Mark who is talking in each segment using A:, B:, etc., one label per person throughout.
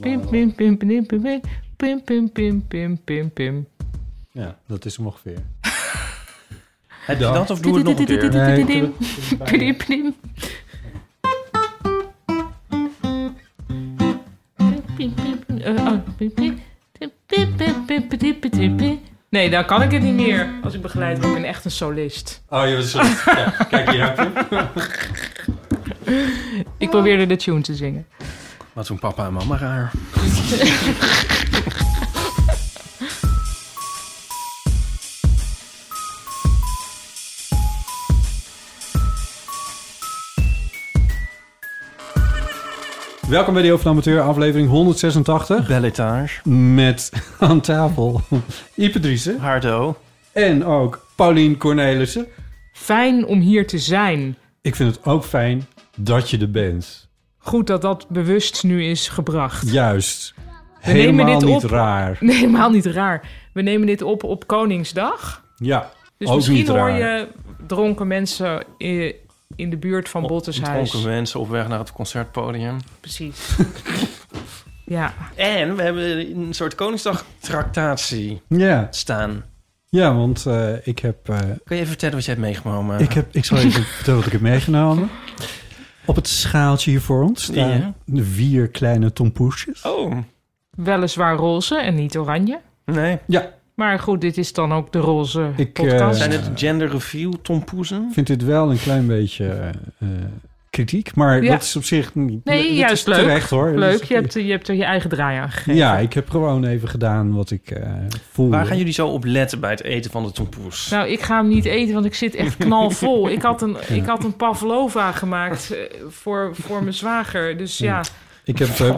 A: Pim, pim, pim, pim, pim, pim, pim, pim, pim, pim, pim, pim.
B: Ja, dat is hem ongeveer.
C: Heb je dat of doe het nog een keer?
B: Nee,
A: Pim, pim, pim. Pim, pim, pim, eh, oh, pim, pim. Pim, pim, pim, pim, pim, pim, pim, pim. Nee, dan kan ik het niet meer als ik begeleid word. Ik ben echt een solist.
B: Oh, je was zo. Ja, kijk, hier heb je hem.
A: Ik probeerde de tune te zingen.
C: Wat zo'n papa en mama raar.
B: Welkom bij de Heel van de Amateur, aflevering 186.
C: Belletage.
B: Met aan tafel Ipe Driessen
C: Hardo.
B: en ook Paulien Cornelissen.
A: Fijn om hier te zijn.
B: Ik vind het ook fijn dat je er bent.
A: Goed dat dat bewust nu is gebracht.
B: Juist.
A: nemen
B: Helemaal
A: dit
B: niet
A: op.
B: raar.
A: Nee, helemaal niet raar. We nemen dit op op Koningsdag.
B: Ja,
A: Dus
B: ook
A: misschien
B: niet
A: hoor
B: raar.
A: je dronken mensen i- in de buurt van Botteshuis.
C: Dronken mensen op weg naar het concertpodium.
A: Precies. ja.
C: En we hebben een soort Koningsdag-tractatie
B: Ja,
C: staan.
B: ja want eh, ik heb... eh,
C: Kun je even vertellen wat jij hebt meegenomen?
B: Ik, heb, ik zal even vertellen wat ik heb meegenomen. Op het schaaltje hier voor ons staan vier kleine tompoesjes.
C: Oh,
A: Weliswaar roze en niet oranje.
C: nee.
B: Ja,
A: Maar goed, dit is dan ook de roze
B: Ik,
A: podcast.
C: Zijn
B: eh,
C: het gender review tompoezen?
B: ik vind dit wel een klein beetje eh, eh, kritiek, maar
A: Ja.
B: dat is op zich niet
A: Nee,
B: dit is
A: juist leuk.
B: Terecht hoor.
A: Leuk,
B: Dus-
A: je hebt, je hebt er je eigen draai aan gegeven.
B: Ja, ik heb gewoon even gedaan wat ik eh voelde.
C: Waar gaan jullie zo op letten bij het eten van de tompoes?
A: Nou, ik ga hem niet eten, want ik zit echt knalvol. ik, had een, ik had een pavlova gemaakt eh, voor, voor mijn zwager. Dus ja,
B: Ik heb eh,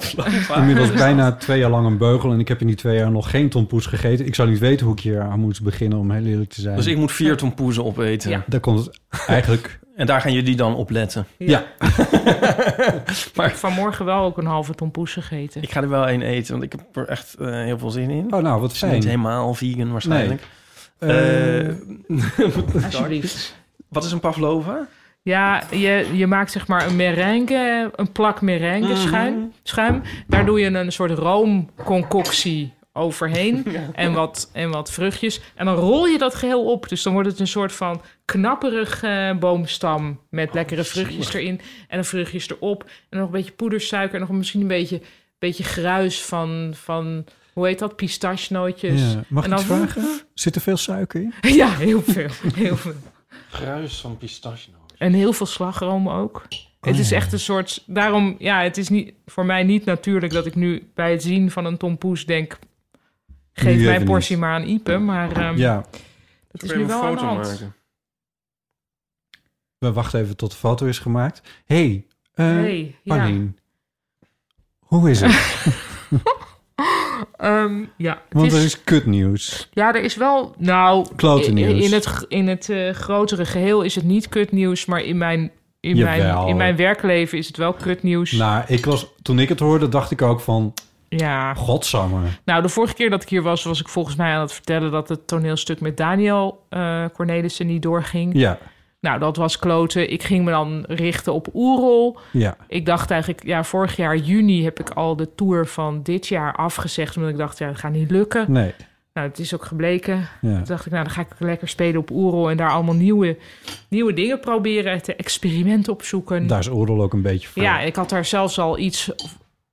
B: inmiddels bijna twee jaar lang een beugel en ik heb in die twee jaar nog geen tompoes gegeten. Ik zou niet weten hoe ik hier aan moest beginnen om heel eerlijk te zijn.
C: Dus ik moet vier tompoezen opeten.
A: Ja.
B: Daar komt het eigenlijk.
C: En daar gaan jullie dan op letten.
B: ja.
A: ik heb vanmorgen wel ook een halve tompoes gegeten.
C: Ik ga er wel één eten, want ik heb er echt eh, heel veel zin in. Het
B: Oh, nou, wat
C: is niet
B: fijn.
C: helemaal vegan waarschijnlijk.
B: Eh,
A: Ehm,
C: Eh,
A: Alsjeblieft.
C: wat is een pavlova?
A: Ja, je, je maakt zeg maar een merengue, een plak merengue schuim, schuim. Daar doe je een soort roomconcoctie overheen en, wat, en wat vruchtjes. En dan rol je dat geheel op. Dus dan wordt het een soort van knapperig eh, boomstam met lekkere vruchtjes erin en de vruchtjes erop. En nog een beetje poedersuiker en nog misschien een beetje, beetje gruis van, van, hoe heet dat, pistachenootjes.
B: Ja, mag
A: en
B: ik
A: dan-
B: iets vragen? Zit er veel suiker in?
A: Ja, heel veel, heel veel.
C: Gruis van pistachenoot.
A: En heel veel slagroom ook. het is
C: Oh.
A: echt een soort. Daarom, ja, het is niet, voor mij niet natuurlijk dat ik nu bij het zien van een tompoes denk. Geef
B: Nu
A: mijn
B: even
A: portie maar aan Ipe. Maar
C: Hm.
A: ehm,
B: Ja,
A: dat is nu wel aan de hand.
B: we wachten even tot de foto is gemaakt. hey, eh
A: Nee, ja.
B: Paulien. Hoe is het?
A: Ehm, ja, het
B: Want
A: is,
B: er is kutnieuws.
A: ja, er is wel. Nou,
B: Klote
A: in,
B: nieuws.
A: in het, g- in het eh, grotere geheel is het niet kutnieuws. Maar in mijn, in mijn,
B: Jawel.
A: in mijn werkleven is het wel kutnieuws.
B: Nou, ik was, toen ik het hoorde, dacht ik ook van...
A: ja.
B: Godsamme.
A: Nou, de vorige keer dat ik hier was, was ik volgens mij aan het vertellen dat het toneelstuk met Daniel eh Cornelissen niet doorging.
B: Ja,
A: Nou, dat was kloten. Ik ging me dan richten op Oerol.
B: ja.
A: Ik dacht eigenlijk, ja, vorig jaar juni heb ik al de tour van dit jaar afgezegd. Omdat ik dacht, ja, dat gaat niet lukken.
B: Nee.
A: Nou, het is ook gebleken.
B: Ja.
A: Toen dacht ik, nou, dan ga ik lekker spelen op Oerol en daar allemaal nieuwe, nieuwe dingen proberen. Te experimenten opzoeken.
B: Daar is Oerol ook een beetje voor.
A: Ja, ik had daar zelfs al iets,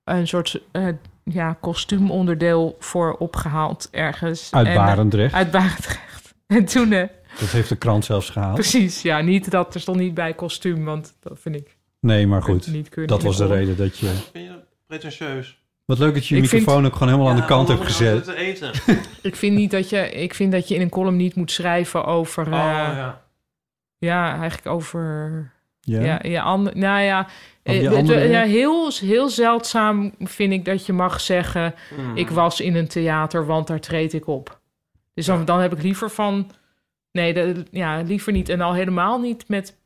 A: een soort eh, ja, kostuumonderdeel voor opgehaald ergens.
B: Uit
A: En,
B: Barendrecht. Oh.
A: eh, uit Barendrecht. En toen, eh,
B: Dat heeft de krant zelfs gehaald.
A: precies, ja, niet dat er stond niet bij kostuum, want dat vind ik
B: Nee, maar goed.
A: niet kunnen.
B: Dat
A: in
B: was de
A: oorlog.
B: reden dat je...
D: Vind je dat pretentieus?
B: Wat leuk dat je je
A: Ik vind-
B: microfoon ook gewoon helemaal aan de kant hebt gezet.
D: te eten.
A: Ik vind, niet dat je, ik vind
B: Oh,
A: Oh, dat je in een column niet moet schrijven eh, over. eh, ja. eigenlijk over
B: Ja.
A: Ja, ja, ander- nou ja, eh,
B: die
A: we-
B: andere-
A: we- ja, heel, heel zeldzaam vind ik dat je mag zeggen... ik was in een theater, want daar treed ik op. Dus dan, dan heb ik liever van... Nee, de- ja, liever niet. En al helemaal niet met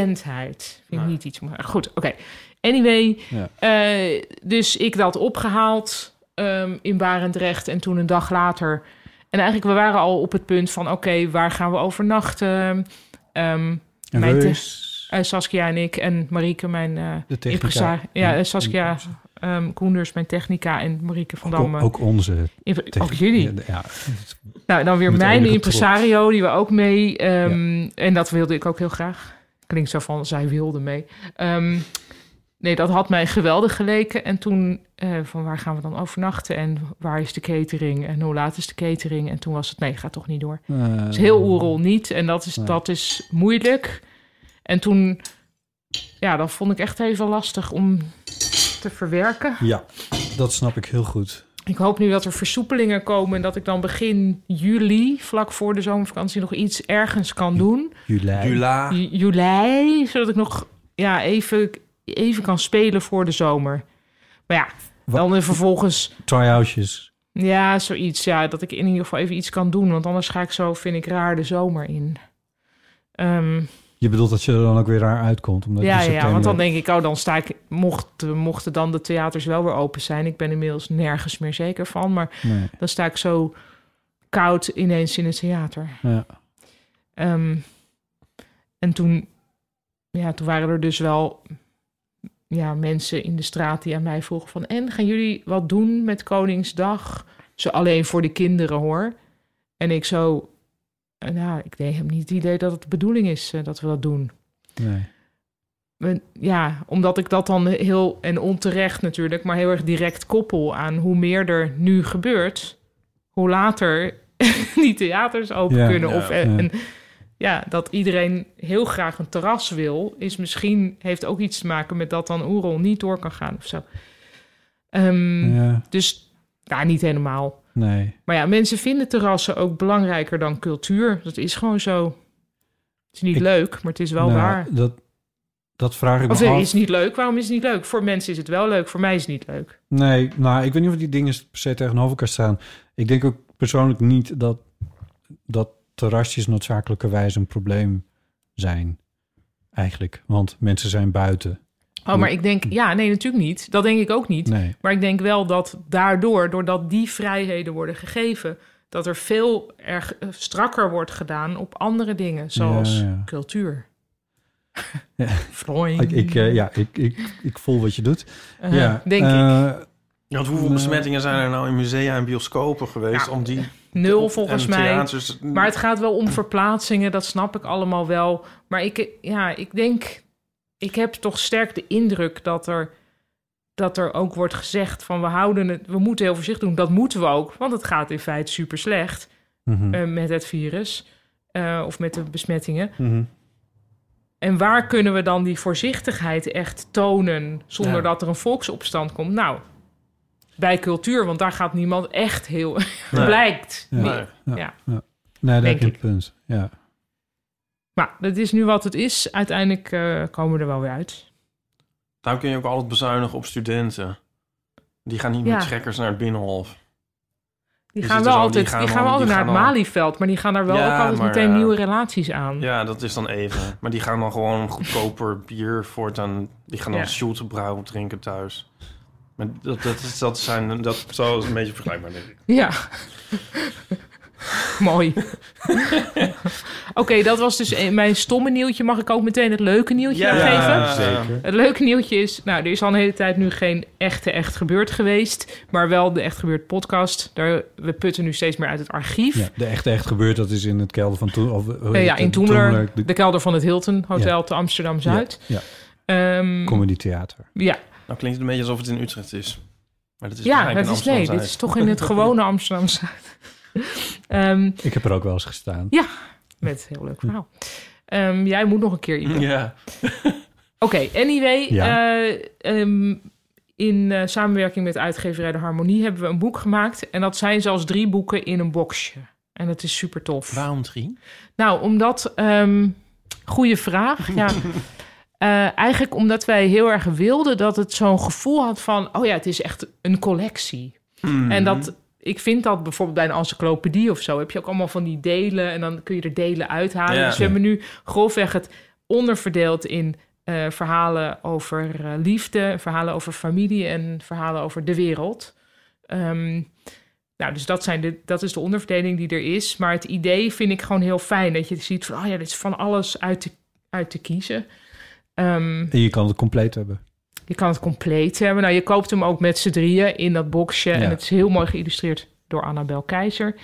A: bekendheid. Vind ik
C: Nee.
A: niet iets... Maar goed, oké. Anyway,
B: Ja.
A: eh, dus ik dat opgehaald ehm, in Barendrecht. En toen een dag later... En eigenlijk, we waren al op het punt van... oké, waar gaan we overnachten? Ehm
B: En
A: Mijn
B: Reus,
A: eh, Saskia en ik en Marieke, mijn eh
B: de technica.
A: impresario. Ja, eh,
B: En-
A: Saskia ehm, Koenders, mijn technica en Marieke van Dam.
B: Ook,
A: eh,
B: ook onze.
A: impre- Ook,
B: technica.
A: oh, jullie.
B: Ja, ja.
A: Nou, dan weer
B: Met
A: mijn
B: enige
A: impresario, die we ook mee. ehm, En dat wilde ik ook heel graag. Klinkt zo van, zij wilde mee. Ehm, nee, dat had mij geweldig geleken. En toen, eh, van waar gaan we dan overnachten? En waar is de catering? En hoe laat is de catering? En toen was het, nee, gaat toch niet door.
B: Eh,
A: Dus heel oerol niet. En dat is,
B: Nee.
A: dat is moeilijk. En toen, ja, dat vond ik echt even lastig om te verwerken.
B: Ja, dat snap ik heel goed.
A: Ik hoop nu dat er versoepelingen komen en dat ik dan begin juli, vlak voor de zomervakantie, nog iets ergens kan doen.
B: Juli.
C: Jula.
A: Ju- Juli, zodat ik nog ja, even, even kan spelen voor de zomer. Maar ja,
B: Wa-
A: dan vervolgens
B: Try-outjes.
A: ja, zoiets. Ja, dat ik in ieder geval even iets kan doen. Want anders ga ik zo, vind ik, raar de zomer in. Ehm,
B: Je bedoelt dat je er dan ook weer daar uitkomt? Omdat
A: ja,
B: je
A: ja,
B: in
A: want dan
B: september-
A: denk ik, oh, dan sta ik... Mocht, mochten dan de theaters wel weer open zijn... ik ben inmiddels nergens meer zeker van... maar
B: Nee,
A: dan sta ik zo koud ineens in het theater.
B: ja.
A: Ehm, en toen, ja, toen waren er dus wel ja, mensen in de straat die aan mij vroegen van... en, gaan jullie wat doen met Koningsdag? Ze alleen voor de kinderen, hoor. En ik zo... eh, Nou, ik denk- heb niet het idee dat het de bedoeling is eh, dat we dat doen.
B: Nee.
A: We- ja, omdat ik dat dan heel en onterecht natuurlijk, maar heel erg direct koppel aan hoe meer er nu gebeurt, hoe later die theaters open
B: Ja,
A: kunnen.
C: ja,
A: of, eh,
C: ja.
A: en, en- ja, dat iedereen heel graag een terras wil, is misschien, heeft ook iets te maken met dat dan Oerol niet door kan gaan of zo. Ehm,
B: Ja,
A: Dus nou, niet helemaal.
B: nee.
A: Maar ja, mensen vinden terrassen ook belangrijker dan cultuur. Dat is gewoon zo. Het is niet
B: Ik-
A: leuk, maar het is wel
B: Nou,
A: waar.
B: Dat, dat vraag ik
A: Of
B: me
A: nee,
B: af.
A: is het niet leuk? Waarom is het niet leuk? Voor mensen is het wel leuk, voor mij is het niet leuk.
B: Nee, nou, ik weet niet of die dingen per se tegenover elkaar staan. Ik denk ook persoonlijk niet dat, dat terrasjes noodzakelijkerwijs een probleem zijn. Eigenlijk, want mensen zijn buiten.
A: Oh, maar ik denk, ja, nee, natuurlijk niet. Dat denk ik ook niet.
B: Nee,
A: Maar ik denk wel dat daardoor, doordat die vrijheden worden gegeven, dat er veel erg eh, strakker wordt gedaan op andere dingen, zoals
B: Ja, ja.
A: cultuur.
B: Ja.
A: Freud.
B: ik, ik, eh, ja, ik, ik, ik voel wat je doet.
A: Eh,
B: ja,
A: denk ik.
B: eh,
C: Want hoeveel
B: Nee.
C: besmettingen zijn er nou in musea en bioscopen geweest om die...
A: Nul volgens
C: en
A: mij.
C: theaters-
A: Maar het gaat wel om verplaatsingen, dat snap ik allemaal wel. Maar ik, ja, ik denk, ik heb toch sterk de indruk dat er, dat er ook wordt gezegd van we houden het, we moeten heel voorzichtig doen. Dat moeten we ook, want het gaat in feite super slecht
B: mhm,
A: eh, met het virus eh, of met de besmettingen.
B: mhm.
A: En waar kunnen we dan die voorzichtigheid echt tonen zonder
C: Ja.
A: dat er een volksopstand komt? Nou, bij cultuur, want daar gaat niemand echt heel.
C: Nee.
A: blijkt.
B: Ja.
C: Nee.
B: Nee, daar heb je
A: Denk
B: een punt. Ja.
A: Maar Nou, dat is nu wat het is. Uiteindelijk eh, komen we er wel weer uit.
C: Daarom Nou, kun je ook altijd bezuinigen op studenten. Die gaan niet
A: Ja.
C: met trekkers naar het Binnenhof.
A: Die
C: Die
A: gaan
C: zitten
A: wel
C: zo,
A: altijd,
C: die
A: die gaan,
C: gaan Dus al-
A: wel altijd
C: die
A: naar het
C: gaan al-
A: Malieveld, maar die gaan daar wel
C: Ja,
A: ook altijd
C: maar,
A: meteen
C: ja.
A: nieuwe relaties aan.
C: Ja, dat is dan even. Maar die gaan dan gewoon goedkoper bier voortaan. Die gaan dan
A: Ja.
C: Schultebrouw drinken thuis. Maar dat, dat, is- dat zijn... Dat zo is een beetje vergelijkbaar, denk ik.
A: Ja. Mooi. Oké, dat was dus een- mijn stomme nieuwtje. Mag ik ook meteen het leuke nieuwtje geven?
C: zeker.
A: Het leuke nieuwtje is, nou, er is al een hele tijd nu geen echte Echt Gebeurd geweest, maar wel de Echt Gebeurd podcast. Daar, we putten nu steeds meer uit het archief.
B: ja, de echte echt gebeurt, dat is in het kelder van toen. Of,
A: Eh, ja, in Toemler,
B: Oh de
A: de kelder van het Hilton Hotel te Amsterdam-Zuid.
B: Ja,
A: Ehm,
B: comedy theater.
A: ja,
C: Nou klinkt het een beetje alsof het in Utrecht is. Maar dat is
A: ja dat is
C: waarschijnlijk in
A: nee.
C: Amsterdam-Zuid.
A: Dit is toch in het gewone Amsterdam-Zuid. Ehm,
B: Ik heb er ook wel eens gestaan.
A: met een heel leuk verhaal. Ehm, jij moet nog een keer Ipe.
C: Ja.
A: Oké, anyway.
B: Ja.
A: eh, ehm, in eh, samenwerking met uitgeverij De Harmonie hebben we een boek gemaakt. En dat zijn zelfs drie boeken in een boxje. En dat is super tof.
C: Waarom drie?
A: Nou, omdat... ehm goede vraag, ja. Eh, eigenlijk omdat wij heel erg wilden dat het zo'n gevoel had van... oh ja, het is echt een collectie. En dat, ik vind dat bijvoorbeeld bij een encyclopedie of zo... heb je ook allemaal van die delen en dan kun je er delen uithalen.
C: Ja.
A: Dus we hebben nu grofweg het onderverdeeld in... eh, verhalen over eh, liefde, verhalen over familie en verhalen over de wereld. Ehm, nou, dus dat, zijn de, dat is de onderverdeling die er is. Maar het idee vind ik gewoon heel fijn. Dat je ziet van, oh ja, dit is van alles uit te, uit te kiezen. Ehm,
B: En je kan het compleet hebben.
A: je kan het compleet hebben. Nou, je koopt hem ook met z'n drieën in dat boxje.
B: Ja.
A: En het is heel mooi geïllustreerd door Annabel Keizer.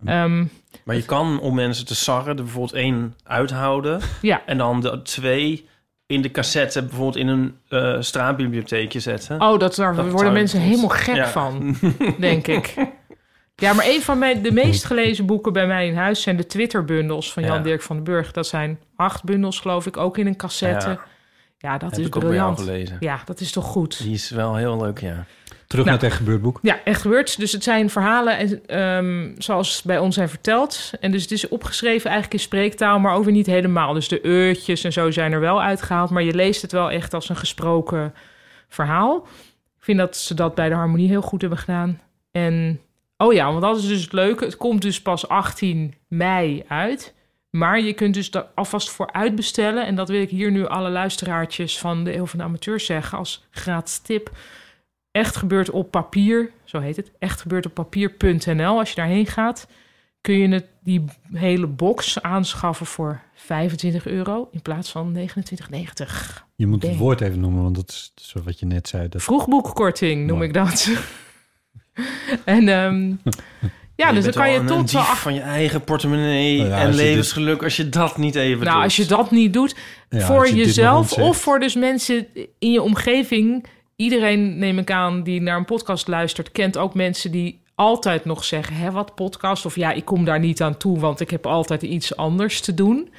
C: Hm.
A: Ehm,
C: Maar je kan om mensen te sarren er bijvoorbeeld één uithouden.
A: Ja.
C: En dan de twee in de cassette bijvoorbeeld in een eh, straatbibliotheekje zetten.
A: oh, dat, daar
C: Dat
A: worden
C: zou-
A: mensen
C: dat-
A: helemaal gek
C: ja.
A: van, denk ik. Ja, maar een van mijn, de meest gelezen boeken bij mij in huis zijn de Twitter-bundels van Jan
C: Ja.
A: Dirk van den Burg. Dat zijn acht bundels, geloof ik, ook in een cassette. Ja,
C: Ja.
A: dat
C: Heb
A: is
C: ik ook bij jou
A: briljant.
C: gelezen.
A: Ja, dat is toch goed?
C: Die is wel heel leuk, ja.
A: Nou.
B: Terug naar het echt gebeurd boek.
A: Ja, echt gebeurd. Dus het zijn verhalen en, ehm, zoals bij ons zijn verteld. En dus het is opgeschreven eigenlijk in spreektaal, maar ook weer niet helemaal. Dus de eurtjes en zo zijn er wel uitgehaald. Maar je leest het wel echt als een gesproken verhaal. Ik vind dat ze dat bij de harmonie heel goed hebben gedaan. En oh ja, want dat is dus het leuke. Het komt dus pas 18 mei uit. Maar je kunt dus daar alvast voor uitbestellen. En dat wil ik hier nu alle luisteraartjes van de Eeuw van de Amateur zeggen als gratis tip. Echt gebeurt op papier, zo heet het. Echt gebeurt op papier.nl. Als je daarheen gaat, kun je het, die hele box aanschaffen voor 25 euro in plaats van 29,90.
B: Je moet het
A: Dang.
B: woord even noemen, want dat is zo wat je net zei. Dat...
A: Vroegboekkorting noem
B: Mooi.
A: ik dat. en ehm, ja, dus dan
C: bent
A: kan
C: wel
A: je
C: een-
A: tot
C: een
A: wel
C: dief
A: acht-
C: van je eigen portemonnee
B: Nou ja,
C: en
B: als je dit-
C: levensgeluk als je dat niet even
A: Nou,
C: doet.
A: als je dat niet doet,
B: Ja,
A: voor
B: als je dit nog
A: jezelf
B: ontzegt.
A: of voor dus mensen in je omgeving. Iedereen, neem ik aan, die naar een podcast luistert, kent ook mensen die altijd nog zeggen: hè, wat podcast? Of ja, ik kom daar niet aan toe, want ik heb altijd iets anders te doen.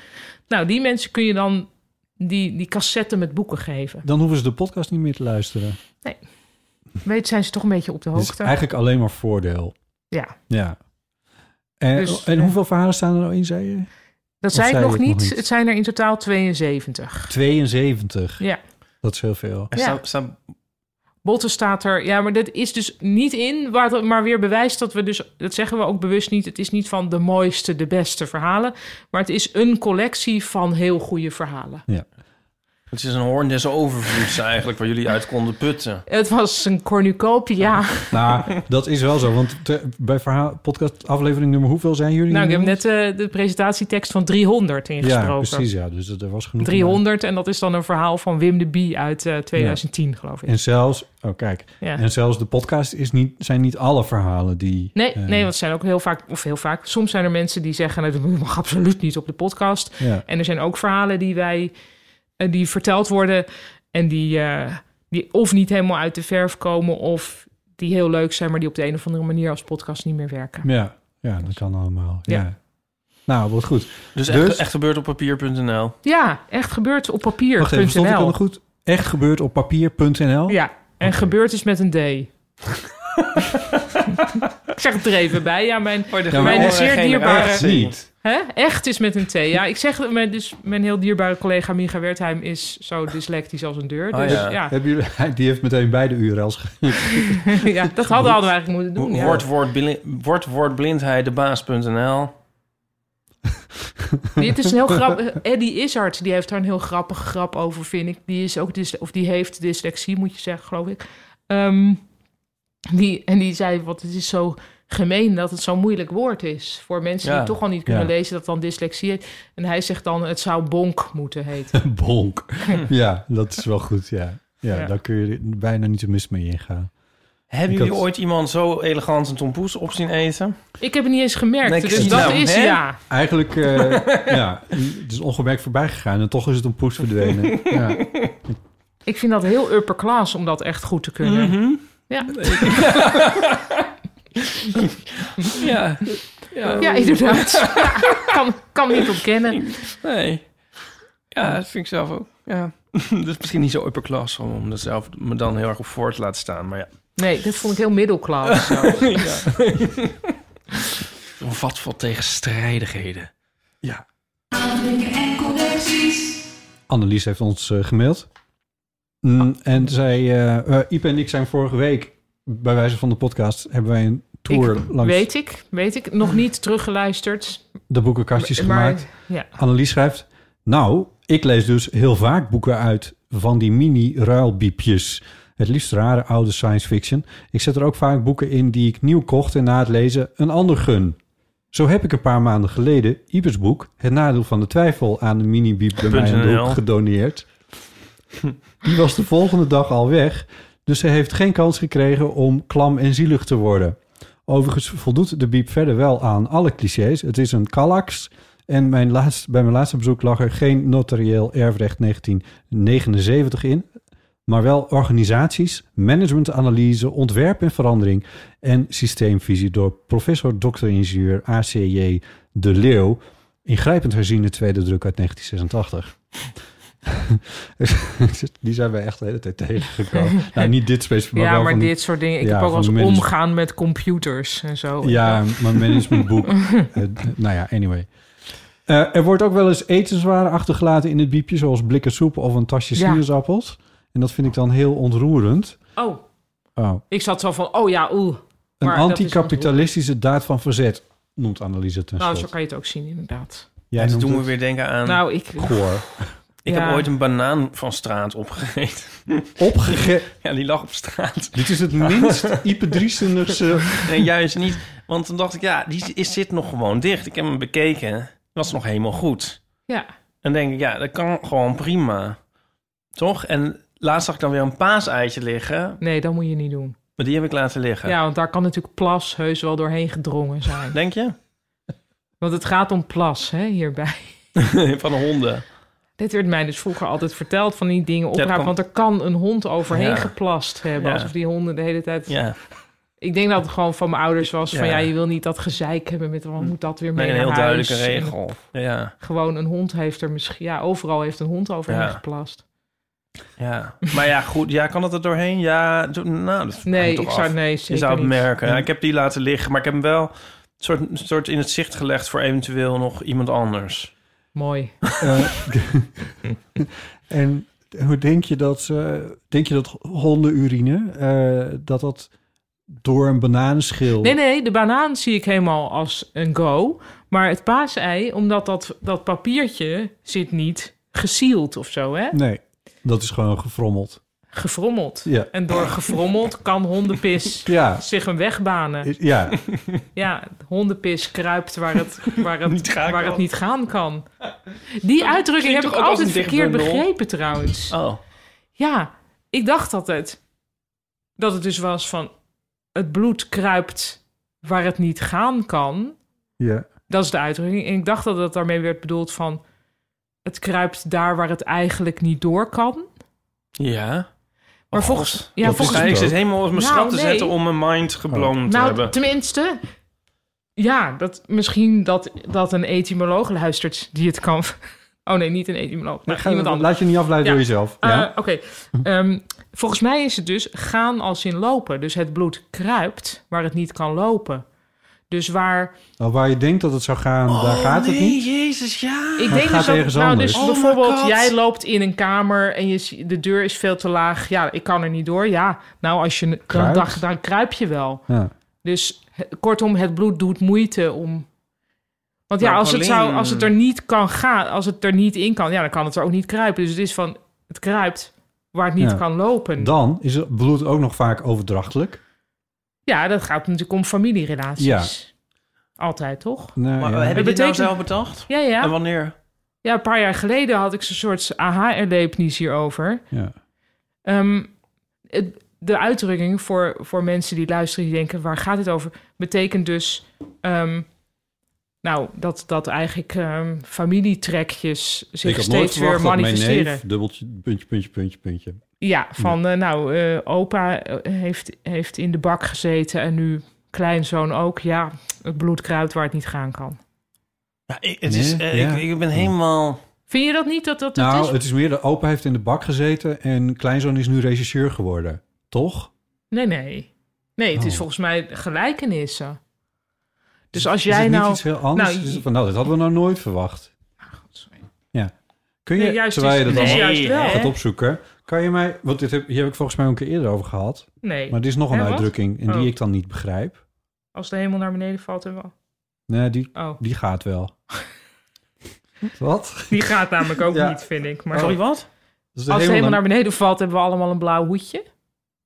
A: Nou, die mensen kun je dan die, die cassetten met boeken geven.
B: Dan hoeven ze de podcast niet meer te luisteren.
A: Weet, zijn ze toch een beetje op de
B: Het is
A: hoogte?
B: Hm. Dus eigenlijk alleen maar voordeel.
A: Ja.
B: Ja. En,
A: Dus,
B: en
A: eh,
B: hoeveel verhalen staan er nou in, zei je?
A: Dat zei ik
B: zei
A: nog
B: ik nog
A: niet.
B: niet.
A: Het zijn er in totaal 72.
B: 72.
A: Ja.
B: Dat is heel veel.
C: Er
A: ja.
C: staan- staan-
A: Botten staat er. Ja, maar dat is dus niet in. waar het- Maar weer bewijst dat we dus. Dat zeggen we ook bewust niet. Het is niet van de mooiste, de beste verhalen. Maar het is een collectie van heel goede verhalen.
C: het is een hoorn des overvloeds eigenlijk waar jullie uit konden putten.
A: Het was een cornucopia.
B: Nou, dat is wel zo. Want te- bij verhaal, podcast aflevering nummer hoeveel zijn jullie?
A: nou, ik heb
B: inmiddels?
A: net eh, de presentatietekst van 300 ingesproken.
B: Ja, precies. Ja, dus dat- er was genoeg.
A: 300. En dat is dan een verhaal van Wim de Bie uit eh, 2010, geloof ik.
B: En zelfs, oh kijk,
A: Ja.
B: en zelfs de podcast is niet, zijn niet alle verhalen die...
A: Nee,
B: eh,
A: nee, want het zijn ook heel vaak, of heel vaak, soms zijn er mensen die zeggen: nou, dat mag absoluut niet op de podcast.
B: Ja.
A: En er zijn ook verhalen die wij eh, die verteld worden en die, eh, die of niet helemaal uit de verf komen of die heel leuk zijn, maar die op de een of andere manier als podcast niet meer werken.
B: Ja, ja, dat kan allemaal. Ja.
A: Ja.
B: Nou, wat goed.
C: Dus,
B: Dus?
C: Echt, echt gebeurt op papier.nl.
A: Ja, echt gebeurt op
B: Wacht even, stond ik dan
A: papier.nl.
B: nog goed? Echt gebeurt op papier.nl?
A: Ja, en gebeurt is met een D. ik zeg het er even bij. Ja, mijn,
B: maar
C: Oh,
A: mijn
B: andere
A: zeer dierbare.
B: Echt niet.
A: Hè? Echt is met een T. Ja, ik zeg het, mijn, dus mijn heel dierbare collega Miga Wertheim is zo dyslectisch als een deur.
C: Oh,
A: Dus
C: ja.
A: ja.
B: Hebben jullie, hij- die heeft meteen beide URL's. ge-
A: Ja, dat hadden, hadden we eigenlijk moeten doen. ja.
C: Word, word, bili- word, word blindheid de baas.nl.
A: Dit is een heel grappig. Eddie Izzard, die heeft daar een heel grappige grap over, vind ik. Die is ook dys- of die heeft dyslexie, moet je zeggen, geloof ik. Ehm, die, en die zei, wat het is zo gemeen dat het zo'n moeilijk woord is voor mensen
C: Ja,
A: die toch al niet kunnen
B: ja.
A: lezen dat dan dyslexie heet. En hij zegt dan, het zou bonk moeten heten.
B: Bonk. ja, dat is wel goed, ja. Ja,
A: Ja.
B: daar kun je bijna niet zo mis mee ingaan.
C: Hebben
B: Ik
C: jullie
B: had-
C: ooit iemand zo elegant een tompoes op zien eten?
A: Ik heb het niet eens gemerkt,
C: Nee, ik
A: dus
C: zie
A: dat
C: het nou,
A: is
C: hè?
A: ja.
B: Eigenlijk, eh, ja, het is ongemerkt voorbij gegaan en toch is het een poes verdwenen. ja.
A: Ik vind dat heel upper class om dat echt goed te kunnen. Ja.
C: Ja. Ja,
A: ja, inderdaad. Ja, kan, kan niet ontkennen.
C: Nee. Ja, dat vind ik zelf ook. Ja. dat is misschien niet zo upper class om, om er zelf me dan heel erg op voor te laten staan. Maar ja.
A: Nee, dat vond ik heel middelklas.
C: Wat voor tegenstrijdigheden. Ja.
D: Aandenken en connecties.
B: Annelies heeft ons eh, gemaild. Mm,
A: Ah.
B: En zij, eh eh, Ipe en ik zijn vorige week, bij wijze van de podcast, hebben wij een tour
A: Ik-
B: langs
A: Weet ik, weet ik. Nog niet teruggeluisterd.
B: de boekenkastjes
A: maar-
B: gemaakt.
A: Ja.
B: Annelies schrijft... Nou, ik lees dus heel vaak boeken uit van die mini-ruilbiepjes. Het liefst rare oude science fiction. Ik zet er ook vaak boeken in die ik nieuw kocht en na het lezen een ander gun. Zo heb ik een paar maanden geleden Ibers boek... Het nadeel van de twijfel aan de mini-biep bij mij aan de hoek
C: .nl.
B: gedoneerd. Die was de volgende dag al weg... dus ze heeft geen kans gekregen om klam en zielig te worden. Overigens voldoet de biep verder wel aan alle clichés. Het is een kallaks... En mijn laatst, bij mijn laatste bezoek lag er geen notarieel erfrecht 1979 in, maar wel organisaties, managementanalyse, ontwerp en verandering en systeemvisie door professor dokter-ingenieur ACJ De Leeuw, ingrijpend herziene tweede druk uit 1986. Die zijn wij echt de hele tijd tegengekomen. nou, niet dit specifiek, maar
A: ja,
B: wel
A: maar
B: van
A: dit soort dingen. Ik
B: ja,
A: heb ook wel eens
B: van de mensen-
A: omgaan met computers en zo.
B: Ja, mijn managementboek. Eh, d- nou ja, anyway. Eh, er wordt ook wel eens etenswaren achtergelaten in het biepje, zoals blikken soep of een tasje
A: Ja.
B: sinaasappels. En dat vind ik dan heel ontroerend.
A: Oh,
B: Oh.
A: ik zat zo van, oh ja, oeh.
B: Een
A: Maar dat is
B: anticapitalistische daad van verzet, noemt Annelies het ten
A: Nou, zo
B: slotte.
A: kan je het ook zien, inderdaad.
B: Jij
C: En toen
B: noemt
C: doen
B: het
C: we weer denken aan...
A: Nou, ik...
B: goor.
C: ik
A: ja.
C: heb ooit een banaan van straat opgegeten.
B: Opgege...
C: Ja, die lag op straat.
B: Dit is het minst ipedriesenigste...
C: Nee, juist niet. Want toen dacht ik, ja, die is, zit nog gewoon dicht. Ik heb hem bekeken. Was nog helemaal goed.
A: Ja,
C: En denk ik, ja, dat kan gewoon prima. Toch? En laatst zag ik dan weer een paaseitje liggen.
A: nee, dat moet je niet doen.
C: Maar die heb ik laten liggen.
A: Ja, want daar kan natuurlijk plas heus wel doorheen gedrongen zijn.
C: Denk je?
A: Want het gaat om plas, hè, hierbij.
C: Van de honden.
A: Dit werd mij dus vroeger altijd verteld, van die dingen
C: dat
A: oprapen.
C: kan-
A: Want er kan een hond overheen
C: Ja.
A: geplast hebben.
C: Ja.
A: Alsof die honden de hele tijd...
C: Ja.
A: Ik denk dat het gewoon van mijn ouders was van...
C: Ja.
A: Ja, je wil niet dat gezeik hebben met... wat moet dat weer mee
C: Nee, een
A: naar
C: heel
A: huis?
C: duidelijke
A: En
C: regel. Ja.
A: Gewoon een hond heeft er misschien... Ja, overal heeft een hond overheen
C: Ja.
A: geplast.
C: ja. Maar ja, goed. Ja, kan dat er doorheen? Ja. doe- Nou, dat
A: Nee,
C: hangt toch
A: ik zou...
C: af.
A: Nee, zeker
C: Je zou het
A: niet.
C: merken. Ja, ik heb die laten liggen, maar ik heb hem wel soort, soort in het zicht gelegd voor eventueel nog iemand anders.
A: Mooi.
B: eh, en hoe denk je dat... ze- denk je dat hondenurine... eh, dat dat door een bananenschil...
A: Nee, nee, de banaan zie ik helemaal als een go. Maar het paasei, omdat dat, dat papiertje zit niet gesield of zo, hè?
B: Nee, dat is gewoon gefrommeld.
A: Gefrommeld.
B: Ja.
A: En door gefrommeld kan hondenpis
B: Ja,
A: zich een weg banen.
B: ja.
A: Ja, hondenpis kruipt waar het, waar het,
C: Niet gaan
A: waar
C: kan.
A: het niet gaan kan. Die uitdrukking heb
C: klinkt
A: ik
C: toch ook als
A: altijd
C: een
A: verkeerd
C: dichtbundel?
A: begrepen trouwens.
C: Oh.
A: Ja, ik dacht altijd dat het dus was van... het bloed kruipt waar het niet gaan kan...
B: ja.
A: Dat is de uitdrukking. En ik dacht dat dat daarmee werd bedoeld van... het kruipt daar waar het eigenlijk niet door kan.
C: Ja.
A: Maar
C: Oh,
A: volgens... Ja,
B: dat
A: volgens
B: is
C: Volgens mij, ik zit helemaal op mijn
A: Nou,
C: schrap te
A: nee.
C: zetten om mijn mind geblown te
A: nou,
C: hebben.
A: tenminste... Ja, dat, misschien dat, dat een etymoloog luistert die het kan... Oh nee, niet een etymoloog. Nou, iemand anders.
B: Laat je niet afleiden
A: Ja.
B: door jezelf. ja. Mhm.
A: Eh, Oké. Ehm, volgens mij is het dus gaan als in lopen. Dus het bloed kruipt waar het niet kan lopen. Dus waar
B: Nou, waar je denkt dat het zou gaan,
A: Oh,
B: daar gaat het
C: nee,
B: niet.
C: jezus, ja.
A: Ik
B: Maar
A: denk
B: het
A: dus
B: gaat
A: dat,
B: ergens
A: nou,
B: anders.
A: dus
C: Oh my
A: bijvoorbeeld,
C: God.
A: jij loopt in een kamer en je, zie- de deur is veel te laag. Ja, ik kan er niet door. Ja, nou, als je dan,
B: Kruipt.
A: dan, dan kruip je wel.
B: Ja.
A: Dus he- kortom, het bloed doet moeite om. Want ja,
C: Maar
A: als het, zou,
C: Paulien-
A: als het er niet kan gaan, als het er niet in kan, ja, dan kan het er ook niet kruipen. Dus het is van, het kruipt waar het niet
B: Ja.
A: kan lopen.
B: Dan is het bloed ook nog vaak overdrachtelijk.
A: Ja, dat gaat natuurlijk om familierelaties.
B: Ja.
A: Altijd, toch?
B: Nou,
C: Maar
B: ja.
A: eh,
C: heb je dit nou
A: betekent-
C: zelf bedacht?
A: Ja, ja.
C: En wanneer?
A: Ja, een paar jaar geleden had ik zo'n soort aha-erlevenis hierover.
B: Ja.
A: Ehm, het- de uitdrukking voor, voor mensen die luisteren, die denken: waar gaat het over? Betekent dus. ehm, nou, dat, dat eigenlijk ehm, familietrekjes zich steeds weer
B: dat mijn
A: manifesteren.
B: neef, dubbeltje, puntje, puntje, puntje, puntje.
A: Ja, van eh, nou, eh, opa eh, heeft, heeft in de bak gezeten en nu kleinzoon ook. Ja, het bloed kruipt waar het niet gaan kan.
C: Ja, ik, het
B: Nee,
C: is, eh,
B: ja.
C: ik, ik ben helemaal...
A: Vind je dat niet dat dat het
B: nou,
A: is?
B: het is meer de opa heeft in de bak gezeten en kleinzoon is nu regisseur geworden. Toch?
A: Nee, nee. Nee, het is
B: Oh.
A: volgens mij gelijkenissen. Dus als
B: is
A: jij
B: het niet
A: nou...
B: iets heel anders?
A: nou,
B: Is het van, nou, dat hadden we nou nooit verwacht.
A: Sorry.
B: Ja. Kun je,
A: Nee, juist
B: terwijl je
A: is-
B: dat
A: nee,
B: allemaal
A: juist wel.
B: gaat opzoeken, kan je mij... Want dit heb, hier heb ik volgens mij ook een keer eerder over gehad.
A: Nee,
B: Maar er is nog een
A: Hè, wat?
B: uitdrukking en
A: Oh.
B: die ik dan niet begrijp.
A: als de hemel naar beneden valt, dan wel.
B: Nee, die,
A: Oh,
B: die gaat wel. Wat?
A: die gaat namelijk ook
B: Ja.
A: niet, vind ik. Maar
D: Sorry, wat?
B: Dus
A: als de hemel naar beneden valt, hebben we allemaal een blauw hoedje.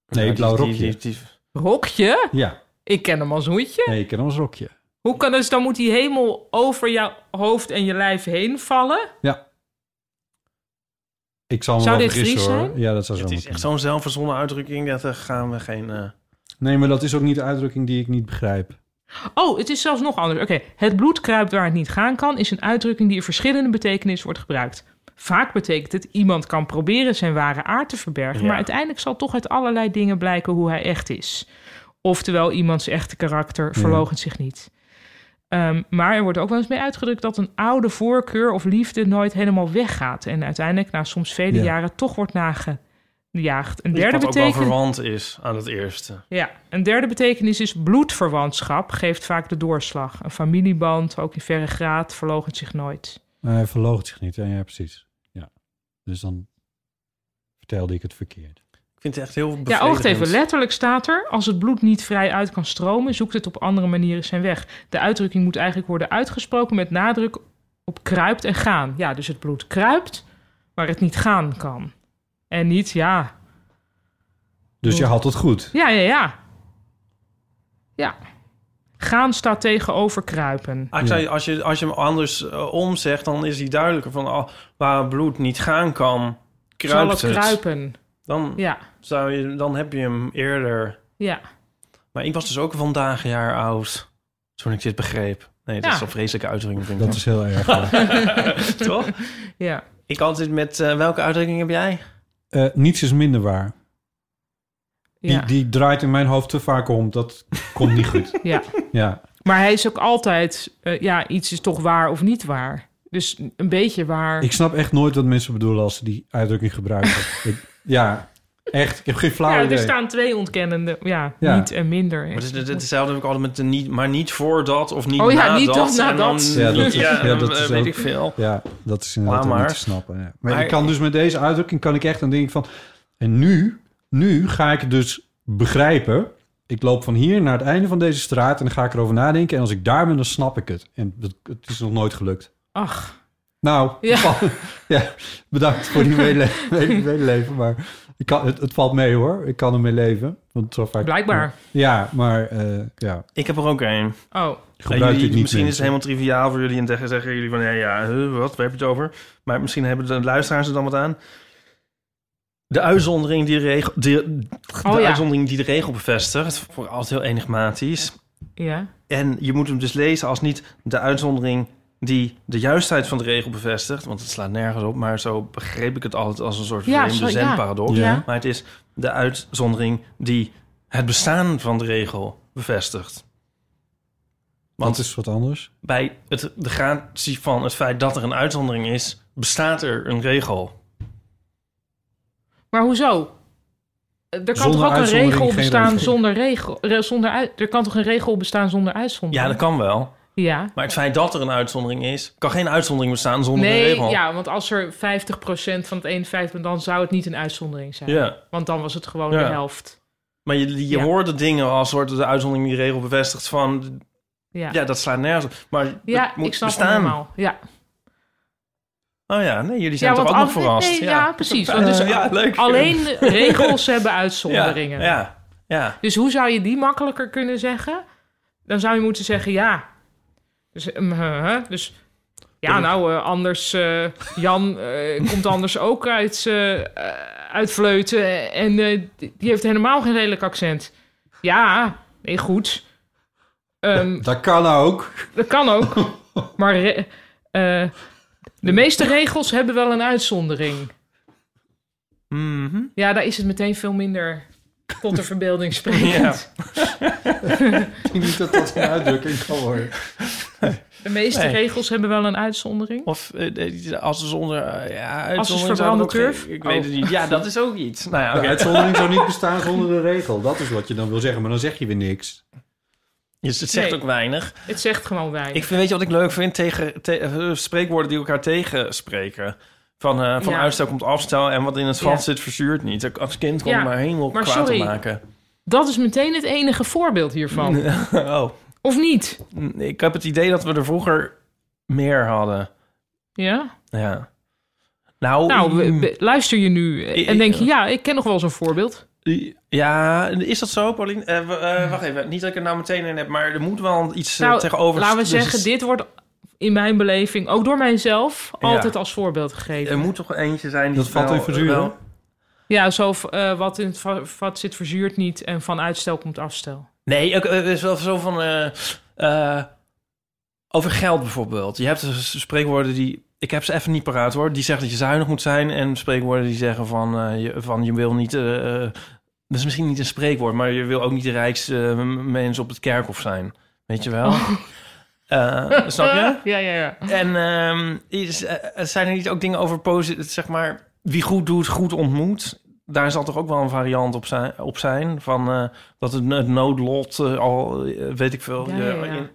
B: Nee, blauw
C: die-
B: rokje.
C: die- die- die-
A: Rokje?
B: Ja,
A: Ik ken hem als hoedje.
B: nee, ik ken hem als rokje.
A: Hoe kan dus dan moet die hemel over jouw hoofd en je lijf heen vallen?
B: Ik zal me
A: Zou
B: wel
A: dit
B: vergissen
A: Fries
B: hoor.
A: zijn?
B: Ja, dat zou zo
C: Het is
B: moeten.
C: echt zo'n zelfverzonnen uitdrukking. Dat daar gaan we geen... eh,
B: Nee, maar dat is ook niet de uitdrukking die ik niet begrijp.
A: Oh, het is zelfs nog anders. Oké, het bloed kruipt waar het niet gaan kan is een uitdrukking die in verschillende betekenissen wordt gebruikt. Vaak betekent het iemand kan proberen zijn ware aard te verbergen,
C: Ja.
A: maar uiteindelijk zal toch uit allerlei dingen blijken hoe hij echt is. Oftewel, iemands echte karakter verloochent zich niet. Ehm, maar er wordt ook wel eens mee uitgedrukt dat een oude voorkeur of liefde nooit helemaal weggaat en uiteindelijk na soms vele
B: Ja.
A: jaren toch wordt nagejaagd. Een derde
C: die wat ook wel
A: betekenis.
C: verwant is aan het eerste.
A: Ja, een derde betekenis is bloedverwantschap geeft vaak de doorslag. Een familieband, ook in verre graad, verloochent zich nooit.
B: Maar hij verloogt zich niet. Ja, ja, precies. Ja. Dus dan vertelde ik het verkeerd.
C: Ik vind het echt heel bevredigend.
A: Ja, oogt even. Letterlijk staat er, als het bloed niet vrij uit kan stromen, zoekt het op andere manieren zijn weg. De uitdrukking moet eigenlijk worden uitgesproken met nadruk op kruipt en gaan. Ja, dus het bloed kruipt, maar het niet gaan kan. En niet, ja,
B: Dus je had het goed.
A: ja, ja, ja. Ja. Gaan staat tegenover kruipen.
C: Ah, ik zei, als, je, als je hem anders eh, omzegt, dan is hij duidelijker. Van, ah, waar bloed niet gaan kan,
A: Zal
C: kruipt
A: het
C: het.
A: kruipen?
C: Dan,
A: Ja,
C: zou je, dan heb je hem eerder.
A: ja.
C: Maar ik was dus ook vandaag een jaar oud, toen ik dit begreep. Nee, dat
A: Ja.
C: is een vreselijke uitdrukking. Vind ik
B: Dat is heel erg. hoor.
C: dan. toch?
A: Ja.
C: Ik altijd met, eh, welke uitdrukking heb jij?
B: Eh, niets is minder waar. Die,
A: Ja.
B: die draait in mijn hoofd te vaak om. Dat komt niet goed.
A: Ja.
B: Ja,
A: Maar hij is ook altijd, eh, ja, iets is toch waar of niet waar. Dus een beetje waar.
B: ik snap echt nooit wat mensen bedoelen als ze die uitdrukking gebruiken. Ik- ja, echt. Ik heb geen flauw
A: ja,
B: idee.
A: er staan twee ontkennende, ja,
B: Ja.
A: niet en minder.
C: Maar het is het- hetzelfde heb ik altijd met de niet, maar niet voor dat of niet
A: Oh ja,
C: na
A: niet
C: dat.
A: of na
C: en dan-
A: dat.
B: Ja, dat is-
C: ja,
B: ja,
C: dan,
B: dat
C: eh,
B: is
C: weet
B: ook-
C: ik veel.
B: Ja, dat is inderdaad
C: Laat
B: ook niet
C: maar.
B: te snappen. ja. Maar,
C: Maar-
B: ik kan dus met deze uitdrukking kan ik echt aan denken van... En nu, nu ga ik het dus begrijpen. Ik loop van hier naar het einde van deze straat... en dan ga ik erover nadenken. En als ik daar ben, dan snap ik het. En dat, het is nog nooit gelukt.
A: Ach,
B: Nou,
A: Ja.
B: ja. ja, bedankt voor die medele- medele- medeleven. Maar ik kan, het, het valt mee hoor. Ik kan ermee leven. Want zo vaak,
A: blijkbaar.
B: Ja, maar eh, ja,
C: Ik heb er ook één.
A: Oh,
B: gebruik
C: jullie-
B: dit niet
C: misschien is
B: mensen.
C: het helemaal triviaal voor jullie en tegen zeggen jullie van ja, ja huh, wat, waar heb je het over? Maar misschien hebben de luisteraars er dan wat aan. De uitzondering die, de regel, de, de
A: Oh ja.
C: uitzondering die de regel bevestigt, voor altijd heel enigmatisch.
A: ja.
C: En je moet hem dus lezen als niet de uitzondering die de juistheid van de regel bevestigt, want het slaat nergens op, maar zo begreep ik het altijd als een soort
A: Ja,
C: vreemde
A: zo- ja.
C: zendparadox.
A: Ja.
C: Maar het is de uitzondering die het bestaan van de regel bevestigt. Want
B: Dat is wat anders.
C: bij het, de gratie van het feit dat er een uitzondering is, bestaat er een regel.
A: Maar hoezo? Eh, Er kan
B: Zonder
A: toch ook een
B: uitzondering
A: regel
B: geen
A: bestaan
B: regel.
A: zonder regel? re- Zonder uit, er kan toch een regel bestaan zonder uitzondering?
C: Ja, dat kan wel.
A: Ja.
C: Maar het feit dat er een uitzondering is, kan geen uitzondering bestaan zonder een
A: Nee,
C: regel.
A: ja, want als er 50% van het ene feit bent, dan zou het niet een uitzondering zijn.
C: ja.
A: Want dan was het gewoon
C: Ja.
A: de helft.
C: Maar je, je
A: Ja.
C: hoorde dingen als soort de uitzondering die de regel bevestigt van...
A: Ja, ja,
C: Ja, dat slaat nergens op. Maar het moet
A: ik snap
C: bestaan.
A: het helemaal. Ja.
C: Oh ja, nee, jullie zijn
A: ja,
C: toch ook
A: want
C: nog
A: af-
C: verrast?
A: nee, ja. precies. Want
C: Dus,
A: dus
C: ja, leuk.
A: alleen de regels hebben
C: Ja,
A: uitzonderingen.
C: Ja, ja.
A: Dus hoe zou je die makkelijker kunnen zeggen? Dan zou je moeten zeggen ja. Dus, ehm, hè, hè, dus ja, nou, eh, anders... eh, Jan eh, komt anders ook uit, eh, eh, uit Vleuten. En eh, die heeft helemaal geen redelijk accent. Ja, nee, goed. Ehm,
B: Dat kan ook.
A: dat kan ook. Maar re- eh, de meeste regels hebben wel een uitzondering.
C: Mhm.
A: Ja, daar is het meteen veel minder tot de verbeelding sprekend.
B: Ik denk niet dat dat een uitdrukking kan worden.
A: De meeste
C: Nee.
A: regels hebben wel een uitzondering.
C: Of eh, eh, als ze zonder... eh, ja, uitzondering
A: verbrande
C: zouden ook
A: turf? Oh.
C: geen- Ik weet het niet. Ja, dat is ook iets. Nou ja,
B: De
C: oké.
B: uitzondering zou niet bestaan zonder de regel. Dat is wat je dan wil zeggen, maar dan zeg je weer niks.
C: Dus het zegt
A: Nee.
C: ook weinig.
A: Het zegt gewoon weinig.
C: Ik vind, weet je wat ik leuk vind? Tegen, te- eh, spreekwoorden die elkaar tegenspreken. Van, eh, van
A: Ja.
C: uitstel komt afstel en wat in het vat
A: Ja.
C: zit verzuurt niet. Als kind kon
A: Ja,
C: je maar helemaal
A: maar
C: kwaad te
A: sorry.
C: maken.
A: Dat is meteen het enige voorbeeld hiervan.
C: oh,
A: Of niet?
C: ik heb het idee dat we er vroeger meer hadden.
A: Ja?
C: Ja. Nou,
A: Nou, we- we- luister je nu
C: Ik-
A: en denk je, ja, ik ken nog wel zo'n voorbeeld.
C: ja, is dat zo, Paulien? Eh, w- eh, wacht even, niet dat ik er nou meteen in heb, maar er moet wel iets eh,
A: Hmm. Nou,
C: tegenover...
A: laten we
C: dus
A: zeggen, dit wordt in mijn beleving, ook door mijzelf, altijd als voorbeeld gegeven.
C: Er moet toch eentje zijn die
B: Dat valt
C: wel-
B: in verzuren.
C: wel-
A: Ja, zo eh, wat in het va- vat zit verzuurt niet en van uitstel komt afstel.
C: Nee, ook, eh, het is wel zo van... eh, eh, over geld bijvoorbeeld. Je hebt dus spreekwoorden die... Ik heb ze even niet paraat hoor. Die zeggen dat je zuinig moet zijn. En spreekwoorden die zeggen van... eh, je, van je wil niet... eh, eh, dat is misschien niet een spreekwoord... maar je wil ook niet de rijkste eh, m- mens op het kerkhof zijn. Weet je wel? Eh, snap je?
A: Ja, ja, ja.
C: En ehm, is, eh, zijn er niet ook dingen over posi- zeg maar, wie goed doet, goed ontmoet? Daar zal toch ook wel een variant op zijn, op zijn van eh, dat het, het noodlot eh, al, eh, weet ik veel.
A: Ja,
C: je-
A: ja, ja.
C: in-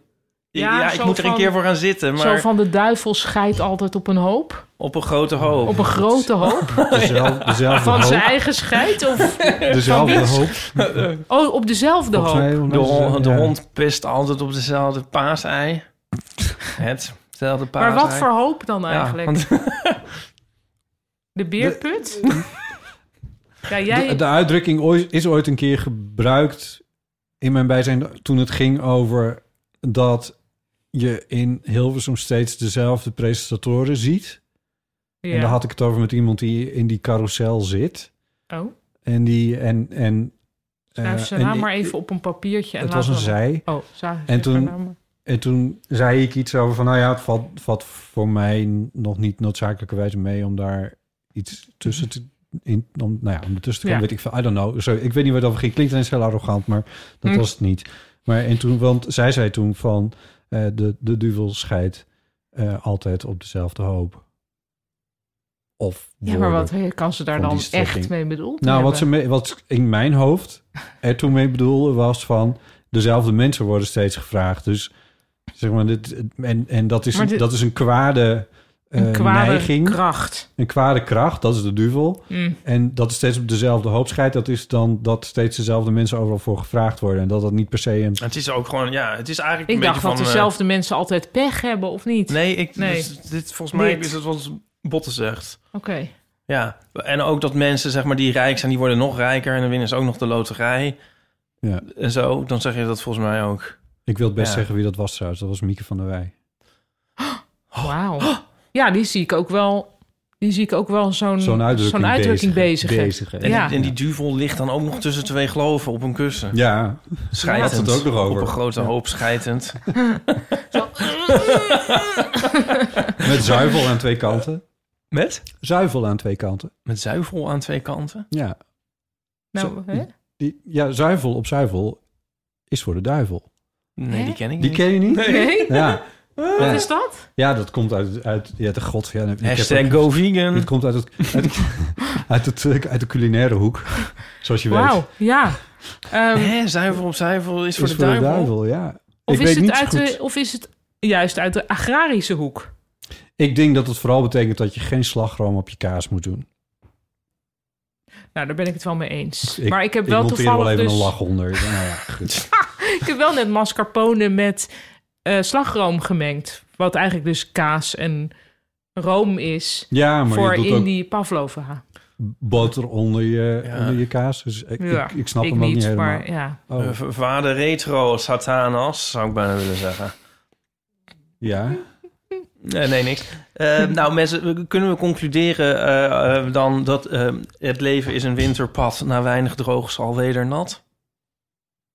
A: Ja,
C: ja,
A: zo
C: ik moet er een
A: van-
C: keer voor gaan zitten,
A: Zo
C: maar
A: van de duivel scheidt altijd op een hoop.
C: op een grote hoop.
A: Op een grote hoop.
B: Dezelfde, dezelfde
A: Van zijn
B: hoop.
A: eigen scheid of
B: Dezelfde hoop.
A: oh, op dezelfde
B: Volgens mij-
A: hoop.
C: de,
B: volgens mij
C: hon-
B: is het-
C: de
B: ja.
C: hond pist altijd op dezelfde paasei. Hetzelfde paasei.
A: Maar wat voor hoop dan
C: Ja,
A: eigenlijk?
C: want-
A: De beerput? Ja,
B: De,
A: jij...
B: de uitdrukking ooit- is ooit een keer gebruikt in mijn bijzijn toen het ging over dat je in Hilversum steeds dezelfde presentatoren ziet. En daar
A: Ja.
B: had ik het over met iemand die in die carousel zit.
A: Oh,
B: En die en en.
A: schrijf
B: eh,
A: zijn
B: en
A: naam
B: ik-
A: maar even op een papiertje. En
B: Het was een
A: laten we-
B: zij.
A: Oh, zij.
B: En toen- En toen zei ik iets over van, nou ja, het valt, valt voor mij nog niet noodzakelijkerwijs mee om daar iets tussen te... In, om, nou ja, om ertussen te komen,
A: Ja.
B: weet ik veel. I don't know. Sorry, ik weet niet waar dat over ging. Klinkt ineens heel arrogant, maar dat
A: Hm.
B: was het niet. Maar en toen, want zij zei toen van, eh, de, de duivel scheidt eh, altijd op dezelfde hoop. Of
A: Ja, maar
B: woorden.
A: wat hè, kan ze daar
B: Van
A: dan
B: die strekking.
A: echt mee bedoeld
B: Nou,
A: hebben?
B: wat, ze me- wat in mijn hoofd er toen mee bedoelde was van... dezelfde mensen worden steeds gevraagd. Dus zeg maar, dit, en, en dat, is,
A: Maar dit-
B: dat is een kwade, eh,
A: Een kwade
B: neiging.
A: kracht.
B: Een kwade kracht, dat is de duivel.
A: Hm.
B: En dat is steeds op dezelfde hoop scheidt. Dat is dan dat steeds dezelfde mensen overal voor gevraagd worden. En dat dat niet per se een...
C: Het is ook gewoon, ja, het is eigenlijk
A: Ik
C: een
A: dacht
C: beetje
A: dat
C: van... eh,
A: dezelfde mensen altijd pech hebben, of niet?
C: nee, ik,
A: Nee.
C: dus dit, volgens mij
A: Dit.
C: is het wat Botten zegt.
A: Oké.
C: Ja, en ook dat mensen zeg maar, die rijk zijn, die worden nog rijker en dan winnen ze ook nog de loterij
B: Ja.
C: en zo. Dan zeg je dat volgens mij ook.
B: Ik wil best
C: Ja.
B: zeggen wie dat was trouwens. Dat was Mieke van der Wij.
C: Oh.
A: Wauw. Ja, die zie ik ook wel. Die zie ik ook wel zo'n
B: Zo'n uitdrukking,
A: Mm, zo'n uitdrukking bezig.
B: bezigen.
C: En,
A: Ja.
C: die, en die duvel ligt dan ook nog tussen twee geloven op een kussen.
B: Ja,
C: Schijtend.
B: had het ook nog over.
C: Op een grote hoop schijtend.
B: met zuivel aan twee kanten.
C: Met?
B: Zuivel aan twee kanten,
C: Met zuivel aan twee kanten.
B: ja.
A: Nou,
B: Zo-
A: hè?
B: Die, ja, zuivel op zuivel is voor de duivel.
C: Nee,
A: Hè?
C: die ken ik
B: Die
C: niet.
B: ken je niet?
A: Nee?
B: Ja,
A: Wat
B: ja.
A: is dat?
B: ja, dat komt uit, uit ja, de god. Ja, ik heb
C: Hashtag
B: ook-
C: go
B: Dit
C: vegan.
B: komt uit, het, uit, uit, het, uit de culinaire hoek, zoals je weet.
A: Wauw, ja. Ehm,
C: Hè, zuivel op zuivel is voor,
B: Is
C: de, duivel.
B: ja.
A: of,
B: ik
A: is
B: weet
A: het
B: niet zo
A: uit de,
B: goed.
A: of is het juist uit de agrarische hoek?
B: Ik denk dat het vooral betekent dat je geen slagroom op je kaas moet doen.
A: Nou, daar ben ik het wel mee eens.
B: Ik-
A: maar ik heb
B: Ik
A: wel
B: monteer er
A: toevallig
B: wel even
A: dus...
B: een lach onder. Nou ja, goed.
A: Ik heb wel net mascarpone met eh, slagroom gemengd. Wat eigenlijk dus kaas en room is
B: ja maar
A: voor
B: je doet
A: in
B: ook
A: die pavlova.
B: boter onder je,
C: Ja.
B: onder je kaas. Dus ik,
A: Ja,
B: ik, ik snap hem ook niet, helemaal.
A: maar ja.
B: Oh,
C: Eh, v- vader retro, satanas, zou ik bijna willen zeggen.
B: ja.
C: Nee, nee, niks. Eh, nou, mensen, we- kunnen we concluderen eh, eh, dan dat eh, het leven is een winterpad. Na weinig droog zal weder nat.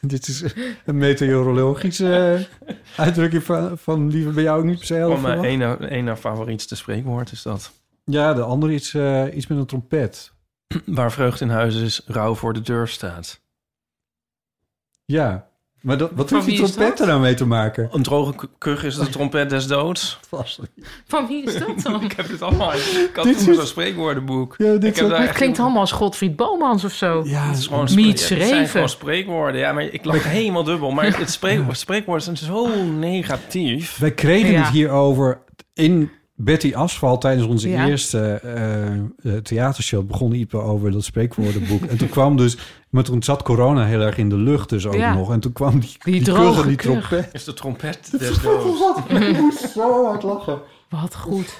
B: Dit is een meteorologische eh, uitdrukking van, van liever bij jou ook niet per se heel
A: eh,
C: Van mijn
B: verwacht.
C: ene, ene favorietste spreekwoord is dat.
B: Ja, de andere iets, eh, iets met een trompet.
C: Waar vreugd in huis is, rouw voor de deur staat.
B: Ja. Maar dat, wat
A: Van
B: heeft die
A: wie is
B: trompet
A: dat?
B: er nou mee te maken?
C: Een droge k- kuch is de trompet des doods.
A: Van wie is dat dan?
C: Ik heb dit allemaal. Ik had
B: Dit
C: vroeger
B: is-
C: zo'n spreekwoordenboek.
B: Ja, dit
C: Ik heb
B: soort-
C: daar
A: Het
C: echt
A: klinkt allemaal als Godfried Bomans of zo.
B: Ja,
C: Het is gewoon
A: Niet
C: spree- het zijn
A: schreven.
C: gewoon spreekwoorden. Ja, maar ik lag helemaal dubbel. Maar het spreek, spreekwoorden zijn zo negatief.
B: Wij kregen
A: Ja.
B: het hierover in Betty Asphalt tijdens onze
A: Ja.
B: eerste eh, eh, theatershow begon Ipe over dat spreekwoordenboek. en toen kwam dus, maar toen zat corona heel erg in de lucht dus ook
A: Ja.
B: nog. En toen kwam die,
A: Die
B: kugel,
A: droge
B: die
A: kugel.
B: trompet.
C: Is de trompet des doods.
B: Ik moest zo hard lachen.
A: Wat goed.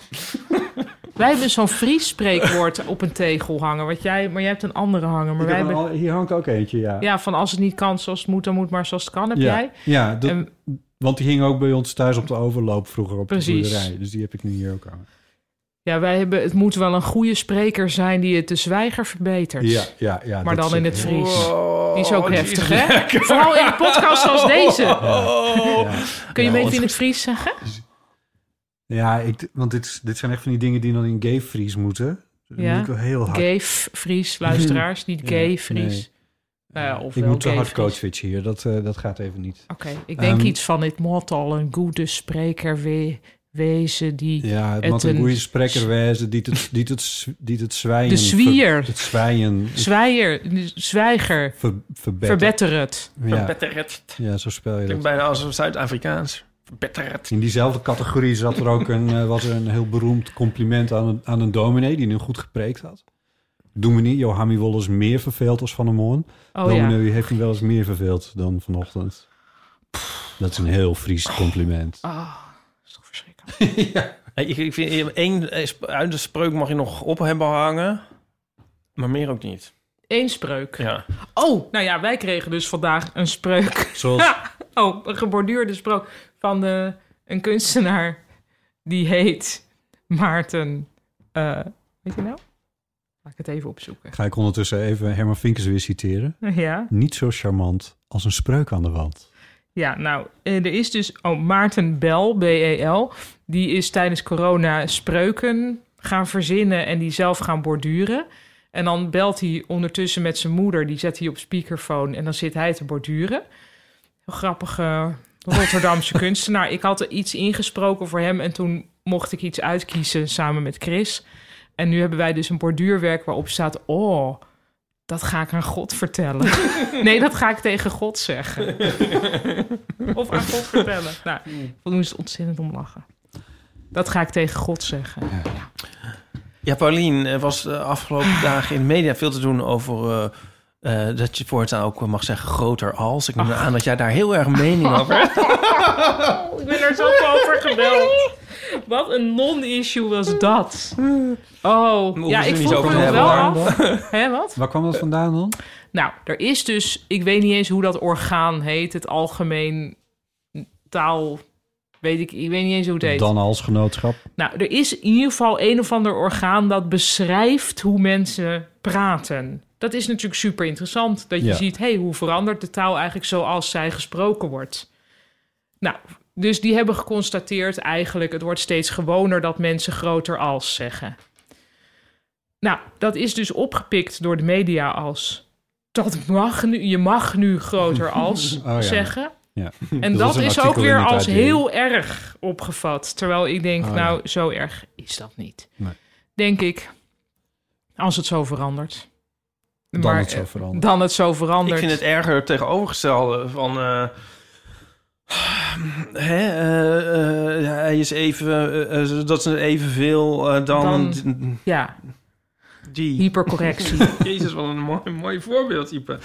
A: wij hebben zo'n Fries spreekwoord op een tegel hangen. Wat jij, maar jij hebt een andere hangen. Maar wij hebben,
B: Hier hangt ook eentje, ja.
A: ja, van als het niet kan zoals het moet, dan moet maar zoals het kan, heb
B: ja,
A: jij.
B: ja dat-
A: En-
B: want die hing ook bij ons thuis op de overloop vroeger op de
A: Precies.
B: boerderij. Dus die heb ik nu hier ook hangen.
A: Ja, wij hebben, het moet wel een goede spreker zijn die het de zwijger verbetert.
B: Ja, ja, ja.
A: maar
B: dat
A: dan in
B: ook-
A: het Fries.
C: Oh,
A: die is ook heftig, hè? Vooral in een podcast als deze.
C: Oh.
B: Ja.
A: Kun je
B: Ja,
A: mee
B: ons-
A: in het Fries zeggen?
B: Ja, ik, want dit, is- dit zijn echt van die dingen die dan in gay Fries moeten. Dus
A: Ja.
B: ja. moet ik wel heel hard.
A: Gay f- Fries, luisteraars, niet
B: Ja,
A: gay Fries.
B: nee.
A: Nou ja, of
B: ik
A: wel
B: moet te
A: gay
B: hard
A: Fries.
B: coach switchen hier. Dat, eh, dat gaat even niet.
A: Oké, ik denk
B: Ehm,
A: iets van het moet al een goede spreker we- wezen die...
B: Ja, het,
A: Het
B: moet een
A: een-
B: goede spreker wezen die het, die het, z- die het
A: De
B: zwijgen...
A: zwier.
B: ver- Het zwijgen
A: Zwijer, de zwijger,
B: ver, verbettert.
A: verbetter het.
B: Ja,
C: Verbetterd.
B: ja, zo speel je
C: Klinkt
B: dat.
C: bijna als een Zuid-Afrikaans. Verbetterd.
B: In diezelfde categorie zat er ook een, eh, was er een heel beroemd compliment aan een, aan een dominee die nu goed gepreekt had. Doe me niet, Johami Wol is meer verveeld als Van der Moorn.
A: Oh ja.
B: Dominee heeft hem wel eens meer verveeld dan vanochtend. Dat is een heel Fries compliment.
A: Ah, is toch verschrikkelijk.
C: Hey, Ik, ik vind één eh, sp- uit de spreuk mag je nog op hebben hangen. Maar meer ook niet.
A: Eén spreuk.
C: Ja.
A: Oh, nou ja, wij kregen dus vandaag een spreuk.
B: Zoals
A: Oh, een geborduurde spreuk van de, een kunstenaar. Die heet Maarten... eh, weet je nou? Laat ik het even opzoeken.
B: ga ik ondertussen even Herman Vinkers weer citeren.
A: Ja,
B: Niet zo charmant als een spreuk aan de wand.
A: ja nou, eh, er is dus... Oh, Maarten Bel, B-E-L. Die is tijdens corona spreuken gaan verzinnen en die zelf gaan borduren. En dan belt hij ondertussen met zijn moeder. Die zet hij op speakerphone en dan zit hij te borduren. Een grappige Rotterdamse kunstenaar. Ik had er iets ingesproken voor hem en toen mocht ik iets uitkiezen samen met Chris. En nu hebben wij dus een borduurwerk waarop staat... Oh, dat ga ik aan God vertellen. nee, dat ga ik tegen God zeggen. of aan God vertellen. Nou, ik moest ontzettend om lachen. Dat ga ik tegen God zeggen.
C: Ja, Paulien, er was de afgelopen dagen in de media veel te doen over... eh, eh, dat je voortaan ook mag zeggen groter als. Ik neem aan dat jij daar heel erg mening over hebt.
A: Ik ben er zo over gebeld. Wat een non-issue was dat. Oh,
C: Hoeven
A: ja,
C: ze
A: ik
C: niet
A: vroeg
C: over
A: me
C: te
A: nog
C: hebben,
A: wel
C: hoor.
A: af. Hè, wat?
B: Waar kwam dat vandaan dan?
A: Nou, er is dus... Ik weet niet eens hoe dat orgaan heet. Het algemeen taal... Weet ik, ik weet niet eens hoe het heet.
B: Dan als genootschap.
A: Nou, er is in ieder geval een of ander orgaan dat beschrijft hoe mensen praten. Dat is natuurlijk super interessant. Dat je
B: Ja.
A: ziet, hey, hoe verandert de taal eigenlijk zoals zij gesproken wordt? Nou, dus die hebben geconstateerd eigenlijk... het wordt steeds gewoner dat mensen groter als zeggen. Nou, dat is dus opgepikt door de media als... dat mag nu, je mag nu groter als
B: Oh ja.
A: zeggen.
B: Ja.
A: En
B: Dat
A: dat,
B: was een
A: is
B: artikel
A: ook weer
B: in het
A: als
B: AD.
A: heel erg opgevat. Terwijl ik denk,
B: Oh, ja.
A: nou, zo erg is dat niet.
B: Nee.
A: Denk ik, als het zo verandert.
B: Dan
A: Maar,
B: het zo
A: eh,
B: verandert.
A: Dan het zo verandert.
C: Ik vind het erger tegenovergestelde van... eh, hè, eh, eh, hij is even... eh, eh, dat is evenveel eh, dan,
A: Dan- Ja,
C: die.
A: hypercorrectie.
C: Jezus, wat een mooi, mooi voorbeeld, Ipe.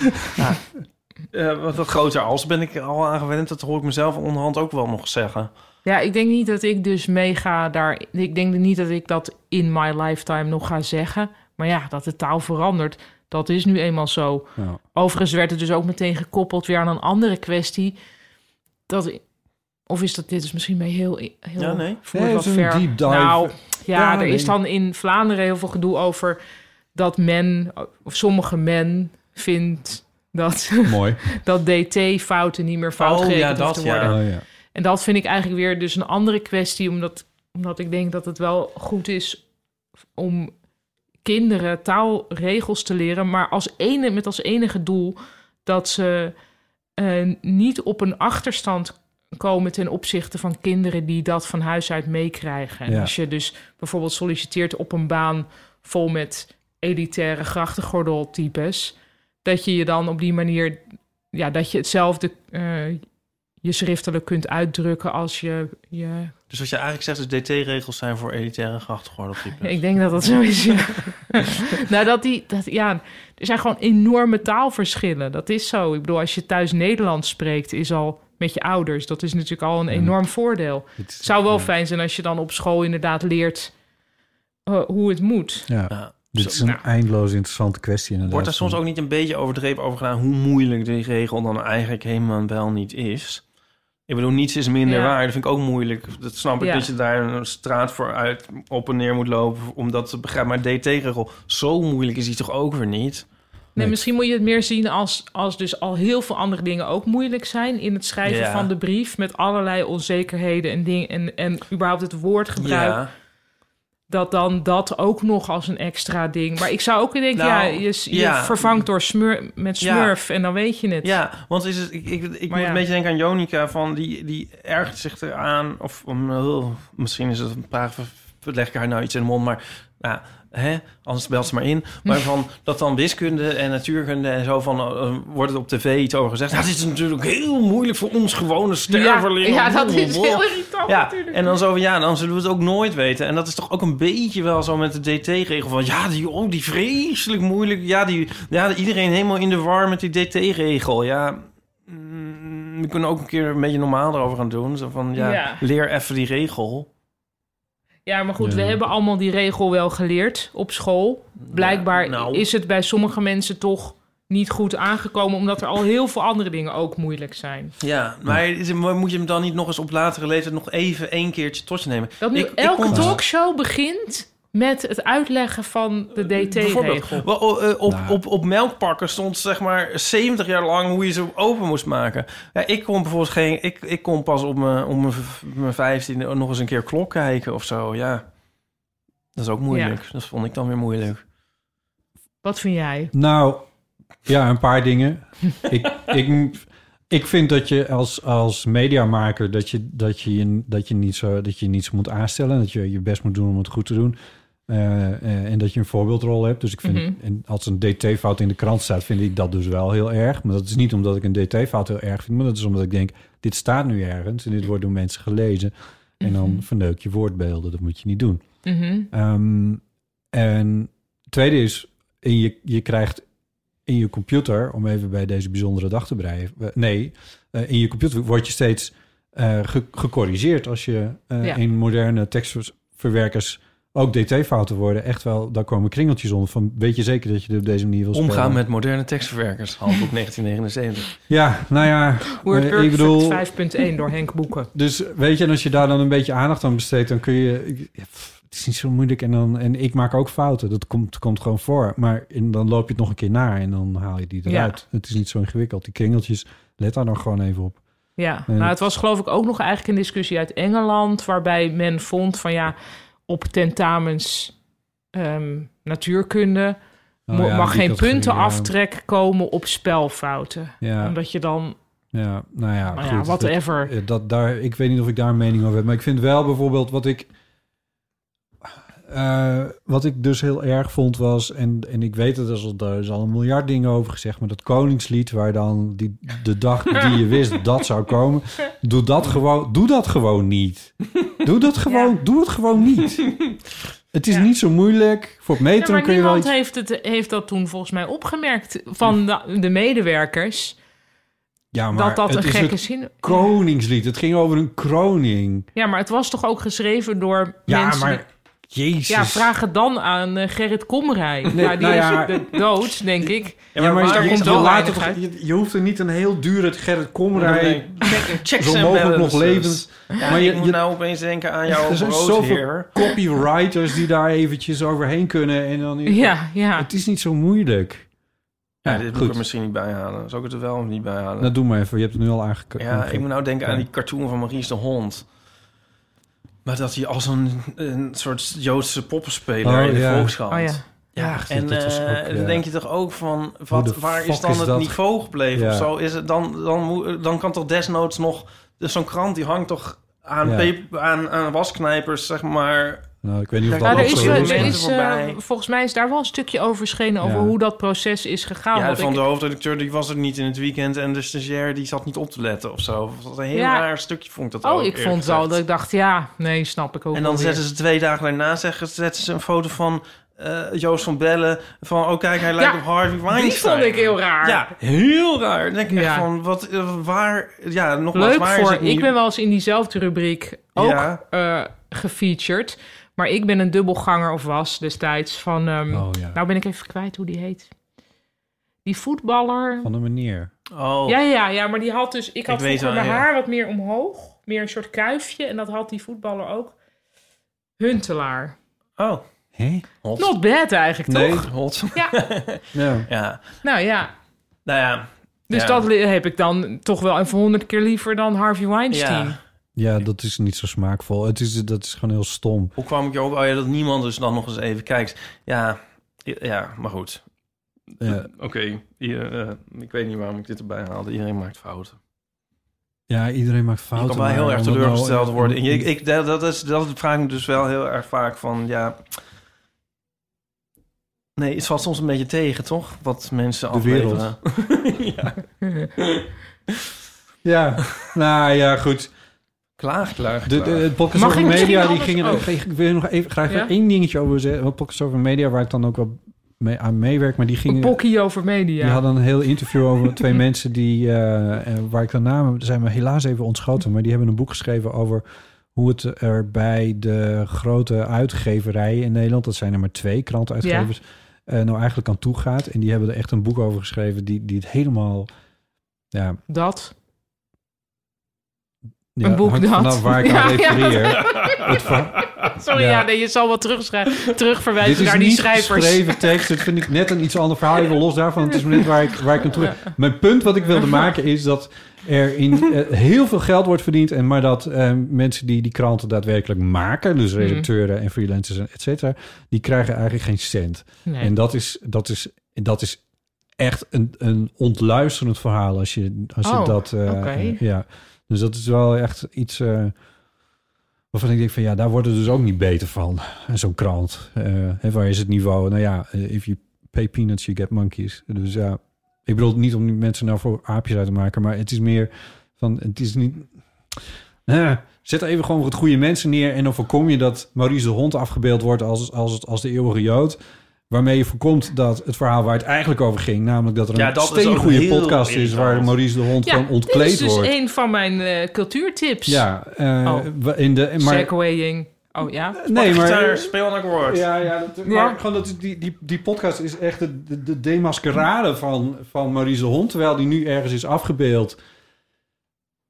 C: Eh, wat dat groter als ben ik al aangewend. Dat hoor ik mezelf onderhand ook wel nog zeggen.
A: ja, ik denk niet dat ik dus meega daar... Ik denk niet dat ik dat in my lifetime nog ga zeggen. Maar ja, dat de taal verandert, dat is nu eenmaal zo.
B: Ja.
A: Overigens werd het dus ook meteen gekoppeld weer aan een andere kwestie. Dat, of is dat dit is misschien bij heel, heel
C: Ja, nee.
A: voor
B: Nee,
A: wat
B: het is een
A: ver.
B: deep dive.
A: Nou, ja,
B: Ja,
A: er
B: nee.
A: is dan in Vlaanderen heel veel gedoe over dat men of sommige men vindt dat,
B: Mooi.
A: dat DT fouten niet meer fout
C: Oh,
A: gerekend
C: ja,
A: hoeft
C: dat,
A: te
C: ja.
A: worden.
B: Oh, ja.
A: En dat vind ik eigenlijk weer dus een andere kwestie, omdat, omdat ik denk dat het wel goed is om kinderen taalregels te leren, maar als ene, met als enige doel dat ze eh, niet op een achterstand komen ten opzichte van kinderen die dat van huis uit meekrijgen. En
B: Ja.
A: Als je dus bijvoorbeeld solliciteert op een baan vol met elitaire grachtengordeltypes, dat je je dan op die manier, ja, dat je hetzelfde eh, je schriftelijk kunt uitdrukken als je... je...
C: Dus wat je eigenlijk zegt is DT-regels zijn voor elitaire grachtgordel
A: Ik denk dat dat zo is, ja. nou, dat die, dat, ja, er zijn gewoon enorme taalverschillen. Dat is zo. Ik bedoel, als je thuis Nederlands spreekt, is al met je ouders. Dat is natuurlijk al een enorm voordeel.
B: Het
A: Het zou wel
B: ja.
A: fijn zijn als je dan op school inderdaad leert eh, hoe het moet.
B: Ja,
C: Ja.
B: dit is een eindeloos interessante kwestie inderdaad.
C: nou. Wordt daar soms ook niet een beetje overdreven over gedaan hoe moeilijk die regel dan eigenlijk helemaal wel niet is? Ik bedoel, niets is minder
A: Ja.
C: waar. Dat vind ik ook moeilijk. Dat snap ik
A: Ja.
C: dat je daar een straat voor uit op en neer moet lopen om dat te begrijpen. Maar DT-regel, zo moeilijk is die toch ook weer niet?
A: Nee,
B: Nee.
A: misschien moet je het meer zien als, als dus al heel veel andere dingen ook moeilijk zijn in het schrijven
C: Ja.
A: van de brief met allerlei onzekerheden en dingen en, en überhaupt het woordgebruik.
C: Ja.
A: Dat dan dat ook nog als een extra ding. Maar ik zou ook denken,
C: Nou,
A: ja, je, je
C: ja.
A: vervangt door smur, met
C: Ja.
A: smurf en dan weet je het.
C: Ja, want is het, ik, ik, ik moet
A: ja.
C: een beetje denken aan Jonica, van die, die ergert zich eraan. Of um, eh, misschien is het een paar, leg ik haar nou iets in de mond, maar nou, hè, anders belt ze maar in. Maar van dat dan wiskunde en natuurkunde en zo van, eh, wordt het op tv iets over gezegd. Nou, dit is natuurlijk heel moeilijk voor ons gewone stervelingen. Oh,
A: Ja, dat is heel irritant
C: Ja,
A: natuurlijk.
C: en dan zo van, ja, dan zullen we het ook nooit weten. En dat is toch ook een beetje wel zo met de DT-regel van... ja, die, oh, die vreselijk moeilijk. Ja, die, ja, iedereen helemaal in de war met die DT-regel. Ja, mm, we kunnen ook een keer een beetje normaal erover gaan doen. Zo van, ja,
A: Ja.
C: leer even die regel.
A: Ja, maar goed,
B: Ja.
A: we hebben allemaal die regel wel geleerd op school. Blijkbaar
C: Ja, nou.
A: is het bij sommige mensen toch niet goed aangekomen, omdat er al heel veel andere dingen ook moeilijk zijn.
C: Ja, maar is- maar moet je hem dan niet nog eens op latere leeftijd... nog even één keertje tot je nemen?
A: Dat nu
C: Ik- ik
A: elke
C: kom-
A: talkshow begint met het uitleggen van de DT-regel.
C: Eh, Bijvoorbeeld, wel, oh, eh, op,
B: Nou.
C: op, op melkpakken stond zeg maar 70 jaar lang hoe je ze open moest maken. Ja, ik kon bijvoorbeeld geen, ik, ik kon pas op mijn, om mijn, v- mijn 15e nog eens een keer klok kijken of zo. Ja, dat is ook moeilijk. Dat vond ik dan weer moeilijk.
A: Wat vind jij?
B: Nou, ja, een paar dingen. ik, ik, ik vind dat je als, als mediamaker dat je, dat, je, je- dat, je niet zo, dat je niet zo moet aanstellen. Dat je je best moet doen om het goed te doen. Eh, eh, en dat je een voorbeeldrol hebt. Dus ik vind,
A: Mhm.
B: en als een DT-fout in de krant staat, vind ik dat dus wel heel erg. Maar dat is niet omdat ik een DT-fout heel erg vind, maar dat is omdat ik denk, dit staat nu ergens en dit wordt door mensen gelezen. En dan verneuk je woordbeelden. Dat moet je niet doen.
A: Mhm.
B: Ehm, en tweede is, in je, je krijgt in je computer, om even bij deze bijzondere dag te blijven, eh, nee, eh, in je computer word je steeds eh, ge- gecorrigeerd als je eh,
A: Ja.
B: in moderne tekstverwerkers ook DT-fouten worden. Echt wel, daar komen kringeltjes onder van, weet je zeker dat je dit op deze manier wil spelen?
C: Omgaan met moderne tekstverwerkers, handboek 1979.
B: Ja, nou ja,
A: Word
B: eh, ik
A: Perfect
B: bedoel,
A: 5.1 door Henk Boeken.
B: Dus weet je, en als je daar dan een beetje aandacht aan besteedt, dan kun je. ik- ja, pff, het is niet zo moeilijk. En, dan, en ik maak ook fouten. Dat komt, komt gewoon voor. Maar en dan loop je het nog een keer na en dan haal je die
A: Ja.
B: eruit. Het is niet zo ingewikkeld. Die kringeltjes, let daar dan gewoon even op.
A: Ja,
B: Ja.
A: nou het was geloof ik ook nog eigenlijk een discussie uit Engeland... waarbij men vond van ja, op tentamens ehm, natuurkunde...
B: Oh
A: mo-
B: ja,
A: mag
B: die
A: geen
B: categorie,
A: puntenaftrek komen op spelfouten.
B: Ja, ja,
A: Omdat je dan,
B: ja, nou ja.
A: nou
B: goed,
A: ja,
B: dat-
A: whatever.
B: Eh, Dat daar, ik weet niet of ik daar een mening over heb. Maar ik vind wel bijvoorbeeld wat ik. eh, wat ik dus heel erg vond was. En, en ik weet het, er is, al, er is al een miljard dingen over gezegd. Maar dat Koningslied, waar dan die, de dag die je wist dat zou komen. Doe dat gewoon, doe dat gewoon niet. Doe dat gewoon, doe het gewoon niet. Het is
A: Ja.
B: niet zo moeilijk. Voor het
A: Ja,
B: metrum
A: maar
B: kun je wel.
A: niemand
B: Iets,
A: heeft, het, heeft dat toen volgens mij opgemerkt van de, de medewerkers...
B: ja,
A: dat dat een
B: het is
A: gekke
B: het
A: zin...
B: Koningslied. Het ging over een kroning.
A: Ja, maar het was toch ook geschreven door
B: Ja,
A: mensen...
B: maar. Jezus.
A: Ja, vraag het dan aan eh, Gerrit Komrij.
B: Nee,
A: ja, die
B: nou ja.
A: is de dood, denk ik.
C: Ja, maar
A: daar
C: je-
A: komt
C: je
A: wel
C: laat
A: weinig uit.
B: je, je hoeft er niet een heel dure Gerrit Komrij...
C: Nee. Check, check
B: Zo
C: and
B: mogelijk nog
C: balances.
B: levend.
C: Ja,
B: Maar
C: maar
B: je-
C: je, moet
B: je-
C: nou opeens denken aan jouw
B: Er zijn zoveel
C: broodheer.
B: copywriters die daar eventjes overheen kunnen. En dan,
A: Ja, ja.
B: Het is niet zo moeilijk.
C: Ja,
B: Ja,
C: dit moet ik er
B: goed. Nou,
C: misschien niet bij halen. Zou ik het er wel of niet bij halen?
B: Dat doe maar even. Je hebt het nu al aangekeken.
C: Ja, ik moet nou denken aan die cartoon van Maurice de Hond. Maar dat hij als een, een soort Joodse poppenspeler
B: Oh,
C: in de
B: ja.
C: volkskrant.
A: Oh ja.
C: Ja,
B: Ach,
C: en
B: dat was
C: eh,
B: ook, ja.
C: dan denk je toch ook van,
B: Hoe
C: wat,
B: de
C: waar is
B: fuck
C: dan
B: is
C: het
B: dat?
C: niveau gebleven
B: Ja.
C: of zo? Is het dan, dan, moet- dan kan toch desnoods nog... Dus zo'n krant die hangt toch aan,
B: Ja.
C: pep- aan, aan wasknijpers, zeg maar...
B: Nou, ik weet niet of
C: Ja,
B: dat
A: Nou,
C: loopt
A: er
B: ook
A: is,
B: zo
C: wel-
A: er
B: is.
C: mensen
A: is, eh,
C: voorbij.
A: volgens mij is daar wel een stukje over verschenen over
B: Ja.
A: hoe dat proces is gegaan.
C: ja,
A: Want
C: van
A: Nou, ik-
C: de hoofdredacteur die was er niet in het weekend en de stagiair die zat niet op te letten of zo. Dat was een heel
A: Ja.
C: raar stukje vond ik dat ook,
A: oh, ik
C: eerlijk
A: vond wel
C: gezegd.
A: dat ik dacht, ja, nee, snap ik ook
C: En dan
A: wel weer.
C: zetten ze twee dagen daarna zeggen, zetten ze een foto van eh, Joost van Bellen. Van, oh kijk, hij lijkt
A: Ja,
C: op Harvey Weinstein.
A: Die vond ik heel raar.
C: Ja, heel raar. Dan denk ik echt
A: Ja.
C: van, wat, eh, waar, ja, nogmaals,
A: Leuk
C: waar
A: voor,
C: is het niet?
A: ik ben wel eens in diezelfde rubriek ook
C: Ja.
A: eh, gefeatured. Maar ik ben een dubbelganger of was destijds van... ehm,
B: Oh ja,
A: Nou ben ik even kwijt hoe die heet. Die voetballer...
B: van de manier.
C: Oh,
A: Ja, ja, ja, maar die had dus... Ik had
C: Ik weet
A: vroeger
C: wel,
A: mijn
C: ja.
A: haar wat meer omhoog. Meer een soort kuifje. En dat had die voetballer ook. Huntelaar.
C: oh.
B: Hé?
C: Hot.
A: Not bad eigenlijk,
B: Nee.
A: toch?
C: Hot.
A: Ja,
B: Ja.
C: Ja,
A: nou ja.
C: nou ja.
A: Dus
C: Ja.
A: dat li- heb ik dan toch wel even honderd keer liever dan Harvey Weinstein.
C: Ja.
B: ja, dat is niet zo smaakvol. Het is, dat is gewoon heel stom.
C: Hoe kwam ik erop? Oh ja, dat niemand dus dan nog eens even kijkt. Ja, ja maar goed.
B: Ja.
C: Oké, hier, eh, ik weet niet waarom ik dit erbij haalde. Iedereen maakt fouten.
B: Ja, iedereen maakt fouten.
C: je kan wel
B: maar
C: heel erg
B: om dat
C: teleurgesteld
B: nou-
C: worden. En je- ik, dat, dat, is, dat vraag ik me dus wel heel erg vaak van, ja... Nee, het valt soms een beetje tegen, toch? Wat mensen
B: De
C: afleveren.
B: Ja, nou ja, goed.
C: Klaar, klaar,
B: De, de,
C: klaar.
B: de podcast
A: Mag
B: over
A: ik misschien
B: media, die
A: anders-
B: gingen...
A: oh.
B: Ik wil nog even, graag
A: Ja?
B: één dingetje over zeggen. Want podcast over media, waar ik dan ook wel mee, aan meewerk. Maar die
A: Een
B: gingen...
A: pokkie over media.
B: Die hadden een heel interview over twee mensen die... eh, eh, waar ik de namen zijn me helaas even ontschoten. Maar die hebben een boek geschreven over hoe het er bij de grote uitgeverijen in Nederland... dat zijn er maar twee krantenuitgevers... eh, nou eigenlijk aan toe gaat. En die hebben er echt een boek over geschreven die, die het helemaal... Ja,
A: Dat.
B: ja,
A: een boek
B: hangt
A: dat.
B: vanaf waar ik aan
A: Ja, ja.
B: refereer. Het va-
A: Sorry, ja.
B: Ja.
A: nee, je zal wel terugschrijven,
B: Dit
A: terugverwijzen
B: is
A: naar die
B: niet
A: schrijvers.
B: geschreven tekst. Dat vind ik net een iets ander verhaal. Even los daarvan. Het is maar net waar ik, waar ik aan toe... Mijn punt wat ik wilde maken is dat er in, eh, heel veel geld wordt verdiend. En maar dat eh, mensen die die kranten daadwerkelijk maken... dus
A: Mhm.
B: redacteuren en freelancers en et cetera... die krijgen eigenlijk geen cent.
A: Nee.
B: En dat is, dat is, dat is echt een, een ontluisterend verhaal als je, als je
A: Oh,
B: dat... eh,
A: oké.
B: eh, ja. Dus dat is wel echt iets... eh, waarvan ik denk van ja, daar wordt het dus ook niet beter van. En Zo'n krant. Eh, en waar is het niveau? Nou ja, eh, if you pay peanuts, you get monkeys. Dus ja, ik bedoel niet om nu mensen nou voor aapjes uit te maken, maar het is meer van, het is niet... Eh, zet even gewoon wat goede mensen neer en dan voorkom je dat Maurice de Hond afgebeeld wordt als, als, als de eeuwige Jood. Waarmee je voorkomt dat het verhaal waar het eigenlijk over ging, namelijk dat er
C: Ja,
B: een
C: dat is ook
B: steengoede
C: heel
B: podcast is waar
C: irritant.
B: Maurice de Hond van ontkleed
A: dit is dus
B: wordt.
A: een van mijn eh, cultuurtips.
B: Ja, eh,
A: Oh.
B: in de, maar,
A: Segwaying. Oh ja?
B: nee,
C: Gitaar,
B: maar
C: speel een akkoord.
B: ja, ja, dat, maar gewoon dat die, die, die podcast is echt de, de, de demaskerade van, van Maurice de Hond. Terwijl die nu ergens is afgebeeld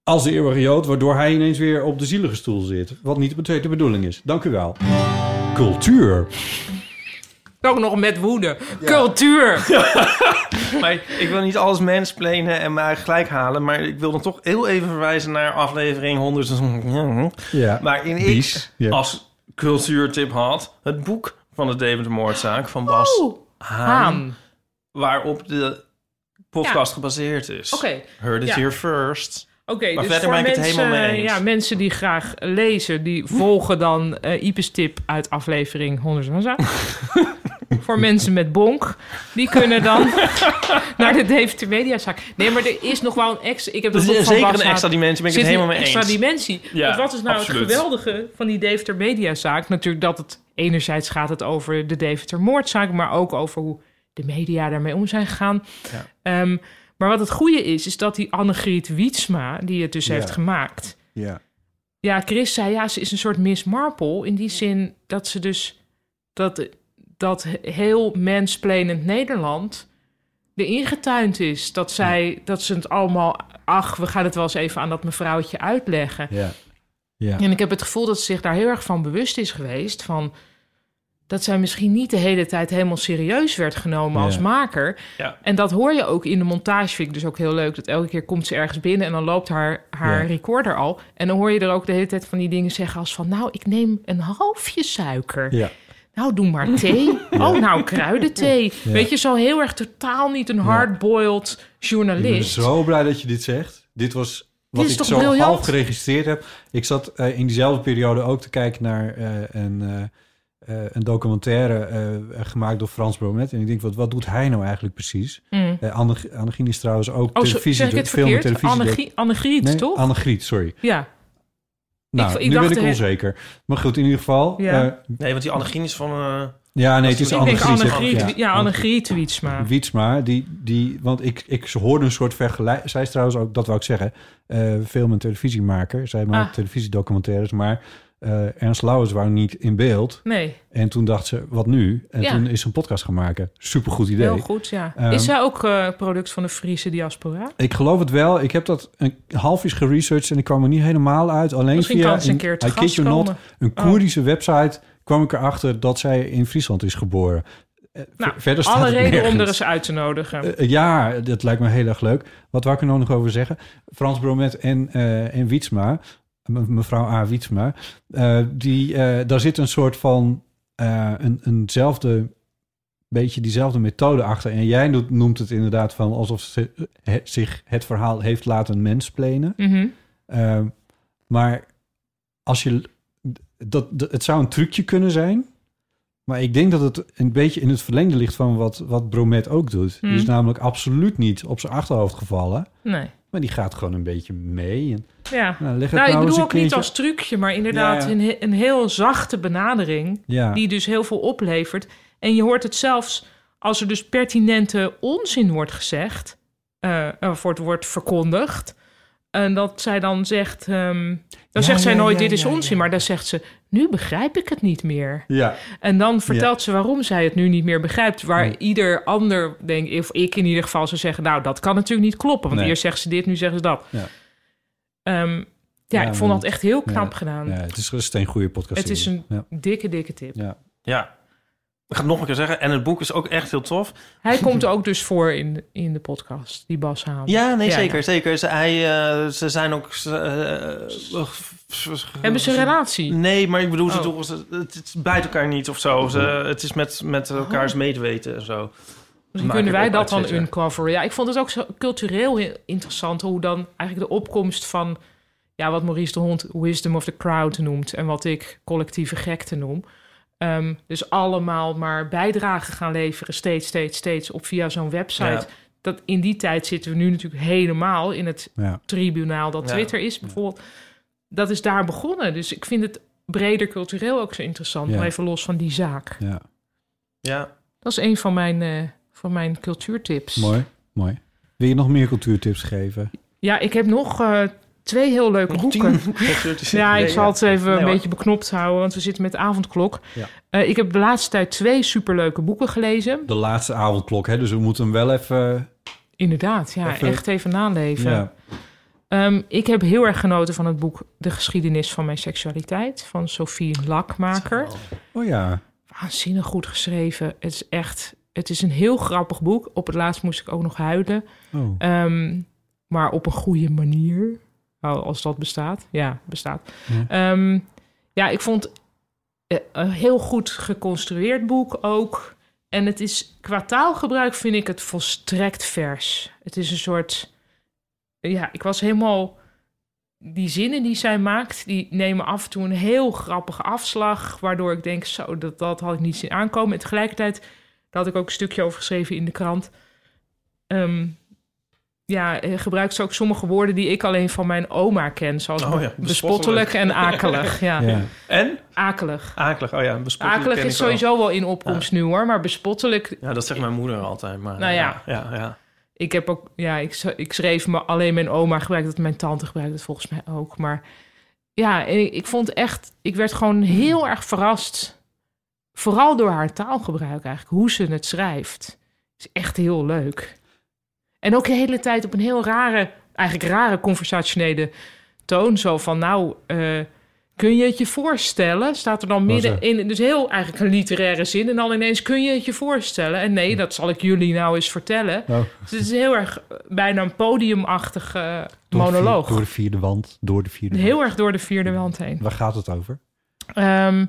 B: als de eeuwige Jood. Waardoor hij ineens weer op de zielige stoel zit. Wat niet meteen de bedoeling is. Dank u wel. Cultuur.
A: Ook nog met woede. Cultuur.
C: Maar ik wil niet alles mensplenen en maar gelijk halen. Maar ik wil dan toch heel even verwijzen naar aflevering 100.
B: Ja.
C: Waarin ik
B: Bies, ja.
C: als cultuurtip had het boek van de David Moordzaak van Bas
A: Oh,
C: Haan.
A: Haan.
C: Waarop de podcast gebaseerd is.
A: Oké.
C: Heard it
A: Ja.
C: here first.
A: Oké,
C: Maar
A: dus
C: verder
A: voor
C: ben ik het
A: mensen,
C: helemaal mee eens.
A: ja, mensen die graag lezen, die volgen dan eh Ipes tip uit aflevering 100 en zo. voor mensen met bonk, die kunnen dan naar de Deventer Mediazaak. Nee, maar er is nog wel een extra... Ik heb
C: Dat
A: dat boek
C: is
A: van
C: zeker
A: Bas
C: een
A: Haan-
C: extra dimensie, ben ik
A: zit
C: het helemaal
A: een
C: mee eens.
A: extra dimensie.
C: Ja,
A: Want wat is nou
C: absoluut.
A: het geweldige van die Deventer Mediazaak? Natuurlijk dat het enerzijds gaat het over de Deventer moordzaak, maar ook over hoe de media daarmee om zijn gegaan. Ehm, maar wat het goede is, is dat die Annegriet Wietsma, die het dus
B: Ja.
A: heeft gemaakt.
B: Ja.
A: Ja, Chris zei ja, ze is een soort Miss Marple in die zin dat ze dus dat, dat heel mensplenend Nederland erin getuind is. Dat zij, dat ze het allemaal, ach, we gaan het wel eens even aan dat mevrouwtje uitleggen.
B: Ja. Ja.
A: En ik heb het gevoel dat ze zich daar heel erg van bewust is geweest. Van dat zij misschien niet de hele tijd helemaal serieus werd genomen
B: Ja.
A: als maker.
C: Ja.
A: En dat hoor je ook in de montage. Vind ik dus ook heel leuk. Dat elke keer komt ze ergens binnen en dan loopt haar, haar
B: Ja.
A: recorder al. En dan hoor je er ook de hele tijd van die dingen zeggen als van... nou, ik neem een halfje suiker.
B: Ja.
A: Nou, doe maar thee. Oh, nou, kruidenthee.
B: Ja.
A: Weet je, zo heel erg totaal niet een hardboiled
B: Ik ben
A: journalist.
B: zo blij dat je dit zegt. Dit was wat
A: is
B: ik
A: toch
B: zo
A: briljant?
B: half geregistreerd heb. Ik zat eh, in diezelfde periode ook te kijken naar eh, een, eh, eh, een documentaire eh, gemaakt door Frans Bromet. En ik denk, wat, wat doet hij nou eigenlijk precies?
A: Mm.
B: Eh Anne- Annegien is trouwens ook
A: Oh, zo-
B: televisie,
A: zeg ik het
B: film en
A: verkeerd?
B: televisie.
A: Annegrie- Annegriet,
B: nee,
A: toch?
B: Annegriet, sorry.
A: ja.
B: Nou,
A: ik
B: nu
A: dacht
B: ben ik
A: de-
B: onzeker. Maar goed, in ieder geval.
A: Ja.
B: eh,
C: Nee, want die Annegien is van... eh,
B: ja nee, het
C: Ik
B: is
A: Ik denk
B: Annegriet.
A: Annegriet,
B: ja.
A: ja, ja Annegriet Wietsma.
B: Wietsma, die, die, want ik, ik ze hoorde een soort vergelijk. Zij is trouwens ook, dat wou ik zeggen, eh, film- en televisiemaker. Zij maakt
A: Ah.
B: televisiedocumentaires, maar eh, Ernst Lauwers wou niet in beeld.
A: Nee,
B: En toen dacht ze, wat nu? En
A: Ja.
B: toen is ze een podcast gaan maken. Supergoed idee.
A: heel goed, ja.
B: Ehm,
A: is zij ook eh, product van de Friese diaspora?
B: Ik geloof het wel. Ik heb dat een half is geresearched en ik kwam er niet helemaal uit. Alleen
A: Misschien
B: via
A: kan ze een keer te
B: I kid
A: gast
B: you
A: komen. Oh.
B: not, een Koerdische website kwam ik erachter dat zij in Friesland is geboren. Eh,
A: Nou,
B: ver- verder staat
A: Alle
B: het
A: reden om
B: nergens.
A: er eens uit te nodigen.
B: Eh, ja, dat lijkt me heel erg leuk. Wat wou ik er nou nog over zeggen? Frans Bromet en, eh, en Wietsma, me- mevrouw A. Wietsma, eh, die, eh, daar zit een soort van eh, een, eenzelfde, beetje diezelfde methode achter. En jij doet- noemt het inderdaad van alsof ze, eh, zich het verhaal heeft laten mensplenen.
A: Mhm.
B: Eh, maar als je. Dat, dat, het zou een trucje kunnen zijn. Maar ik denk dat het een beetje in het verlengde ligt van wat, wat Bromet ook doet.
A: Hmm.
B: Die is namelijk absoluut niet op zijn achterhoofd gevallen.
A: Nee.
B: Maar die gaat gewoon een beetje mee. En,
A: Ja.
B: nou, leg het
A: Nou, ik
B: eens
A: bedoel
B: een
A: ook niet
B: keertje-
A: als trucje, maar inderdaad
B: Ja, ja.
A: Een, he- een heel zachte benadering
B: Ja,
A: die dus heel veel oplevert. En je hoort het zelfs als er dus pertinente onzin wordt gezegd, eh, of wordt, wordt verkondigd. En dat zij dan zegt, ehm, dan
B: Ja,
A: zegt zij
B: ja,
A: nooit
B: ja,
A: dit is
B: ja,
A: onzin, maar dan zegt ze, nu begrijp ik het niet meer.
B: ja.
A: En dan vertelt ze waarom zij het nu niet meer begrijpt. Waar ieder ander, denk ik, of ik in ieder geval, zou zeggen... nou, dat kan natuurlijk niet kloppen. Want
B: Nee.
A: eerst zegt ze dit, nu zeggen ze dat.
B: Ja.
A: Ehm, ja,
B: Ja,
A: ik vond
B: maar-
A: dat echt heel knap
B: ja,
A: gedaan.
B: Ja, het is een steengoede podcast.
A: Het is een
B: Ja.
A: dikke, dikke tip.
B: Ja.
C: ja, ik ga het nog een keer zeggen. En het boek is ook echt heel tof.
A: Hij komt ook dus voor in, in de podcast, die Bas Haan.
C: Ja, nee,
A: Ja,
C: zeker,
A: ja.
C: zeker. Ze, hij, eh, ze zijn ook... ze, eh, eh,
A: Hebben ze een relatie?
C: Nee, maar ik bedoel, ze
A: Oh.
C: doen, ze- het, het bijt elkaar niet of zo. Ze, het is met, met
A: Oh.
C: elkaars medeweten en zo.
A: Misschien
C: Maak
A: kunnen
C: ik
A: wij
C: ook
A: dat dan
C: uitzetten.
A: uncoveren. Ja, ik vond het ook zo cultureel heel interessant hoe dan eigenlijk de opkomst van ja, wat Maurice de Hond wisdom of the crowd noemt en wat ik collectieve gekte noem. Ehm, dus allemaal maar bijdragen gaan leveren, steeds, steeds, steeds op via zo'n website.
C: Ja.
A: Dat in die tijd zitten we nu natuurlijk helemaal in het
B: Ja.
A: tribunaal dat
C: Ja.
A: Twitter is bijvoorbeeld. Dat is daar begonnen. Dus ik vind het breder cultureel ook zo interessant.
B: Ja.
A: Maar even los van die zaak.
B: ja,
C: Ja.
A: Dat is een van mijn, eh, van mijn cultuurtips.
B: mooi, mooi. Wil je nog meer cultuurtips geven?
A: Ja, ik heb nog eh, twee heel leuke
C: Nog
A: boeken.
C: tien.
A: Ja, ik zal het even
C: Nee,
A: een
C: hoor.
A: beetje beknopt houden, want we zitten met avondklok.
B: Ja.
A: Eh, ik heb de laatste tijd twee superleuke boeken gelezen.
B: De laatste avondklok, hè? dus we moeten hem wel even...
A: Inderdaad, ja,
B: Even-
A: echt even naleven.
B: Ja.
A: Ehm, ik heb heel erg genoten van het boek De geschiedenis van mijn seksualiteit van Sophie Lakmaker.
B: Oh ja,
A: Waanzinnig goed geschreven. Het is echt, het is een heel grappig boek. Op het laatst moest ik ook nog huilen.
B: oh.
A: Ehm, maar op een goede manier. Nou, als dat bestaat. Ja, bestaat. Ja, ja ik vond eh, een heel goed geconstrueerd boek ook. En het is qua taalgebruik vind ik het volstrekt vers. Het is een soort. Ja, ik was helemaal. Die zinnen die zij maakt, die nemen af en toe een heel grappige afslag. Waardoor ik denk, zo, dat, dat had ik niet zien aankomen. En tegelijkertijd, daar had ik ook een stukje over geschreven in de krant. ehm, ja, eh, gebruikt ze ook sommige woorden die ik alleen van mijn oma ken. Zoals
C: Oh ja,
A: bespottelijk en akelig. Ja,
B: ja.
C: En?
A: akelig.
C: Akelig, oh ja. bespottelijk
A: Akelig
C: ken
A: is
C: ik wel.
A: sowieso wel in opkomst nu hoor, maar bespottelijk
C: Ja, dat zegt mijn moeder altijd. Maar,
A: Nou ja.
C: Ja, ja, ja.
A: Ik heb ook, ja, ik, s- ik schreef me alleen mijn oma gebruikt dat, mijn tante gebruikt dat volgens mij ook. Maar ja, en ik, ik vond echt, ik werd gewoon heel erg verrast. Vooral door haar taalgebruik eigenlijk, hoe ze het schrijft. Is echt heel leuk. En ook de hele tijd op een heel rare, eigenlijk rare conversationele toon. Zo van, nou, eh, kun je het je voorstellen? Staat er dan midden in, dus heel eigenlijk een literaire zin. En dan ineens, kun je het je voorstellen? En nee, dat zal ik jullie nou eens vertellen.
B: Oh.
A: Dus het is heel erg eh, bijna een podiumachtige eh,
B: Door de vier-
A: monoloog.
B: door de vierde wand, door de vierde wand.
A: Heel erg door de vierde wand heen.
B: Waar gaat het over?
A: Ehm,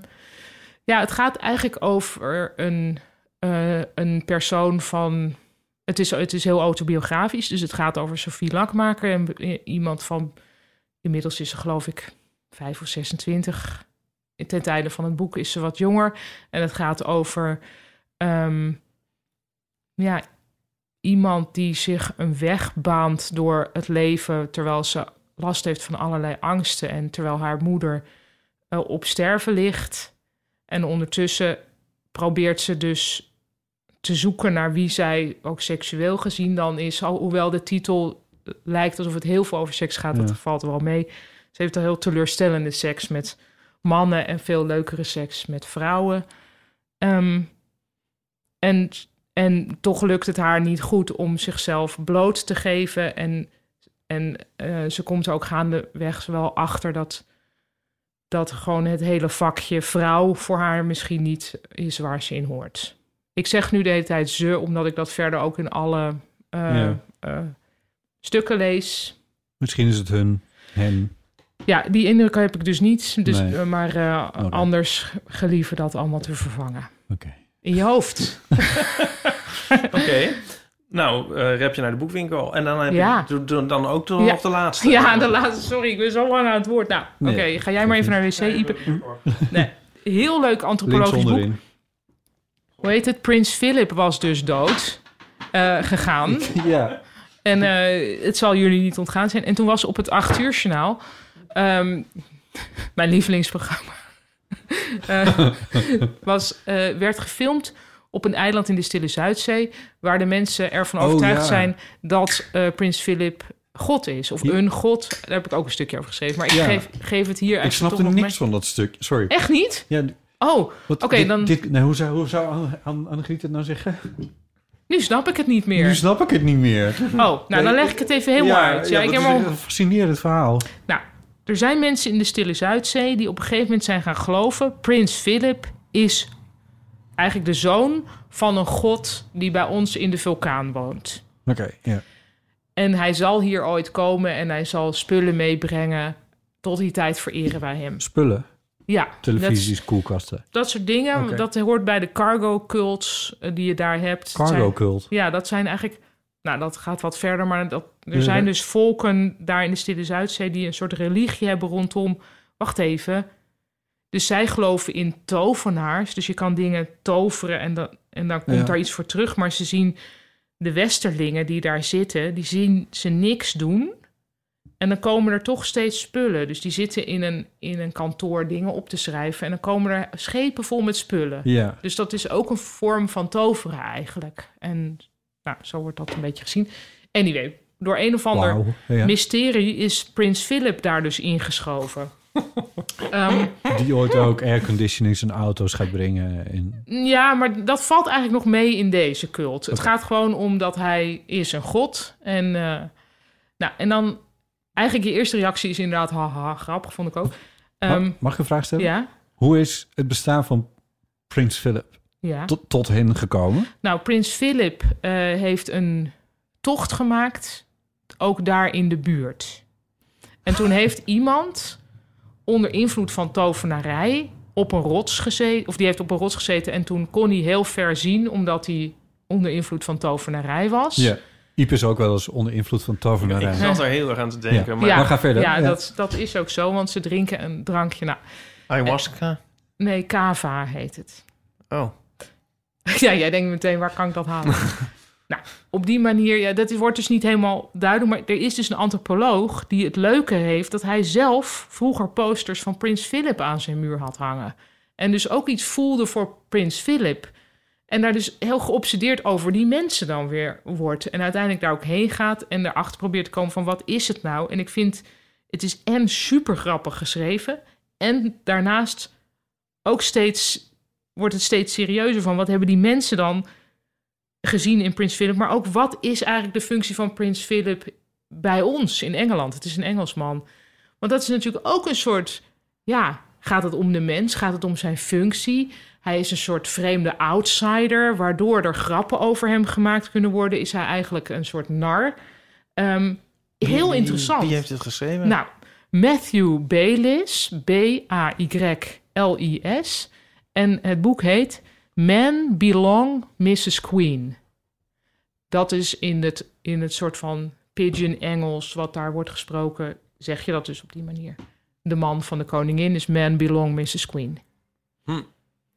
A: ja, het gaat eigenlijk over een, eh, een persoon van. Het is, het is heel autobiografisch, dus het gaat over Sophie Lakmaker en eh, iemand van Inmiddels is ze geloof ik 5 of 26. Ten tijde van het boek is ze wat jonger. En het gaat over ehm, ja, iemand die zich een weg baant door het leven... terwijl ze last heeft van allerlei angsten. En terwijl haar moeder eh, op sterven ligt. En ondertussen probeert ze dus te zoeken naar wie zij ook seksueel gezien dan is. Alhoewel de titel eh, lijkt alsof het heel veel over seks gaat,
B: Ja.
A: dat valt wel mee. Ze heeft al heel teleurstellende seks met mannen en veel leukere seks met vrouwen. Ehm, en, en toch lukt het haar niet goed om zichzelf bloot te geven. En, en eh, ze komt er ook gaandeweg wel achter dat, dat gewoon het hele vakje vrouw voor haar misschien niet is waar ze in hoort. Ik zeg nu de hele tijd ze, omdat ik dat verder ook in alle eh,
B: Ja.
A: eh, stukken lees.
B: Misschien is het hun, hem.
A: Ja, die indruk heb ik dus niet. Dus,
B: Nee.
A: eh, maar eh,
B: Oké.
A: anders geliever dat allemaal te vervangen.
B: Oké.
A: In je hoofd.
C: Oké. Nou, eh rep je naar de boekwinkel. En dan heb
A: Ja.
C: je doe- doe dan ook de,
A: Ja.
C: nog de laatste.
A: ja, de laatste. Sorry, ik ben zo lang aan het woord. Nou,
B: Nee.
A: oké, ga jij maar even naar de wc, Ipe. Nee, heel leuk
B: Links
A: antropologisch boek.
B: onderin.
A: Hoe heet het? Prins Philip was dus dood eh, gegaan.
B: Ja.
A: En eh, het zal jullie niet ontgaan zijn. En toen was op het 8 uur journaal... ehm, mijn lievelingsprogramma... eh, was, eh, werd gefilmd op een eiland in de Stille Zuidzee... waar de mensen ervan
B: Oh,
A: overtuigd
B: ja.
A: zijn... dat eh, prins Philip god is. Of
B: Ja.
A: een god. Daar heb ik ook een stukje over geschreven. Maar ik
B: Ja.
A: geef, geef het hier
B: Ik
A: eigenlijk
B: snapte
A: toch nog
B: niks
A: mee.
B: van dat stuk. Sorry.
A: Echt niet?
B: Ja,
A: Oh,
B: wat-
A: Oké,
B: dit-
A: dan-
B: Dit, nou, hoe zou, hoe zou Anne- Anne- Annegriet het nou zeggen?
A: nu snap ik het niet meer.
B: Nu snap ik het niet meer.
A: Oh, nou dan leg ik het even helemaal uit. Ja, ik
B: dat
A: heb
B: is
A: hem al-
B: echt een fascinerend verhaal.
A: Nou, er zijn mensen in de Stille Zuidzee die op een gegeven moment zijn gaan geloven. Prins Philip is eigenlijk de zoon van een god die bij ons in de vulkaan woont.
B: Oké, ja.
A: En hij zal hier ooit komen en hij zal spullen meebrengen. Tot die tijd vereren wij hem.
B: Spullen,
A: Ja,
B: televisies, koelkasten.
A: Dat, dat soort dingen.
B: Oké.
A: Dat hoort bij de cargo cults eh, die je daar hebt. Het zijn-
B: Cargo cult.
A: ja, dat zijn eigenlijk. Nou, dat gaat wat verder, maar dat, er
B: Ja,
A: zijn
B: ja.
A: dus volken daar in de Stille Zuidzee die een soort religie hebben rondom. Wacht even. Dus zij geloven in tovenaars. Dus je kan dingen toveren en dan, en dan komt
B: Ja.
A: daar iets voor terug. Maar ze zien de Westerlingen die daar zitten, die zien ze niks doen. En dan komen er toch steeds spullen. Dus die zitten in een, in een kantoor dingen op te schrijven. En dan komen er schepen vol met spullen.
B: Ja.
A: Dus dat is ook een vorm van toveren eigenlijk. En nou, zo wordt dat een beetje gezien. Anyway, door een of ander
B: Wauw. Ja.
A: mysterie is Prins Philip daar dus ingeschoven. Ehm,
B: Die ooit ook airconditionings en auto's gaat brengen. En,
A: ja, maar dat valt eigenlijk nog mee in deze cult. Het gaat gewoon om dat hij is een god. En, eh, nou, en dan eigenlijk je eerste reactie is inderdaad haha, grappig vond ik ook. Ehm,
B: Mag- mag ik een vraag stellen?
A: ja,
B: Hoe is het bestaan van Prins Philip
A: ja.
B: tot, tot hen gekomen?
A: Nou, prins Philip eh, heeft een tocht gemaakt, ook daar in de buurt. En toen heeft iemand onder invloed van tovenarij op een rots gezeten, of die heeft op een rots gezeten en toen kon hij heel ver zien omdat hij onder invloed van tovenarij was.
B: Ja. Iep is ook wel eens onder invloed van
C: Ik
B: tovenarij.
C: zat er heel erg aan te denken.
B: Ja.
C: Maar
B: we gaan verder.
A: Ja,
B: Ja.
A: Dat, dat is ook zo, want ze drinken een drankje. Nou,
C: ayahuasca?
A: nee, kava heet het.
C: Oh.
A: Ja, jij denkt meteen, waar kan ik dat halen? nou, op die manier, ja, dat wordt dus niet helemaal duidelijk. Maar er is dus een antropoloog die het leuke heeft... dat hij zelf vroeger posters van Prins Philip aan zijn muur had hangen. En dus ook iets voelde voor Prins Philip. En daar dus heel geobsedeerd over die mensen dan weer wordt. En uiteindelijk daar ook heen gaat en erachter probeert te komen van... wat is het nou? En ik vind, het is en super grappig geschreven... en daarnaast ook steeds wordt het steeds serieuzer van wat hebben die mensen dan gezien in Prins Philip, maar ook wat is eigenlijk de functie van Prins Philip bij ons in Engeland? Het is een Engelsman. Want dat is natuurlijk ook een soort, ja, gaat het om de mens? Gaat het om zijn functie? Hij is een soort vreemde outsider, waardoor er grappen over hem gemaakt kunnen worden. Is hij eigenlijk een soort nar? Ehm, heel
C: Wie-
A: interessant.
C: Wie heeft dit geschreven?
A: Nou, Matthew Bayliss, B-A-Y-L-I-S. En het boek heet Men Belong Mrs. Queen. Dat is in het, in het soort van pidgin Engels wat daar wordt gesproken, zeg je dat dus op die manier. De man van de koningin is man belong Mrs. Queen.
C: Hm.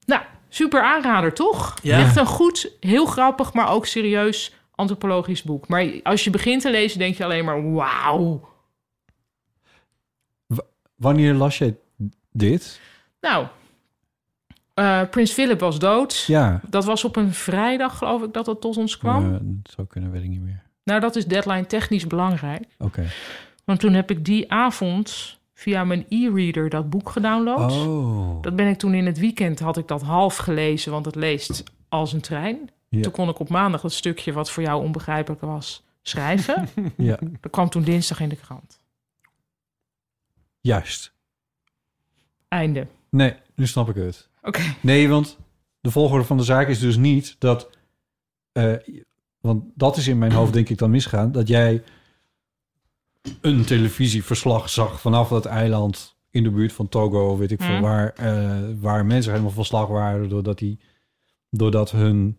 A: Nou, super aanrader toch?
C: Ja.
A: Echt een goed, heel grappig, maar ook serieus antropologisch boek. Maar als je begint te lezen, denk je alleen maar wauw.
B: Wanneer las je dit?
A: Nou, eh, Prins Philip was dood.
B: Ja.
A: Dat was op een vrijdag, geloof ik, dat dat tot ons kwam.
B: Eh, zo kunnen weet ik niet meer.
A: Nou, dat is deadline technisch belangrijk.
B: Oké.
A: Want toen heb ik die avond via mijn e-reader dat boek gedownload.
B: Oh.
A: Dat ben ik toen in het weekend, had ik dat half gelezen, want het leest als een trein.
B: Ja.
A: Toen kon ik op maandag dat stukje wat voor jou onbegrijpelijk was schrijven.
B: Ja,
A: dat kwam toen dinsdag in de krant.
B: juist.
A: Einde.
B: Nee, nu snap ik het.
A: Oké.
B: Nee, want de volgorde van de zaak is dus niet dat... eh, want dat is in mijn hoofd denk ik dan misgaan. Dat jij een televisieverslag zag vanaf dat eiland in de buurt van Togo, weet ik veel,
A: Mm.
B: waar, eh, waar mensen helemaal van slag waren doordat, die, doordat hun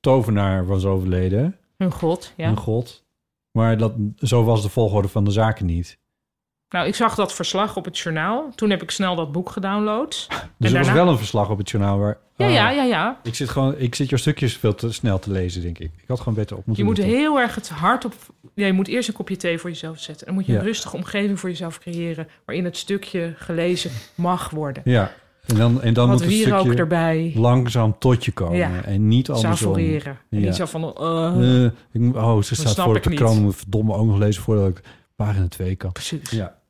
B: tovenaar was overleden,
A: Hun god, ja.
B: een god. Maar dat, zo was de volgorde van de zaken niet.
A: Nou, ik zag dat verslag op het journaal. Toen heb ik snel dat boek gedownload.
B: Dus er was
A: daarna-
B: wel een verslag op het journaal waar...
A: Ja,
B: Ah.
A: ja, ja, ja.
B: Ik zit, gewoon, ik zit jouw stukjes veel te snel te lezen, denk ik. Ik had gewoon beter op
A: Je
B: moeten
A: moet
B: letten.
A: heel erg het hart op... Ja, je moet eerst een kopje thee voor jezelf zetten. Dan moet je een
B: Ja.
A: rustige omgeving voor jezelf creëren... waarin het stukje gelezen mag worden.
B: Ja, en dan, en dan moet
A: Wat
B: het
A: wierook
B: stukje
A: erbij,
B: langzaam tot je komen.
A: Ja.
B: En niet andersom.
A: savoureren. En
B: Ja.
A: niet zo van... eh,
B: Eh, ik, moet- oh, ze staat
A: snap
B: voor
A: ik
B: op de
A: niet.
B: krant. Ik moet verdomme ook nog lezen voordat ik pagina 2 kan.
A: precies.
B: Ja.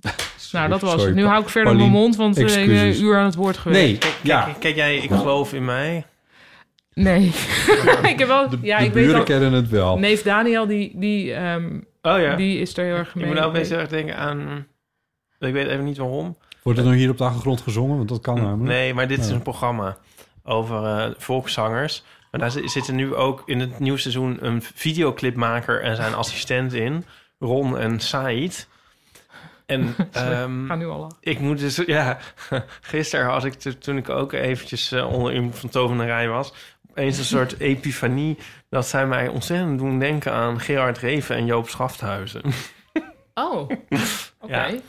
A: nou,
B: Sorry,
A: dat was
B: sorry,
A: het. Nu
B: Pa-
A: hou ik verder
B: Paulien,
A: mijn mond, want eh, ik ben
B: excuses.
A: een uur aan het woord geweest.
B: Nee, ja.
C: Kijk, kijk jij, ik geloof in mij.
A: Nee. ik heb wel... Oh, ja,
B: de
A: ik
B: buren
A: weet wel...
B: kennen het wel.
A: Neef Daniel, die, die, ehm,
C: Oh ja.
A: die is er heel erg mee.
C: ik moet nou opeens heel erg denken aan... Ik weet even niet waarom.
B: Wordt het nog hier op de achtergrond gezongen? Want dat kan namelijk.
C: Nee, maar dit is
B: Ja.
C: een programma over eh, volkszangers. Maar daar zi- zitten nu ook in het nieuwe seizoen een videoclipmaker en zijn assistent in. Ron en Said. En
A: Ik
C: ehm,
A: ga nu al lachen.
C: ik moet dus... Ja, gisteren had ik, to- toen ik ook eventjes eh, onder invloed van tovenarij was... opeens een soort epifanie dat zij mij ontzettend doen denken aan Gerard Reven en Joop Schafthuizen.
A: Oh, oké. Nou,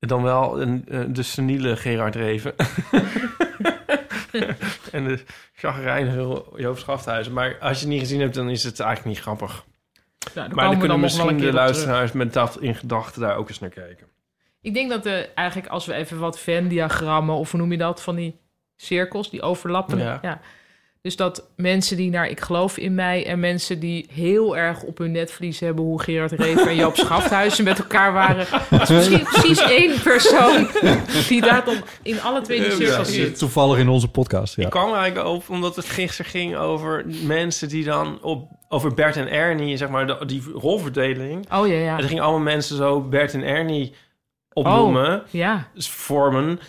C: Ja. Dan wel een, eh, de seniele Gerard Reven. en de chagrijnige Joop Schafthuizen. Maar als je het niet gezien hebt, dan is het eigenlijk niet grappig.
A: Nou, daar
C: maar dan
A: komen we dan
C: kunnen
A: nog wel
C: misschien
A: een keer
C: de
A: op terug.
C: luisteraars met dat in gedachten daar ook eens naar kijken.
A: Ik denk dat de, eigenlijk als we even wat Venn-diagrammen, of hoe noem je dat, van die cirkels, die overlappen.
C: Ja.
A: Ja. Dus dat mensen die naar Ik geloof in mij en mensen die heel erg op hun netvlies hebben hoe Gerard Reven en Joop Schafthuizen met elkaar waren. Dat is misschien precies één persoon die daar dan in alle twee die
C: Ja,
A: cirkels
C: ja.
A: zit.
B: Toevallig in onze podcast, ja.
C: Ik kwam er eigenlijk op omdat het gisteren ging over mensen die dan op, over Bert en Ernie, zeg maar, de- die rolverdeling.
A: Oh ja,
C: En
A: ja.
C: er gingen allemaal mensen zo Bert en Ernie opnoemen. dus
A: Ja,
C: vormen.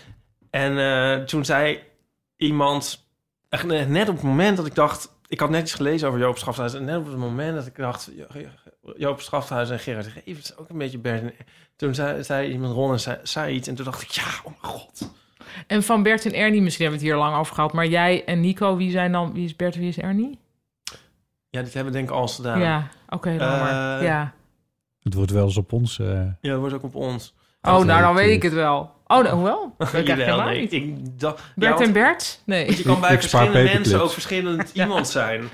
C: En eh, toen zei iemand, echt ne- net op het moment dat ik dacht... Ik had net iets gelezen over Joop Schafthuis. En net op het moment dat ik dacht... Jo- Jo- Jo- Joop Schafthuis en Gerard Reven is ook een beetje Bert. en- Toen zei, zei iemand Ron en zei, zei iets. En toen dacht ik, ja, oh mijn god.
A: en van Bert en Ernie, misschien hebben we het hier lang over gehad, maar jij en Nico, wie zijn dan, wie is Bert, wie is Ernie?
C: Ja, dit hebben we denk ik al
A: Ja,
C: gedaan.
A: oké, dan maar.
C: Eh,
A: Ja.
B: Het wordt wel eens op ons... eh,
C: Ja, dat wordt ook op ons.
A: Oh, nou dan
B: natuurlijk.
A: weet ik het wel. Oh, nou, hoewel. Dat weet ik
C: Jawel,
A: echt helemaal
C: nee,
A: niet.
C: Ik dacht, ja,
A: Bert
C: want-
A: en Bert? Nee.
C: Je kan bij
B: Ik- ik spaar
C: verschillende mensen
B: paperclips.
C: ook verschillend iemand zijn.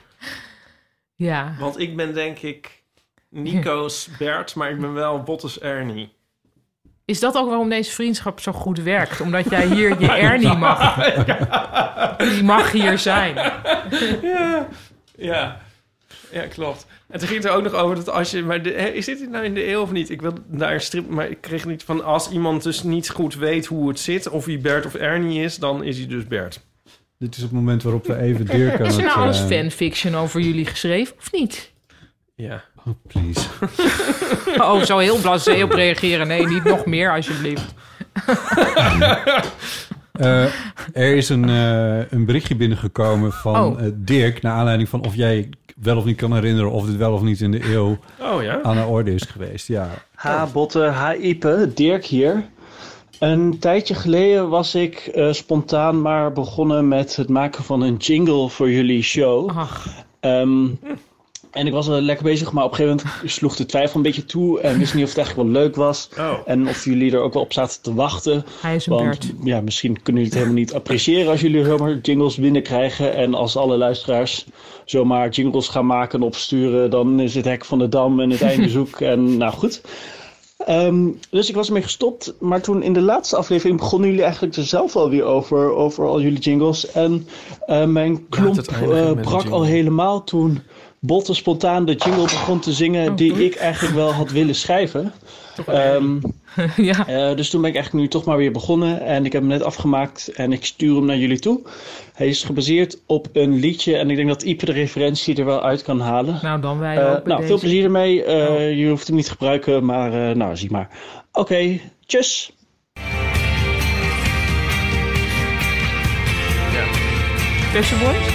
A: Ja.
C: Want ik ben denk ik Nico's Bert, maar ik ben wel Bottes Ernie.
A: Is dat ook waarom deze vriendschap zo goed werkt? Omdat jij hier je Ernie mag. Die mag hier zijn.
C: Ja, ja. ja klopt. En toen ging het er ook nog over dat als je... Maar de, hè, is dit nou in de eeuw of niet? Ik wil daar strip... Maar ik kreeg niet van... Als iemand dus niet goed weet hoe het zit... of hij Bert of Ernie is, dan is hij dus Bert.
B: dit is het moment waarop we even Dirk aan
A: Is er
B: het,
A: nou alles
B: eh,
A: fanfiction over jullie geschreven of niet?
C: Ja.
B: oh, please.
A: Oh, zo heel blasé op reageren. Nee, niet nog meer alsjeblieft.
B: Eh, er is een, eh, een berichtje binnengekomen van
A: Oh.
B: eh, Dirk... naar aanleiding van of jij wel of niet kan herinneren... of dit wel of niet in de eeuw
C: Oh ja?
B: aan de orde is geweest. Ja,
D: Ha Botte, ha Ipe, Dirk hier. Een tijdje geleden was ik eh, spontaan maar
A: Oh.
D: begonnen met het maken van een jingle voor jullie show.
A: Ach,
D: Ehm, En ik was wel lekker bezig, maar op een gegeven moment sloeg de twijfel een beetje toe. En wist niet of het eigenlijk wel leuk was.
C: Oh.
D: En of jullie er ook wel op zaten te wachten.
A: Hij is een
D: Want eh,
A: beurt.
D: ja, misschien kunnen jullie het helemaal niet appreciëren als jullie zomaar jingles binnenkrijgen. En als alle luisteraars zomaar jingles gaan maken en opsturen, dan is het hek van de dam en het einde zoek. En nou goed. Ehm, dus ik was ermee gestopt. Maar toen in de laatste aflevering begonnen jullie eigenlijk er zelf al weer over. Over al jullie jingles. En eh, mijn klomp
C: het eindigt
D: eh,
C: met een
D: brak
C: jingle.
D: al helemaal toen Botte spontaan de jingle begon te zingen.
A: Oh,
D: die
A: doei.
D: ik eigenlijk wel had willen schrijven. Ehm
A: ja.
D: eh, dus toen ben ik eigenlijk nu toch maar weer begonnen. En ik heb hem net afgemaakt en ik stuur hem naar jullie toe. Hij is gebaseerd op een liedje. En ik denk dat Ipe de referentie er wel uit kan halen.
A: Nou, dan wij
D: Eh,
A: ook. bij
D: nou, veel
A: deze. Nou.
D: plezier ermee. Eh, Je hoeft hem niet te gebruiken, maar eh, nou, zie maar. Oké, tjus!
A: Pepsi Boys?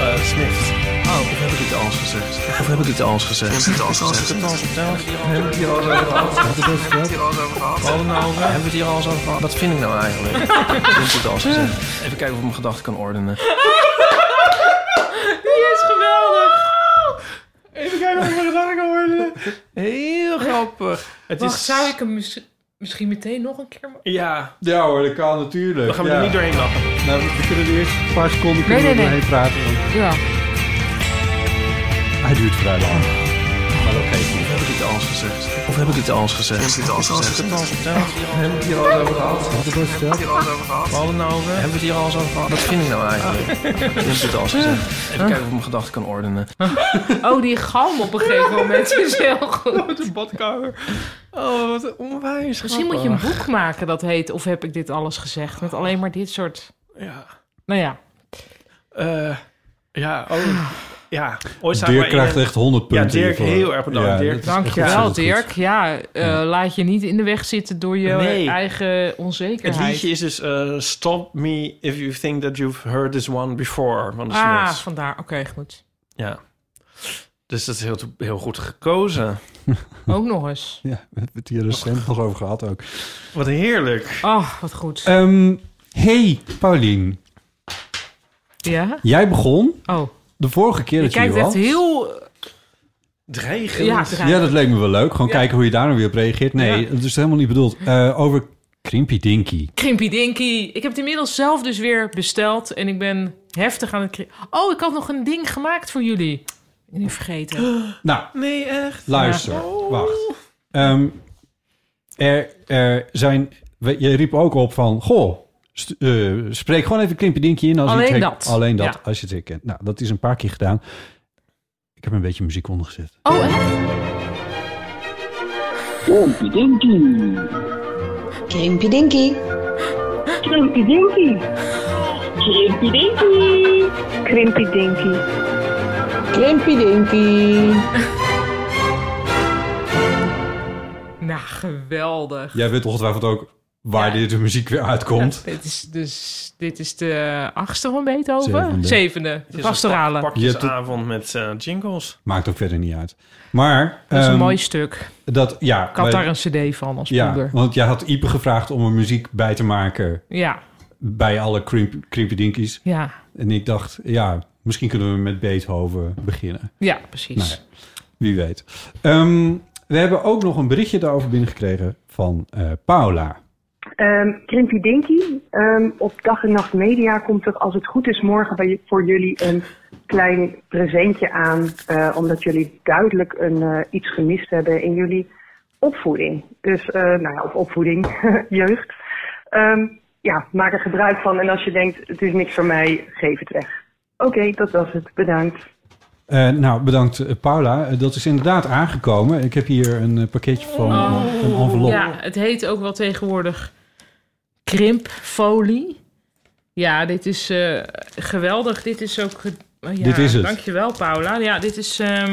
C: Eh, Smith. Oh, of heb ik het als gezegd? Of heb ik het als gezegd? Heb ik het als gezegd? Heb ik het hier al over gehad? Heb ik het hier al over gehad? Wat nou over? Hebben we het hier al eens over gehad? Wat vind ik nou eigenlijk? Heb ik het als gezegd? Even kijken of ik mijn gedachten kan ordenen.
A: Die is geweldig.
C: Even kijken of ik mijn gedachten kan ordenen. Heel grappig. Het
A: Wacht, zou ik hem mis- misschien meteen nog een keer...
C: Ja,
B: Ja hoor, dat kan natuurlijk.
C: we gaan
B: ja.
C: er niet doorheen lachen.
B: Nou, we kunnen de eerste paar seconden
A: Nee,
B: kunnen we
A: nee,
B: doorheen
A: nee.
B: praten. want
A: Ja.
B: Hij duurt vrij lang. Maar dat geeft niet.
C: Heb ik het als gezegd? Of heb ik het als gezegd? Heb ik het als gezegd? Heb ik het hier al eens over gehad?
B: Had ik dat verteld?
C: Wat nou over? Hebben we het hier al eens over gehad? Wat vind ik nou eigenlijk? Heb ik het als gezegd? Even kijken of ik mijn gedachten kan ordenen.
A: Oh, die galm op een gegeven moment is heel goed.
C: de badkamer. Oh, wat een onwijs
A: Misschien moet je een boek maken dat heet... Of heb ik dit alles gezegd? Met alleen maar dit soort...
C: Ja.
A: Nou ja.
C: Eh, ja, oh. Ja, ooit zaten
B: Dirk
C: wij in
B: krijgt
C: een-
B: echt 100
C: Ja,
B: punten
C: Dirk,
B: hiervoor.
C: heel erg bedankt,
B: Ja,
C: Dirk.
B: dit is echt
A: Dankjewel,
B: ontzettend goed.
A: Dirk. Ja, eh, laat je niet in de weg zitten door je
C: Nee.
A: eigen
C: Het
A: onzekerheid.
C: liedje is dus eh, Stop Me If You Think That You've Heard This One Before van de
A: Ah,
C: Smiths.
A: vandaar. Oké, goed.
C: Ja. Dus dat is heel, heel goed gekozen.
A: Ook nog eens.
B: Ja, we hebben het hier recent nog over gehad ook.
C: Wat heerlijk.
A: Oh, wat goed.
B: Ehm, hey, Paulien.
A: ja?
B: Jij begon
A: Oh,
B: de vorige keer
A: je
B: dat je hier
A: kijkt echt
B: was.
A: heel...
C: Dreigend.
A: Ja,
B: Ja, dat leek me wel leuk. Gewoon
A: Ja.
B: kijken hoe je daar nou weer op reageert. Nee,
A: Ja.
B: dat is helemaal niet bedoeld. Eh, over Krimpy Dinky.
A: Krimpy Dinky. Ik heb het inmiddels zelf dus weer besteld. En ik ben heftig aan het... kri- Oh, ik had nog een ding gemaakt voor jullie. Ik ben nu vergeten.
B: Nou,
C: Nee, echt.
B: Luister,
A: Oh.
B: wacht. Ehm, er, er zijn... we- Je riep ook op van... Goh, st- eh, spreek gewoon even Klimpje Dinkje in. Als je
A: Alleen
B: het
A: dat.
B: Alleen dat,
A: Ja.
B: als je het herkent. Nou, dat is een paar keer gedaan. Ik heb een beetje muziek ondergezet.
A: Oh, echt?
E: Krimpy Dinky.
F: Krimpy Dinky.
E: Krimpy Dinky. Krimpy Dinky. Krimpy Dinky.
F: Krimpy Dinky.
A: Nou, geweldig.
B: Jij weet ongetwijfeld ook waar
A: Ja.
B: dit de muziek weer uitkomt.
A: Dit is dus dit is de achtste van Beethoven.
B: Zevende.
A: Zevende.
C: Het
A: De
C: is een
A: pastorale.
C: pakjesavond met eh, jingles.
B: Maakt ook verder niet uit. Maar...
A: Dat is een
B: ehm,
A: mooi stuk.
B: Dat, ja,
A: Ik had
B: wij-
A: daar een cd van als
B: ja,
A: moeder.
B: want jij had Ipe gevraagd om er muziek bij te maken...
A: Ja,
B: bij alle Krimpy, Krimpy Dinkies.
A: ja,
B: En ik dacht, ja, misschien kunnen we met Beethoven beginnen.
A: ja, precies.
B: Nou Wie weet. Ehm, we hebben ook nog een berichtje daarover binnengekregen van eh, Paula.
E: Ehm, Krimpy Dinky. Ehm, op Dag en Nacht Media komt er, als het goed is, morgen bij, voor jullie een klein presentje aan. eh, omdat jullie duidelijk een, eh, iets gemist hebben in jullie opvoeding. Dus, eh, nou ja, of opvoeding, jeugd. Ehm, ja, maak er gebruik van. En als je denkt, het is niks voor mij, geef het weg. Oké, dat was het. Bedankt.
B: Eh, nou, bedankt eh, Paula. Eh, dat is inderdaad aangekomen. Ik heb hier een eh, pakketje van eh, een envelop.
A: Oh, Ja, het heet ook wel tegenwoordig krimpfolie. Ja, dit is eh, geweldig. Dit is ook... ge- oh Ja,
B: Dit is het.
A: Dankjewel, Paula. Ja, dit is... ehm,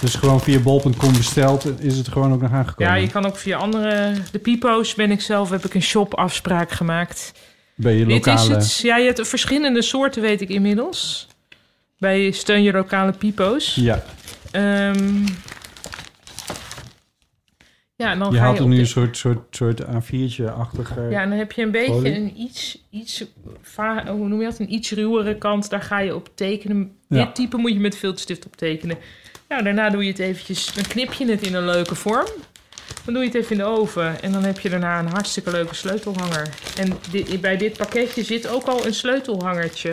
B: Dus gewoon via bol.com besteld eh, is het gewoon ook nog aangekomen.
A: ja, je kan ook via andere... De Pipo's ben ik zelf, heb ik een shopafspraak gemaakt.
B: Bij je
A: Dit
B: lokale...
A: is het. Ja, je hebt verschillende soorten, weet ik inmiddels. Bij steun je lokale pipo's.
B: Ja,
A: Ehm, Ja, en dan
B: Je
A: ga
B: haalt
A: je
B: er
A: op
B: nu
A: de-
B: een soort, soort, soort A4'tje-achtige...
A: Ja, en dan heb je een beetje
B: Folie.
A: een iets, iets va- hoe noem je dat? Een iets ruwere kant. Daar ga je op tekenen.
B: Ja.
A: Dit type moet je met filterstift op tekenen. Nou, daarna doe je het eventjes. Dan knip je het in een leuke vorm. Dan doe je het even in de oven. En dan heb je daarna een hartstikke leuke sleutelhanger. En di- bij dit pakketje zit ook al een sleutelhangertje.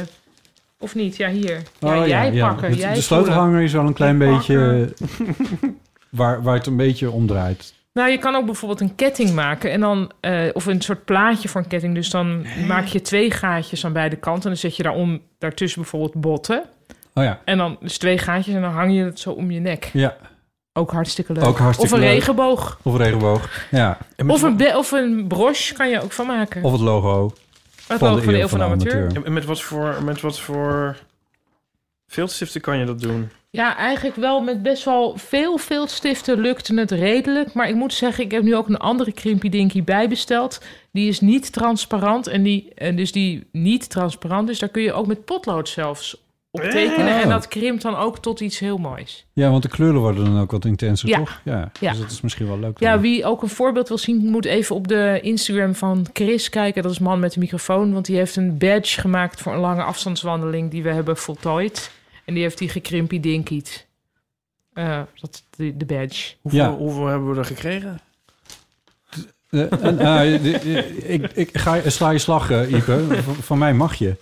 A: Of niet? Ja, hier. Ja,
B: Oh,
A: jij pakken.
B: De-
A: jij
B: de
A: voelen.
B: sleutelhanger is wel een klein
A: Jij
B: beetje... eh, waar, waar het een beetje om draait.
A: Nou, je kan ook bijvoorbeeld een ketting maken en dan, eh, of een soort plaatje voor een ketting. Dus dan maak je twee gaatjes aan beide kanten en dan zet je daarom, daartussen bijvoorbeeld botten.
B: Oh ja,
A: En dan dus twee gaatjes en dan hang je het zo om je nek.
B: ja.
A: Ook hartstikke leuk.
B: Ook hartstikke
A: of een
B: leuk.
A: regenboog.
B: Of regenboog. Ja.
A: Of een, be- of een broche kan je ook van maken.
B: Of het logo.
A: het
B: van
A: logo
B: de
A: van de
B: Eeuw
A: Eeuw van de Amateur.
C: En met wat voor, met wat voor filtstiften kan je dat doen?
A: Ja, eigenlijk wel met best wel veel, veel stiften lukte het redelijk. Maar ik moet zeggen, ik heb nu ook een andere Krimpy Dinky bijbesteld. Die is niet transparant en, die, en dus die niet transparant is. Daar kun je ook met potlood zelfs op tekenen.
B: Oh.
A: En dat krimpt dan ook tot iets heel moois.
B: Ja, want de kleuren worden dan ook wat intenser,
A: Ja.
B: toch? Ja.
A: Ja.
B: Dus dat is misschien wel leuk. dan.
A: Ja, wie ook een voorbeeld wil zien, moet even op de Instagram van Chris kijken. Dat is man met de microfoon, want die heeft een badge gemaakt voor een lange afstandswandeling die we hebben voltooid. En die heeft die gekrimpy dinkied. Eh, dat is de, de badge.
C: Hoeveel,
B: Ja.
C: hoeveel hebben we er gekregen?
B: Eh, en, eh, de- eh, ik, ik ga, sla je slag, eh, Ipe. Van, van mij mag je.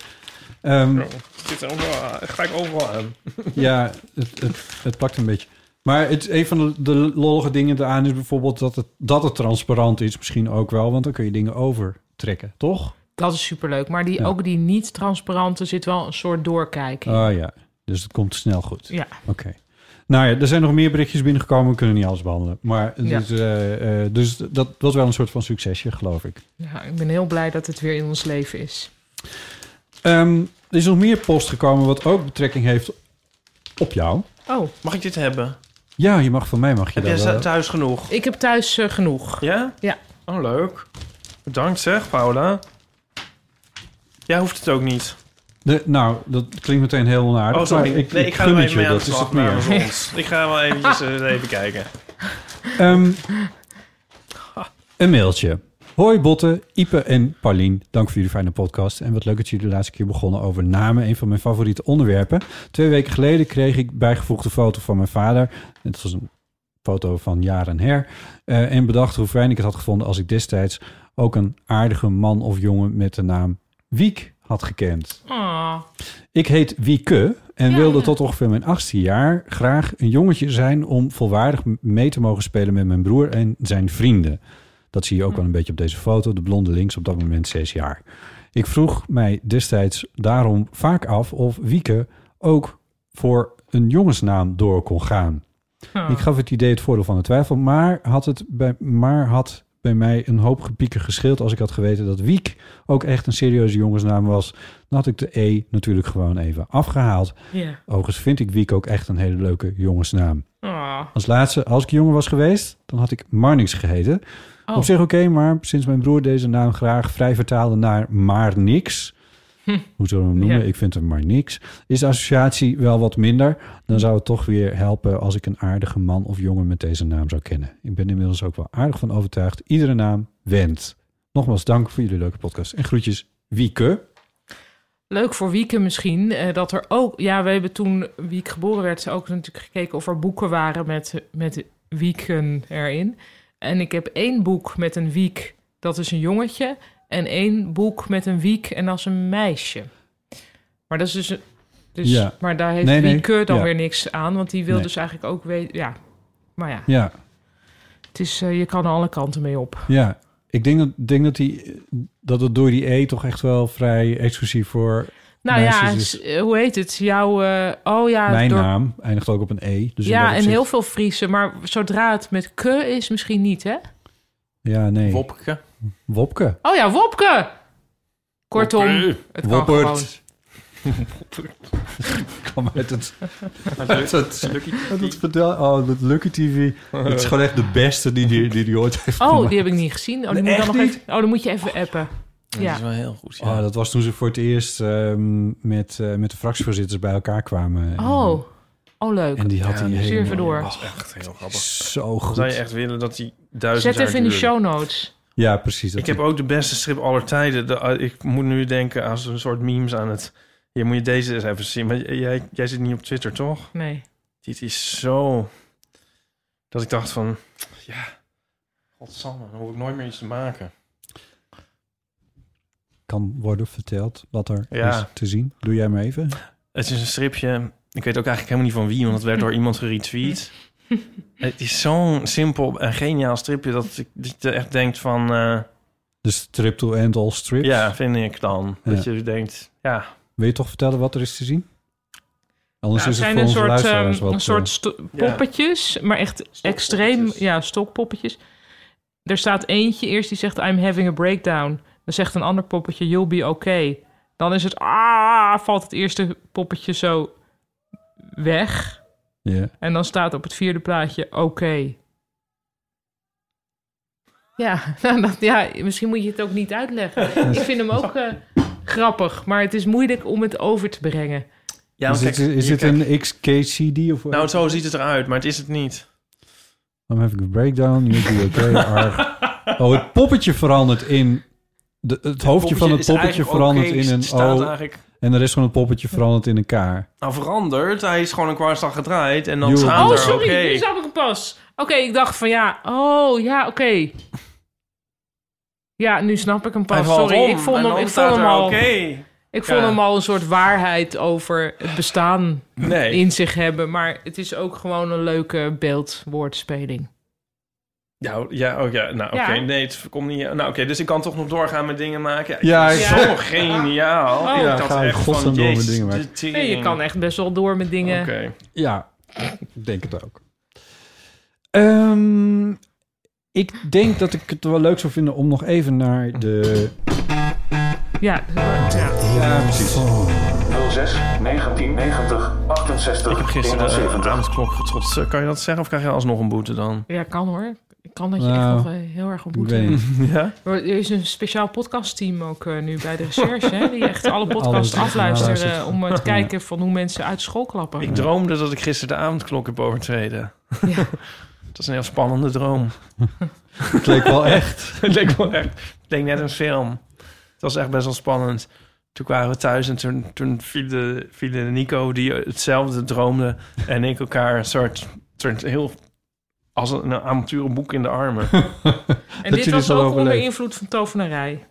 B: Ehm,
C: Zit er overal, ga ik overal aan.
B: ja, het, het, het plakt een beetje. Maar het, een van de, de lollige dingen daaraan is bijvoorbeeld dat het, dat het transparant is. Misschien ook wel, want dan kun je dingen overtrekken, toch?
A: Dat is superleuk. Maar die,
B: Ja.
A: ook die niet-transparante zit wel een soort doorkijking.
B: Oh ja, dus het komt snel goed.
A: Ja.
B: Oké. Nou ja, er zijn nog meer berichtjes binnengekomen. We kunnen niet alles behandelen. Maar het
A: Ja.
B: is, eh, eh, dus dat was wel een soort van succesje, geloof ik.
A: Ja, ik ben heel blij dat het weer in ons leven is.
B: Ehm, er is nog meer post gekomen wat ook betrekking heeft op jou.
A: Oh,
C: Mag ik dit hebben?
B: Ja, je mag van mij, mag je
C: Heb jij
B: dat
C: za-
B: wel.
C: thuis genoeg?
A: ik heb thuis eh, genoeg.
C: Ja?
A: Ja.
C: Oh, leuk. Bedankt zeg, Paula. Jij hoeft het ook niet.
B: De- nou, dat klinkt meteen heel onaardig.
C: Oh,
B: maar
C: sorry.
B: ik,
C: nee, ik ga er
B: gun
C: wel
B: het
C: even mee
B: je,
C: aan de
B: dat is
C: slag
B: het meer.
C: namens ons. Ik ga wel eventjes eh, even kijken.
B: Ehm, een mailtje. Hoi Botte, Ipe en Paulien. Dank voor jullie fijne podcast. En wat leuk dat jullie de laatste keer begonnen over namen. Een van mijn favoriete onderwerpen. Twee weken geleden kreeg ik bijgevoegde foto van mijn vader. Het was een foto van jaren her. Eh, en bedacht hoe fijn ik het had gevonden als ik destijds ook een aardige man of jongen met de naam Wiek had gekend.
A: Ah,
B: Ik heet Wieke en
A: Ja,
B: wilde
A: ja.
B: tot ongeveer mijn achtste jaar graag een jongetje zijn om volwaardig m- mee te mogen spelen met mijn broer en zijn vrienden. Dat zie je ook wel een beetje op deze foto. De blonde links op dat moment zes jaar. Ik vroeg mij destijds daarom vaak af of Wieke ook voor een jongensnaam door kon gaan.
A: ah.
B: Ik gaf het idee het voordeel van de twijfel, maar had het bij, maar had bij mij een hoop gepieker gescheeld als ik had geweten dat Wiek ook echt een serieuze jongensnaam was. Dan had ik de E natuurlijk gewoon even afgehaald.
A: Ja.
B: Overigens vind ik Wiek ook echt een hele leuke jongensnaam.
A: Ah.
B: Als laatste, als ik jonger was geweest, dan had ik Marnix geheten.
A: Oh.
B: Op zich oké, maar sinds mijn broer deze naam graag vrij vertaalde naar maar niks. Hoe zullen we hem noemen?
A: Hm. Ja.
B: Ik vind hem maar niks. Is de associatie wel wat minder? Dan zou het toch weer helpen als ik een aardige man of jongen met deze naam zou kennen. Ik ben inmiddels ook wel aardig van overtuigd. Iedere naam wendt. Nogmaals dank voor jullie leuke podcast. En groetjes, Wieke.
A: Leuk voor Wieke misschien, eh, dat er ook... Ja, we hebben toen Wiek geboren werd ook natuurlijk gekeken of er boeken waren met, met Wieken erin. En ik heb één boek met een Wiek, dat is een jongetje. En één boek met een Wiek en dat is een meisje. Maar dat is dus... een- dus
B: Ja.
A: Maar daar heeft
B: Nee, nee,
A: Wieke dan
B: ja.
A: weer niks aan, want die wil
B: Nee.
A: dus eigenlijk ook weten... Ja, maar ja,
B: Ja,
A: het is, eh, je kan er alle kanten mee op.
B: ja. Ik denk dat, denk dat, die, dat het door die E toch echt wel vrij exclusief voor
A: Nou ja,
B: Meisjes
A: s- eh, hoe heet het? Jouw... eh, oh ja,
B: Mijn
A: door-
B: naam eindigt ook op een E. Dus in dat
A: ja, en
B: opzicht-
A: heel veel Friese, maar zodra het met ke is, misschien niet, hè?
B: Ja, nee.
C: Wopke.
B: Wopke.
A: Oh ja, Wopke! Kortom, het kan gewoon.
B: Woppert. kwam uit het, uit het,
C: Lucky.
B: uit het vertel. Oh, dat Lucky TV. Het is gewoon echt de beste die die, die, die ooit heeft
A: Oh,
B: gemaakt.
A: die heb ik niet gezien. Oh, die
B: Nee,
A: moet
B: echt
A: dan nog
B: niet?
A: even... oh, dan moet je even appen.
C: Dat
A: Ja.
C: is wel heel goed. Ja.
B: Oh, dat was toen ze voor het eerst ehm, met, eh, met de fractievoorzitters bij elkaar kwamen. En,
A: Oh, Oh, leuk.
B: En die had hij helemaal...
A: Zuurverdoor.
C: Dat is echt heel grappig.
B: Zo goed.
C: Zou je echt willen dat die duizend
A: Zet
C: jaar
A: even in die
C: duurde?
A: show notes.
B: Ja, precies. Dat
C: Ik heb ook de beste strip aller tijden. De- eh, ik moet nu denken aan zo'n soort memes aan het... Je moet je deze eens even zien. Maar jij, jij zit niet op Twitter, toch?
A: Nee.
C: Dit is zo... Dat ik dacht van... Ja, godsamme, dan hoef ik nooit meer iets te maken.
B: kan worden verteld wat er
C: Ja.
B: is te zien. Doe jij maar even.
C: Het is een stripje. Ik weet ook eigenlijk helemaal niet van wie, want het werd door iemand geretweet. het is zo'n simpel en geniaal stripje dat ik dat je echt denkt van... eh,
B: De strip to end all strips.
C: ja, vind ik dan. Dat
B: Ja.
C: je denkt, ja,
B: Wil je toch vertellen wat er is te zien? Anders
A: Ja,
B: is
A: het zijn
B: het voor
A: een
B: onze
A: soort,
B: luisteraars
A: ehm,
B: wat...
A: een soort
B: eh,
A: sto- poppetjes, maar echt extreem, ja, stokpoppetjes. Er staat eentje eerst die zegt, I'm having a breakdown. Dan zegt een ander poppetje, you'll be okay. Dan is het, ah, valt het eerste poppetje zo weg.
B: eh, ja.
A: En dan staat op het vierde plaatje, oké. Ja, nou, dat, ja, misschien moet je het ook niet uitleggen. Ik vind hem ook eh, grappig, maar het is moeilijk om het over te brengen.
C: Ja,
B: Is
C: maar
B: dit,
C: kijk,
B: is
C: je
B: dit
C: kijkt-
B: een XKCD of...
C: Nou, zo ziet het eruit, maar het is het niet.
B: Dan heb ik een breakdown. You'll be okay. are- Oh, het poppetje verandert in... De, het hoofdje van het
C: is
B: poppetje
C: eigenlijk
B: verandert
C: oké, dus
B: in een
C: staat
B: O.
C: eigenlijk...
B: En de rest van het poppetje verandert in een K.
C: Oh. Nou, veranderd. Hij is gewoon een kwartslag gedraaid en dan
B: Joh.
C: staat
A: Oh,
C: er...
A: sorry,
C: oké.
A: nu snap ik hem pas. Oké, ik dacht van ja, oh ja, oké. Ja, nu snap ik hem
C: Hij
A: pas.
C: valt
A: Sorry,
C: om
A: ik vond
C: en
A: hem,
C: dan
A: ik
C: staat
A: vond hem
C: er
A: al,
C: oké.
A: ik vond
C: Ja.
A: hem al een soort waarheid over het bestaan
C: Nee.
A: in zich hebben, maar het is ook gewoon een leuke beeldwoordspeling.
C: Ja, ja, oh ja, nou oké,
A: Ja.
C: nee, het komt niet... Nou oké, dus ik kan toch nog doorgaan met dingen maken. Ik
B: Ja,
C: vind
A: ik-
C: het Zo geniaal.
A: Oh.
C: Ik
A: Ja,
C: dacht
B: ga in
C: echt
B: godsnaam
C: van,
B: door met
C: jezus,
B: dingen maken.
C: de tering.
A: Nee, je kan echt best wel door met dingen.
C: eh. Oké.
B: Ja, ik denk het ook. Ehm, ik denk dat ik het wel leuk zou vinden om nog even naar de...
A: Ja,
B: Ja, precies.
G: 06 1990 68
C: Ik heb gisteren de
G: 71.
C: avondklok getrotst. Eh, Kan je dat zeggen of krijg je alsnog een boete dan?
A: ja, kan hoor. Ik kan dat je
B: Nou,
A: echt nog eh, heel erg op
B: Ik
A: moet
B: weet niet.
C: Ja?
A: Maar Er is een speciaal podcastteam ook eh, nu bij de recherche... hè, die echt alle podcasts
B: Alles
A: afluisteren...
B: afluistert.
A: om eh, te kijken van hoe mensen uit school klappen.
C: Ik droomde dat ik gisteren de avondklok heb overtreden.
A: Ja.
C: Dat is een heel spannende droom.
B: Het leek wel echt.
C: Het leek wel echt. Het leek net een film. Het was echt best wel spannend. Toen kwamen we thuis en toen, toen vielen, vielen Nico, die hetzelfde droomde, en ik elkaar een soort, soort heel als een, een avonturenboek in de armen.
A: en
B: dat
A: dit
B: je
A: was
B: dit
A: ook
B: al
A: onder
B: overleeft.
A: invloed van tovenarij.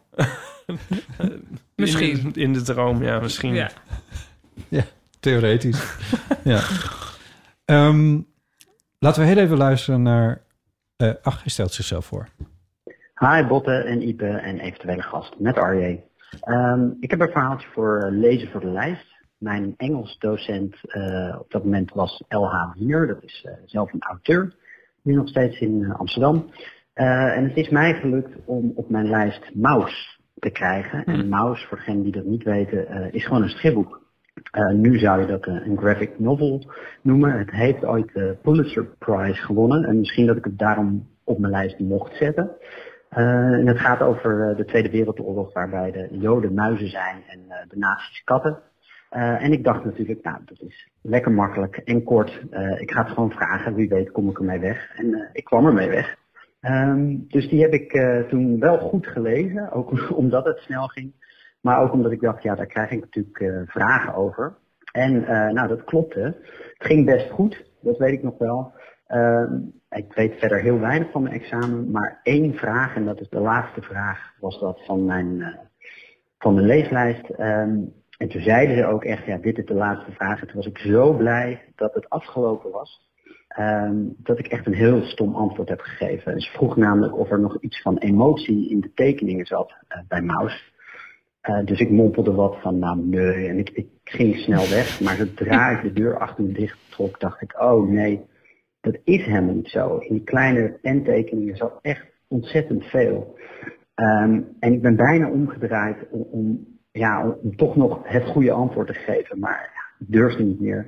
A: Misschien.
C: In, de- in de droom, ja, misschien.
A: Ja.
B: Theoretisch. ja. Ehm, laten we heel even luisteren naar... eh, ach, hij stelt zichzelf voor.
H: Hi Botte en Ipe en eventuele gast met Arje. Ehm, ik heb een verhaaltje voor eh, lezen voor de lijst. Mijn Engels docent eh, op dat moment was LH Wier, dat is eh, zelf een auteur, nu nog steeds in eh, Amsterdam. Eh, en het is mij gelukt om op mijn lijst Maus te krijgen. En Maus, voor degenen die dat niet weten, eh, is gewoon een stripboek. Eh, nu zou je dat eh, een graphic novel noemen. Het heeft ooit de Pulitzer Prize gewonnen. En misschien dat ik het daarom op mijn lijst mocht zetten. Eh, en het gaat over eh, de Tweede Wereldoorlog, waarbij de Joden muizen zijn en eh, de nazi's katten. Eh, en ik dacht natuurlijk, nou, dat is lekker makkelijk en kort. Eh, ik ga het gewoon vragen, wie weet kom ik ermee weg. En eh, ik kwam ermee weg. Ehm, dus die heb ik eh, toen wel goed gelezen, ook omdat het snel ging. Maar ook omdat ik dacht, ja, daar krijg ik natuurlijk eh, vragen over. En eh, nou, dat klopte. Het ging best goed, dat weet ik nog wel. Ehm, ik weet verder heel weinig van mijn examen, maar één vraag, en dat is de laatste vraag, was dat van mijn, eh, van mijn leeslijst. Ehm, en toen zeiden ze ook echt, ja, dit is de laatste vraag. En toen was ik zo blij dat het afgelopen was, ehm, dat ik echt een heel stom antwoord heb gegeven. En ze vroeg namelijk of er nog iets van emotie in de tekeningen zat eh, bij Maus. Eh, dus ik mompelde wat van, nou nee, en ik, ik ging snel weg. Maar zodra ik de deur achter me dicht trok, dacht ik, oh nee, dat is helemaal niet zo. In die kleine pentekeningen zat echt ontzettend veel. Ehm, en ik ben bijna omgedraaid om, om, ja, om, om toch nog het goede antwoord te geven. Maar ja, ik durfde niet meer.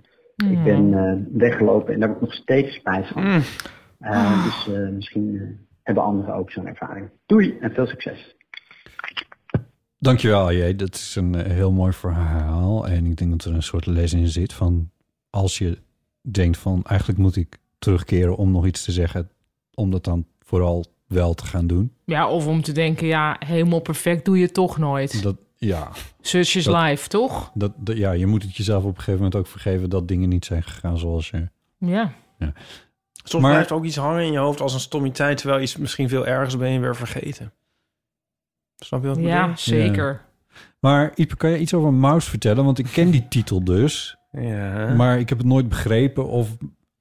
H: Ik ben eh, weggelopen en daar heb ik nog steeds spijt van. Eh, dus eh, misschien eh, hebben anderen ook zo'n ervaring. Doei en veel succes.
B: Dankjewel, J. Dat is een eh, heel mooi verhaal. En ik denk dat er een soort les in zit van... als je denkt van eigenlijk moet ik terugkeren om nog iets te zeggen. Om dat dan vooral wel te gaan doen.
A: Ja, of om te denken, ja, helemaal perfect doe je het toch nooit.
B: Dat, ja,
A: Zusjes
B: dat-
A: live, toch?
B: dat, dat- ja, je moet het jezelf op een gegeven moment ook vergeven dat dingen niet zijn gegaan zoals je...
A: Ja.
C: Soms
B: Maar-
C: blijft ook iets hangen in je hoofd als een stommiteit... terwijl iets misschien veel ergers ben je weer vergeten. Snap je wat ik
A: Ja,
C: bedoel?
A: zeker.
B: Maar Ipe, kan je iets over Mouse vertellen? Want ik ken die titel dus,
C: Ja.
B: maar ik heb het nooit begrepen of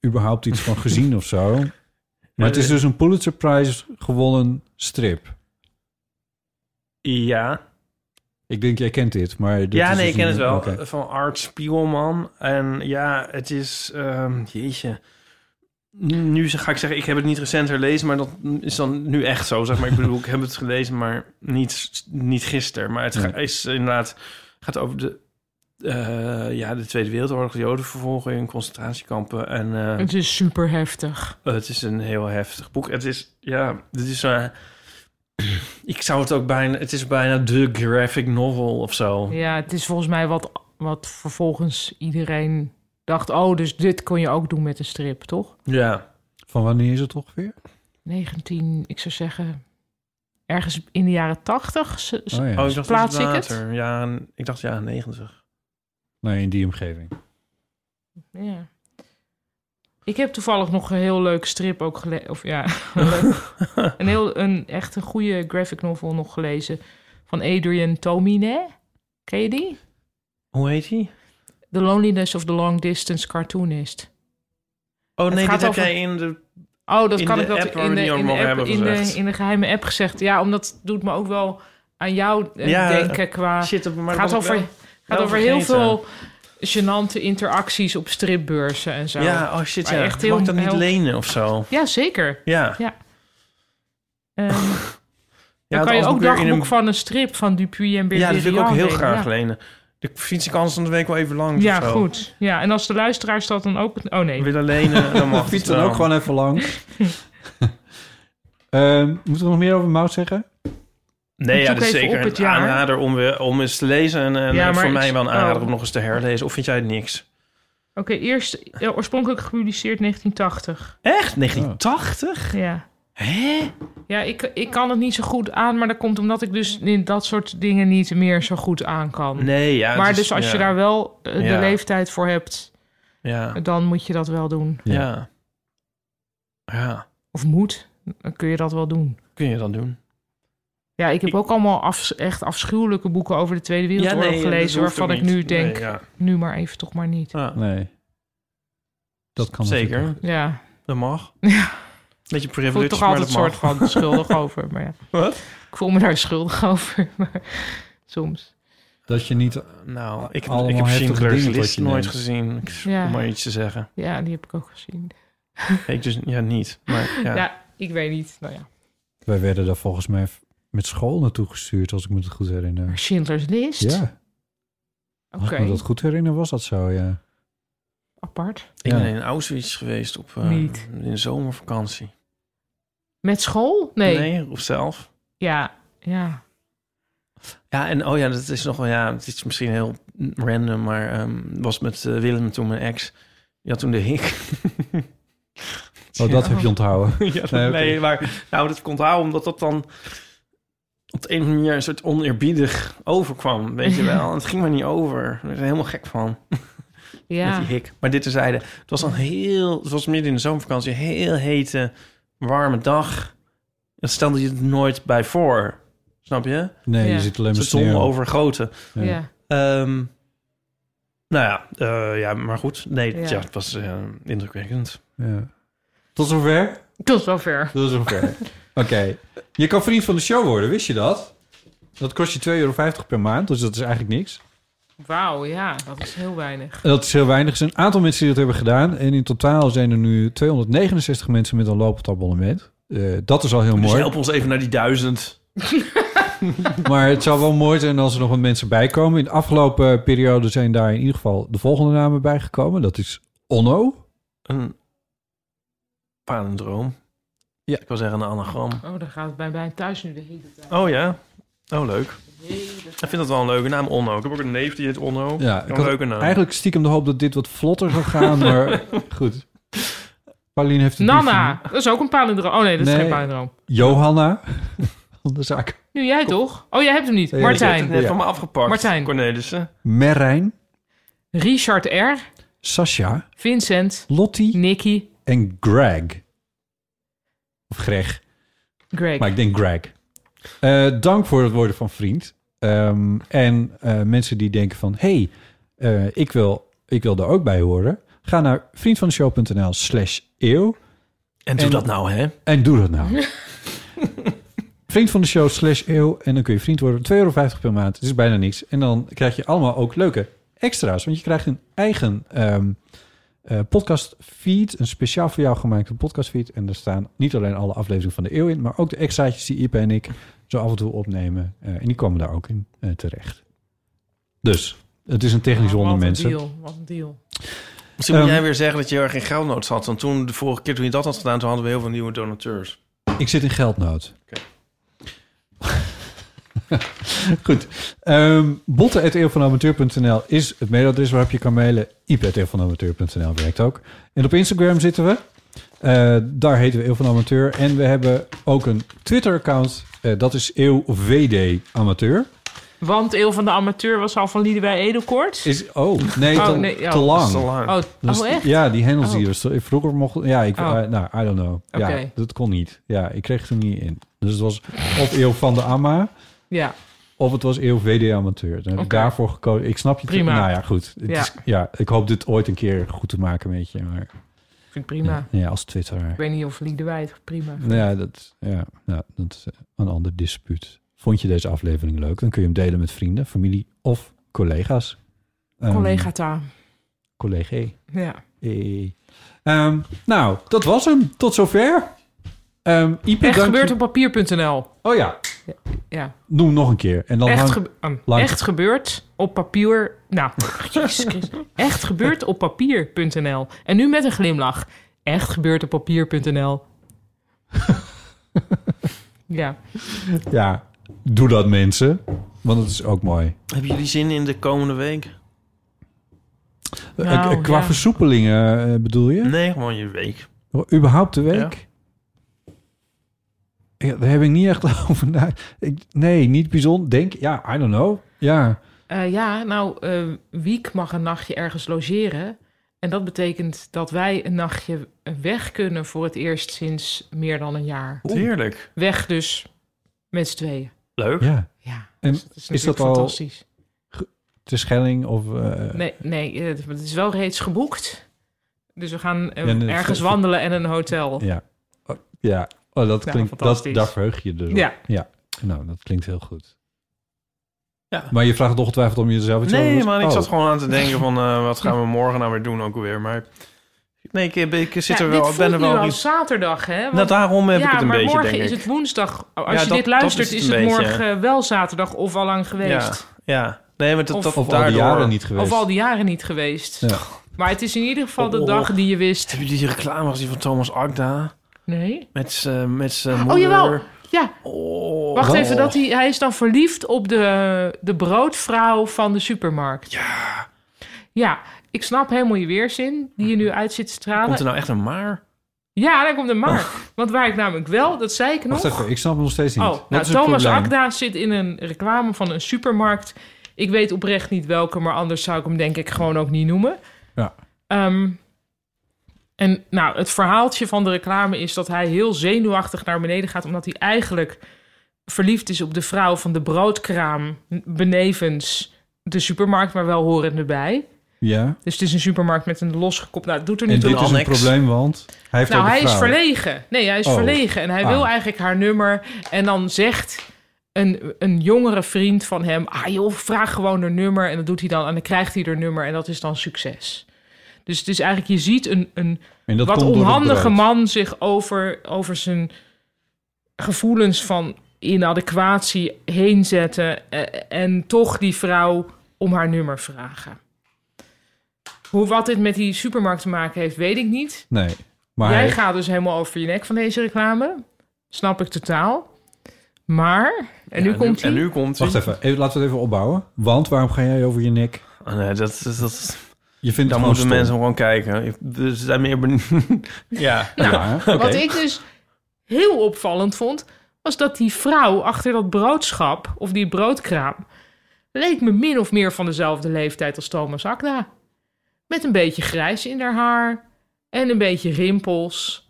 B: überhaupt iets van gezien of zo. Maar het is dus een Pulitzer Prize gewonnen strip.
C: ja.
B: Ik denk, jij kent dit, maar... dit
C: ja,
B: is
C: nee,
B: dus
C: ik ken
B: een-
C: het wel.
B: oké.
C: Van Art Spiegelman. En ja, het is... ehm, jeetje. Nu ga ik zeggen, ik heb het niet recent herlezen... maar dat is dan nu echt zo, zeg maar. Ik bedoel, ik heb het gelezen, maar niet, niet gisteren. Maar het ga-
B: Nee.
C: is inderdaad... gaat over de... eh, ja, de Tweede Wereldoorlog, de Jodenvervolging, concentratiekampen en... eh,
A: Het is super heftig.
C: eh, Het is een heel heftig boek. Het is, ja, dit is. eh, ik zou het ook bijna. Het is bijna de graphic novel of zo.
A: Ja, het is volgens mij wat, wat vervolgens iedereen dacht... oh, dus dit kon je ook doen met een strip, toch?
C: Ja.
B: Van wanneer is het ongeveer?
A: 19, ik zou zeggen... ergens in de jaren 80. ze- ze-
B: Oh ja.
C: Oh, ik dacht
A: Plaats
C: iets
A: ik het?
C: later. Ja, en- ik dacht ja, 90.
B: Nee, in die omgeving.
C: Oh,
A: Ja. Ik heb toevallig nog een heel leuk strip ook gelezen. Of ja, leuk. een, heel, een echt een goede graphic novel nog gelezen. Van Adrian Tomine. Ken je die?
C: Hoe heet hij?
A: The Loneliness of the Long Distance Cartoonist.
C: Oh nee,
A: gaat
C: dit heb
A: over-
C: jij in de.
A: Oh, dat
C: In
A: kan
C: de
A: ik dat
C: app waar we
A: in de,
C: het niet
A: in, de
C: over
A: app,
C: hebben
A: in, de,
C: gezegd.
A: in de geheime app gezegd. Ja, omdat het doet me ook wel aan jou eh,
C: Ja,
A: denken qua...
C: Shit, dat- maar dat
A: gaat
C: had ik
A: over, gaat
C: wel
A: over heel
C: vergeten.
A: veel gênante interacties op stripbeurzen en zo.
C: wel- Ja, oh shit,
A: Maar
C: ja.
A: echt
C: Echt
A: heel-
C: Mag ik dat niet
A: heel-
C: lenen of zo?
A: ja zeker.
C: Ja.
A: Ja. Ehm,
C: ja
A: dan
C: het
A: kan je
C: alsboek
A: ook
C: weer in
A: dagboek
C: een-
A: van een strip van Dupuy en
C: Ja,
A: Berberian.
C: dat wil ik ook heel
A: lenen,
C: graag
A: ja.
C: lenen. De fiets ik anders dan de week wel even langs.
A: Ja,
C: of zo.
A: goed. Ja, en als de luisteraars dat dan ook... Oh nee.
C: Willen lenen, eh, dan mag
B: Fiets
C: het
B: dan
C: wel.
B: ook gewoon even langs. Ehm, moeten we nog meer over Mouse zeggen?
C: Nee,
A: Ik
C: ja,
A: zoek
C: dat is
A: even
C: zeker
A: op het
C: een
A: jaar.
C: aanrader om, weer, om eens te lezen. En, en
A: Ja,
C: eh,
A: maar
C: voor
A: ik-
C: mij wel een aanrader
A: oh.
C: om nog eens te herlezen. Of vind jij het niks?
A: Oké, eerst eh, oorspronkelijk gepubliceerd 1980.
C: Echt? 1980?
A: Ja.
C: Hè?
A: Ja, ik, ik kan het niet zo goed aan, maar dat komt omdat ik dus in dat soort dingen niet meer zo goed aan kan.
C: Nee, ja. het
A: maar
C: is-
A: dus als
C: ja.
A: je daar wel eh, de
C: Ja.
A: leeftijd voor hebt,
C: Ja.
A: dan moet je dat wel doen.
C: Ja. ja.
A: Of moet, dan kun je dat wel doen.
C: Kun je dat doen?
A: Ja, ik heb
C: Ik-
A: ook allemaal afs- echt afschuwelijke boeken over de Tweede Wereldoorlog
C: ja, dat hoeft
A: gelezen...
C: ook
A: waarvan ik
C: niet.
A: nu denk,
C: Nee, ja.
A: nu maar even toch maar niet.
C: Ja,
B: Nee. Dat kan natuurlijk
C: Zeker.
B: ook.
A: Ja,
C: Dat mag.
A: Ja.
C: Beetje
A: ik voel me
C: privilege,
A: toch
C: maar
A: altijd een
C: dat
A: soort
C: mag.
A: van schuldig over. Maar ja,
C: Wat?
A: ik voel me daar schuldig over, maar soms.
B: Dat je niet...
C: Nou, ik heb, ik
B: Allemaal
C: heb Schindler's
B: heftige dingen wat
C: List
B: je
C: nooit
B: neemt.
C: gezien. Ik,
A: Ja.
C: Om maar iets te zeggen.
A: Ja, die heb ik ook gezien.
C: Ik dus, ja, niet. Maar ja.
A: Ja, ik weet niet. Nou ja.
B: Wij werden daar volgens mij met school naartoe gestuurd, als ik me het goed
A: Maar
B: herinner.
A: Schindler's List?
B: Ja,
A: Oké,
B: als ik me dat goed herinner, was dat zo, ja.
A: apart.
C: Ik
B: Ja.
C: ben in Auschwitz geweest op, eh,
A: Niet.
C: in de zomervakantie.
A: Met school? Nee.
C: nee of zelf.
A: Ja, ja.
C: Ja, en oh ja, dat is nog wel, ja, het is misschien heel random, maar ehm, was met eh, Willem toen mijn ex. Ja, toen de hik.
B: Oh, dat heb je onthouden.
C: ja, dat-
B: Nee,
C: nee,
B: oké.
C: maar nou, dat komt houden omdat dat dan op de een of andere manier een soort oneerbiedig overkwam, weet je wel. het ging maar niet over. Ik werd er helemaal gek van,
A: Ja,
C: met die hik. Maar dit terzijde, het was een heel, het was midden in de zomervakantie, een heel hete, warme dag. Dat stelde je het nooit bij voor, snap je?
B: Nee,
A: Ja.
B: je zit alleen
C: De
B: maar
C: zon
B: sneeuw.
C: overgoten.
A: ja. ja.
C: Ehm, nou ja, eh, ja, maar goed. Nee,
A: Ja.
C: ja. het was eh, indrukwekkend.
B: Ja. Tot zover?
A: Tot zover.
B: Tot zover. Oké. Je kan vriend van de show worden, wist je dat? Dat kost je 2,50 euro per maand, dus dat is eigenlijk niks.
A: Wauw, ja, dat is heel weinig.
B: Dat is heel weinig. Er zijn een aantal mensen die dat hebben gedaan. En in totaal zijn er nu 269 mensen met een lopend abonnement. Eh, dat is al heel
C: Dus
B: mooi.
C: help ons even naar die duizend.
B: Maar het zou wel mooi zijn als er nog wat mensen bij komen. In de afgelopen periode zijn daar in ieder geval de volgende namen bijgekomen. Dat is Onno.
C: Een palindroom.
B: Ja.
C: Ik wil zeggen een anagram.
A: Oh, dan gaat het bij mij thuis nu de hele tijd.
C: Oh ja? Oh, leuk. Ik vind dat wel een leuke naam, Onno. Ik heb ook een neef die heet Onno.
B: Ja,
C: Wel
B: ik
C: een
B: had
C: leuke naam.
B: eigenlijk stiekem de hoop dat dit wat vlotter zou gaan, maar goed. Pauline heeft het
A: Nana, dat is ook een palindroom. Oh nee, dat is geen palindroom.
B: Johanna. De zaak.
A: Nu jij toch? Oh, jij hebt hem niet.
B: Ja, ja,
C: Ik heb het
A: Martijn.
C: net
B: Ja.
C: van me afgepakt.
A: Martijn.
C: Cornelissen.
B: Merijn,
A: Richard R.,
B: Sascha,
A: Vincent,
B: Lottie
A: Nicky,
B: en Greg. Of Greg,
A: Greg.
B: maar ik denk Greg. Eh, dank voor het worden van vriend. Ehm, en eh, mensen die denken van... hey, eh, ik, wil, ik wil daar ook bij horen. Ga naar vriendvandeshow.nl slash eeuw.
C: En doe
B: En-
C: dat nou, hè?
B: En doe dat nou. vriend van de show slash eeuw. En dan kun je vriend worden. 2,50 euro per maand. Het is bijna niks. En dan krijg je allemaal ook leuke extra's. Want je krijgt een eigen ehm podcast feed. Een speciaal voor jou gemaakte podcast feed. En daar staan niet alleen alle afleveringen van de eeuw in. Maar ook de extraatjes die Ipe en ik zo af en toe opnemen. Eh, en die komen daar ook in eh, terecht. Dus, het is een technisch
A: Oh,
B: wonder mensen.
A: Wat een deal, wat een deal.
C: Misschien moet
B: Ehm,
C: jij weer zeggen dat je er geen geldnood had. Want toen, de vorige keer toen je dat had gedaan, toen hadden we heel veel nieuwe donateurs.
B: Ik zit in geldnood.
C: Oké.
B: Goed. Ehm botten.eeuwvanamateur.nl is het mailadres waarop je kan mailen. ip.eeuwvanamateur.nl werkt ook. En op Instagram zitten we. Eh, daar heten we Eeuw van Amateur. En we hebben ook een Twitter-account. Eh, dat is EeuwVD Amateur.
A: Want Eeuw van de Amateur was al van Liedewij Edelkoort.
B: Is, oh, nee,
A: Oh,
B: te,
A: nee, ja.
B: te lang.
C: Dat is te lang.
A: Oh,
B: Dus-
A: oh, echt?
B: Ja, die hendels die er sto- Vroeger mocht... Ja, ik,
A: Oh.
B: eh, nou, I don't know. Ja,
A: Oké.
B: dat kon niet. Ja, ik kreeg het er niet in. Dus het was of Eeuw van de Amma...
A: Ja.
B: Of het was E eeuw VD amateur. Dan heb ik
A: Oké.
B: daarvoor gekozen. Ik snap je.
A: Prima.
B: Nou ja, goed. Het
A: Ja.
B: Is, ja, ik hoop dit ooit een keer goed te maken met je. Maar
A: Vind ik prima.
B: ja, als Twitter.
A: Ik weet niet of Liedewij het prima vindt.
B: Nou ja, dat, ja, nou, dat is een ander dispuut. Vond je deze aflevering leuk? Dan kun je hem delen met vrienden, familie of collega's. Ehm,
A: Collega Ta.
B: Collega.
A: Ja.
B: Eh. Ehm, nou, dat was hem. Tot zover. Ehm Ipe,
A: Echt
B: dank
A: gebeurt
B: je-
A: op papier.nl.
B: Oh ja,
A: Ja.
B: noem hem nog een keer. En dan
A: Echt,
B: hang-
A: gebe- um,
B: lang-
A: echt gebeurt op papier. Nou, jezus Christus. Echt gebeurt op papier.nl. En nu met een glimlach. Echt gebeurt op papier.nl. ja.
B: Ja, doe dat mensen. Want het is ook mooi.
C: Hebben jullie zin in de komende week?
A: Nou,
B: Eh, qua
A: ja. Mm.
B: versoepelingen eh, bedoel
A: Hm?
B: je?
C: Nee, gewoon je week.
B: Überhaupt de week? Ja, daar heb ik niet echt over na. Ik, nee, niet bijzonder. Denk, ja, I don't know. Ja,
A: Eh, ja, nou, eh, Wiek mag een nachtje ergens logeren. En dat betekent dat wij een nachtje weg kunnen voor het eerst sinds meer dan een jaar.
C: Heerlijk.
A: Weg dus met z'n tweeën.
C: Leuk.
B: ja.
A: Ja,
B: En
A: dus dat is,
B: is dat
A: natuurlijk
B: al-
A: fantastisch.
B: Te Schelling of... eh,
A: Nee, nee, eh, het is wel reeds geboekt. Dus we gaan eh,
B: Ja, nee,
A: ergens
B: ver-
A: wandelen en een hotel.
B: Ja. Oh, ja. Oh, dat
A: Ja,
B: klinkt... Dat,
A: fantastisch.
B: daar verheug je je dus op.
A: Ja.
B: ja. Nou, dat klinkt heel goed.
C: Ja.
B: Maar je vraagt het ongetwijfeld om jezelf iets over
C: Nee,
B: te-
C: maar ik
B: Oh.
C: zat gewoon aan te denken van... eh, wat gaan we morgen nou weer doen ook weer. Maar nee, ik, eh, ik, ik zit
A: Ja,
C: er wel...
A: dit
C: Ik ben
A: voelt
C: er
A: nu
C: wel...
A: als
C: iets-
A: zaterdag, hè? Want-
C: Nou, daarom heb
A: ja,
C: ik het een
A: maar
C: beetje,
A: morgen
C: denk
A: is
C: ik.
A: het woensdag. Als
C: Ja,
A: je
C: dat-
A: dit luistert,
C: dat is
A: is
C: het
A: het,
C: een beetje,
A: morgen eh, wel zaterdag of al lang
C: Ja,
A: geweest.
C: ja. Nee, maar dat,
A: Of-
C: dat,
B: Of al
C: daardoor...
B: die jaren niet geweest.
A: Of al die jaren niet geweest.
B: Ja.
A: Maar het is in ieder geval de
C: Oh.
A: dag die je wist.
C: Hebben jullie die reclame gezien van Thomas Agda?
A: Nee?
C: Met zijn met zijn moeder.
A: Oh, jawel. Ja,
C: Oh.
A: wacht even. Dat hij, hij is dan verliefd op de, de broodvrouw van de supermarkt. Ja. Ja, ik snap helemaal je weerzin die je nu uit zit te
C: Komt
A: stralen.
C: er Oh. nou echt een maar?
A: Ja, daar komt een maar. Want waar ik namelijk wel, dat zei ik nog...
B: Wacht even, ik snap het nog steeds niet.
A: Oh,
B: Wat
A: nou,
B: is het
A: Thomas
B: probleem?
A: Akda zit in een reclame van een supermarkt. Ik weet oprecht niet welke, maar anders zou ik hem denk ik gewoon ook niet noemen.
B: Ja.
A: Ehm, en nou, het verhaaltje van de reclame is dat hij heel zenuwachtig naar beneden gaat, omdat hij eigenlijk verliefd is op de vrouw van de broodkraam n- benevens de supermarkt, maar wel horende bij.
B: Ja.
A: Dus het is een supermarkt met een losgekoppeld. Nou, het doet er
B: En
A: niet
B: dit
A: toe.
B: is een
C: annex.
B: probleem, want hij heeft
A: Nou,
B: ook een
A: hij is
B: vrouw.
A: verlegen. Nee, hij is
B: Oh.
A: verlegen. En hij wil
B: Ah.
A: eigenlijk haar nummer. En dan zegt een, een jongere vriend van hem... Ah joh, vraag gewoon haar nummer. En dat doet hij dan. En dan krijgt hij haar nummer. En dat is dan succes. Dus het is eigenlijk... Je ziet een, een
B: En dat
A: wat
B: komt door het
A: onhandige
B: brood.
A: man zich over, over zijn gevoelens van inadequatie heen zetten. eh, En toch die vrouw om haar nummer vragen. Hoe wat dit met die supermarkt te maken heeft, weet ik niet.
B: Nee. Maar
A: Jij
B: hij-
A: gaat dus helemaal over je nek van deze reclame. Snap ik totaal. Maar, en nu komt hij.
C: En nu komt
B: Wacht even, even, laten we het even opbouwen. Want waarom ga jij over je nek?
C: Ah, nee, dat, dat, dat,
B: Je vindt
C: dan
B: het gewoon
C: moeten
B: stom.
C: mensen gewoon kijken. Ik- Ze zijn meer benieuwd. ja.
B: Ja, hè?
A: Wat ik dus heel opvallend vond, was dat die vrouw achter dat broodschap, of die broodkraam, leek me min of meer van dezelfde leeftijd als Thomas Akda. Met een beetje grijs in haar haar en een beetje rimpels.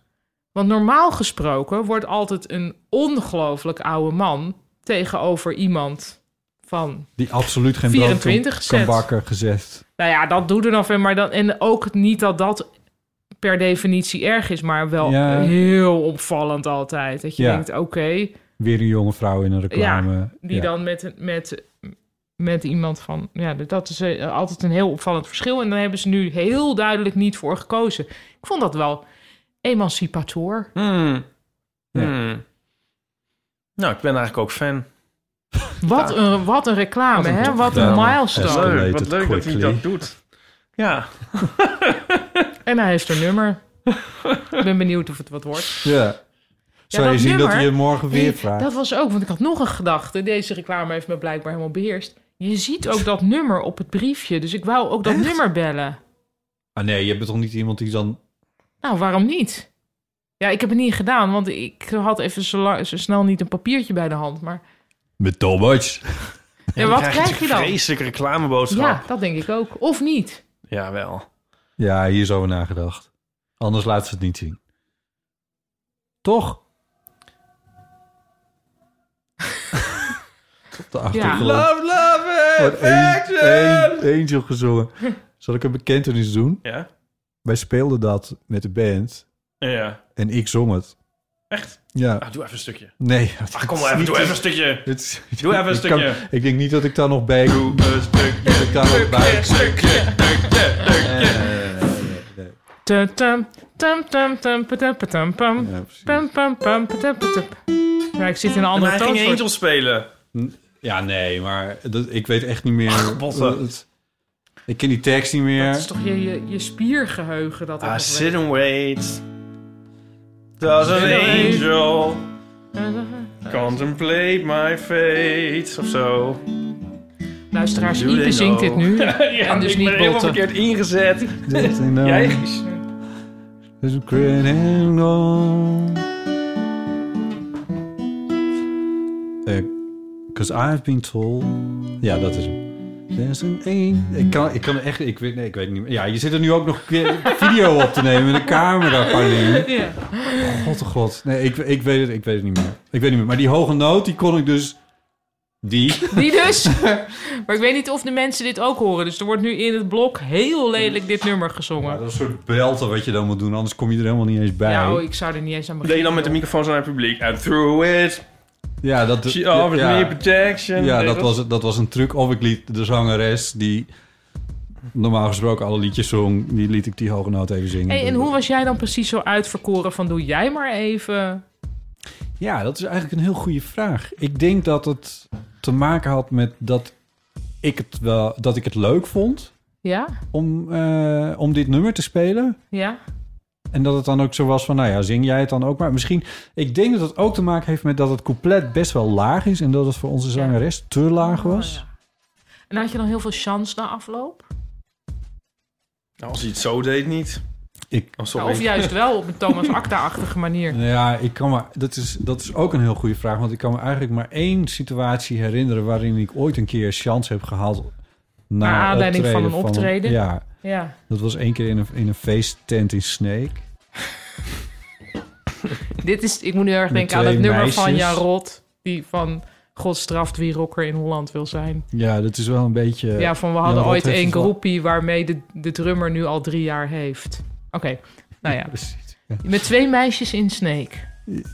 A: Want normaal gesproken wordt altijd een ongelooflijk oude man tegenover iemand van
B: Die absoluut geen brood
A: 24
B: kan, kan
A: cent.
B: bakken gezet.
A: nou ja, dat doet er nog weer. Maar dan, en ook niet dat dat per definitie erg is, maar wel
B: Ja.
A: heel opvallend altijd. Dat je
B: Ja.
A: denkt, oké,
B: Weer een jonge vrouw in een reclame.
A: die
B: Ja.
A: dan met, met, met iemand van... Ja, dat is eh, altijd een heel opvallend verschil. En daar hebben ze nu heel duidelijk niet voor gekozen. Ik vond dat wel emancipator.
C: Hmm.
B: Ja.
C: Hmm. Nou, ik ben eigenlijk ook fan.
A: Wat, een, wat een reclame,
C: Wat een
A: hè? Wat een
B: reclame.
A: milestone.
B: Escalated
C: Leuk, wat leuk dat hij
B: quickly.
C: dat doet. Ja.
A: En hij heeft een nummer. Ik ben benieuwd of het wat wordt.
B: Ja. Zou
A: dat
B: je zien dat
A: nummer-
B: hij je morgen weer
A: Nee,
B: vraagt?
A: Dat was ook, want ik had nog een gedachte. Deze reclame heeft me blijkbaar helemaal beheerst. Je ziet ook dat nummer op het briefje. Dus ik wou ook dat nummer bellen.
B: Ah nee, je bent toch niet iemand die dan...
A: Nou, waarom niet? Ja, ik heb het niet gedaan, want ik had even zo, lang- zo snel niet een papiertje bij de hand. Maar
B: Met Thomas.
A: ja, wat krijg je
C: Een
A: dan?
C: vreselijke reclameboodschap.
A: Ja, dat denk ik ook. Of niet?
C: Jawel.
B: Ja, hier is over nagedacht. Anders laten ze het niet zien. Toch? Op de achtergrond
C: love
B: wordt een, een Angel gezongen. Zal ik een bekentenis doen?
C: Ja?
B: Wij speelden dat met de band
C: Ja.
B: en ik zong het.
C: Echt?
B: Ja,
C: Ah, doe even een stukje.
B: nee.
C: Ach, Ah, kom maar even, doe even een stukje.
B: Het is-
C: Doe even een
B: ik kan-
C: stukje.
B: ik denk niet dat ik daar nog bij... Dat
C: Doe een stukje.
B: ik daar nog bij...
C: Stukje, stukje, stukje.
A: Tum, tum, tum, tum, tum, patum, patum, pam.
B: Ja, precies.
A: Pam, pam, pam, patum, patum. Ja, ik zit in een andere
C: Hij ging
A: toonsoort.
C: Angel spelen.
B: Ja, nee, maar dat, ik weet echt niet meer.
C: botten.
B: Eh, het- ik ken die tekst niet meer.
A: Dat is toch je, je, je spiergeheugen dat
C: I
A: dat
C: Ah, sit and wait. Does an angel contemplate my fate? Of zo.
A: Luisteraars,
C: Do they
A: Ipe zingt dit
C: know?
A: nu.
C: nou. Ja,
A: En dus
C: ik
A: niet
C: ben helemaal
A: botten.
C: verkeerd ingezet.
B: Dit en dan.
C: Jij?
B: There's a criminal. Because Eh, I've been told. Ja, dat is hem. There's an angel. Ik kan, ik kan echt. Ik weet, nee, ik weet niet meer. Ja, je zit er nu ook nog weer video op te nemen met een camera, Pauline.
A: Ja.
B: God, oh god. Nee, ik, ik, weet het, ik weet het niet meer. Ik weet het niet meer. Maar die hoge noot, die kon ik dus. Die.
A: Die dus. Maar ik weet niet of de mensen dit ook horen. Dus er wordt nu in het blok heel lelijk dit nummer
B: Ja,
A: gezongen.
B: dat is een soort belten wat je dan moet doen, anders kom je er helemaal niet eens bij.
A: Ja,
B: Ja,
A: oh, ik zou er niet eens aan
C: Deed je
A: beginnen.
C: dan met de microfoon zo naar het publiek. And through it,
B: dat,
C: she offers
B: ja,
C: me protection.
B: ja,
C: Deed
B: dat, was, het- dat was een truc. Of ik liet de zangeres die normaal gesproken alle liedjes zong, die liet ik die hoge noot even zingen.
A: Hey, en hoe was jij dan precies zo uitverkoren van doe jij maar even?
B: Ja, dat is eigenlijk een heel goede vraag. Ik denk dat het te maken had met dat ik het, wel, dat ik het leuk vond
A: Ja?
B: om, eh, om dit nummer te spelen.
A: Ja?
B: En dat het dan ook zo was van, nou ja, zing jij het dan ook maar. Misschien, ik denk dat het ook te maken heeft met dat het couplet best wel laag is... en dat het voor onze zangeres te laag was.
A: Oh, ja. En had je dan heel veel chance na afloop?
C: Nou, als hij het zo deed, niet.
B: Ik,
C: Oh,
A: Nou,
C: sorry.
A: of juist wel op een Thomas Acta-achtige manier?
B: nou ja, ik kan maar, dat, is, dat is ook een heel goede vraag... want ik kan me eigenlijk maar één situatie herinneren... waarin ik ooit een keer chance heb gehaald... na
A: Naar aanleiding van
B: optreden
A: een optreden?
B: ja,
A: Ja.
B: dat was één keer in een, in een feesttent in Sneek.
A: Dit is, ik moet nu erg denken aan
B: twee
A: het nummer van
B: meisjes.
A: Jan Rot. Die van God straft wie rocker in Holland wil zijn.
B: Ja, dat is wel een beetje...
A: Ja, van we hadden
B: Jan Rot
A: ooit
B: heeft
A: één
B: het wel-
A: groepie waarmee de, de drummer nu al drie jaar heeft. Oké, nou ja.
B: Precies.
A: Met twee meisjes in Sneek.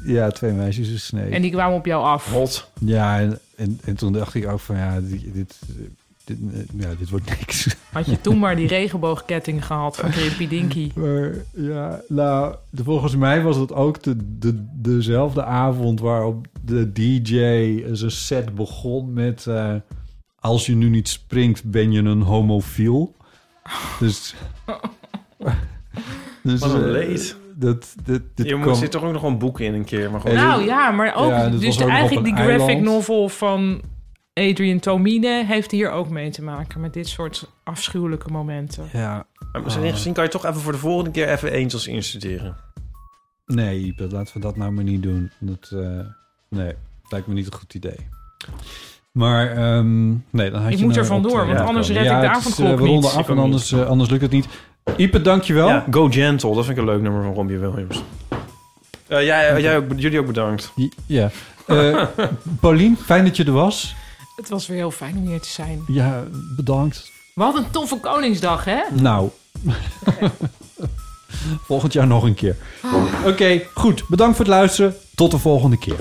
B: Ja, twee meisjes in Sneek.
A: En die kwamen op jou af.
C: Rot.
B: Ja, en, en, en toen dacht ik ook van ja, dit, dit, dit, eh, ja, dit wordt niks.
A: Had je toen maar die regenboogketting gehad van Krimpy Dinky.
B: Maar ja, nou, de- volgens mij was dat ook de, de, dezelfde avond waarop de DJ zijn set begon met... eh, als je nu niet springt, ben je een homofiel. Dus... dus
C: Wat een
B: eh,
C: leed.
B: dat, dit, dit
C: Je
B: kwam-
C: moet, zit toch ook nog wel een boek in een keer. Maar gewoon,
A: Nou ja, maar ook...
B: Ja, dat
A: dus
B: was ook nog
A: eigenlijk
B: op
A: die
B: een
A: graphic
B: eiland.
A: novel van Adrian Tomine... heeft hier ook mee te maken met dit soort afschuwelijke momenten.
B: Ja,
C: Maar misschien gezien kan je toch even voor de volgende keer even Angels instuderen.
B: nee, Ipe, laten we dat nou maar niet doen. Dat, eh, nee, lijkt me niet een goed idee. Maar ehm, nee, dan had
A: Ik
B: je
A: moet
B: nou
A: er vandoor,
B: op, eh,
A: want
B: ja,
A: anders
B: komen.
A: red ik
B: Ja,
A: de
B: het is,
A: avondklok
B: eh, we
A: niet.
B: ronden
A: Ik
B: af,
A: ook
B: en
A: niet.
B: anders, eh, anders lukt het niet. Ipe, dankjewel.
C: Ja, Go Gentle. Dat vind ik een leuk nummer van Robbie Williams. Eh, jij, jij ook, jullie ook bedankt.
B: Ja. Eh, Paulien, fijn dat je er was.
A: Het was weer heel fijn om hier te zijn.
B: Ja, bedankt.
A: Wat een toffe Koningsdag, hè?
B: Nou, volgend jaar nog een keer. Oké, goed. Bedankt voor het luisteren. Tot de volgende keer.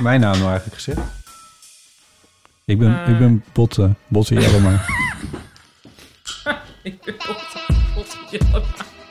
B: Mijn naam nou eigenlijk gezegd? Ik ben,
A: Eh.
B: ik ben Botte. Botte Jellema.
A: Ik ben tot- tot-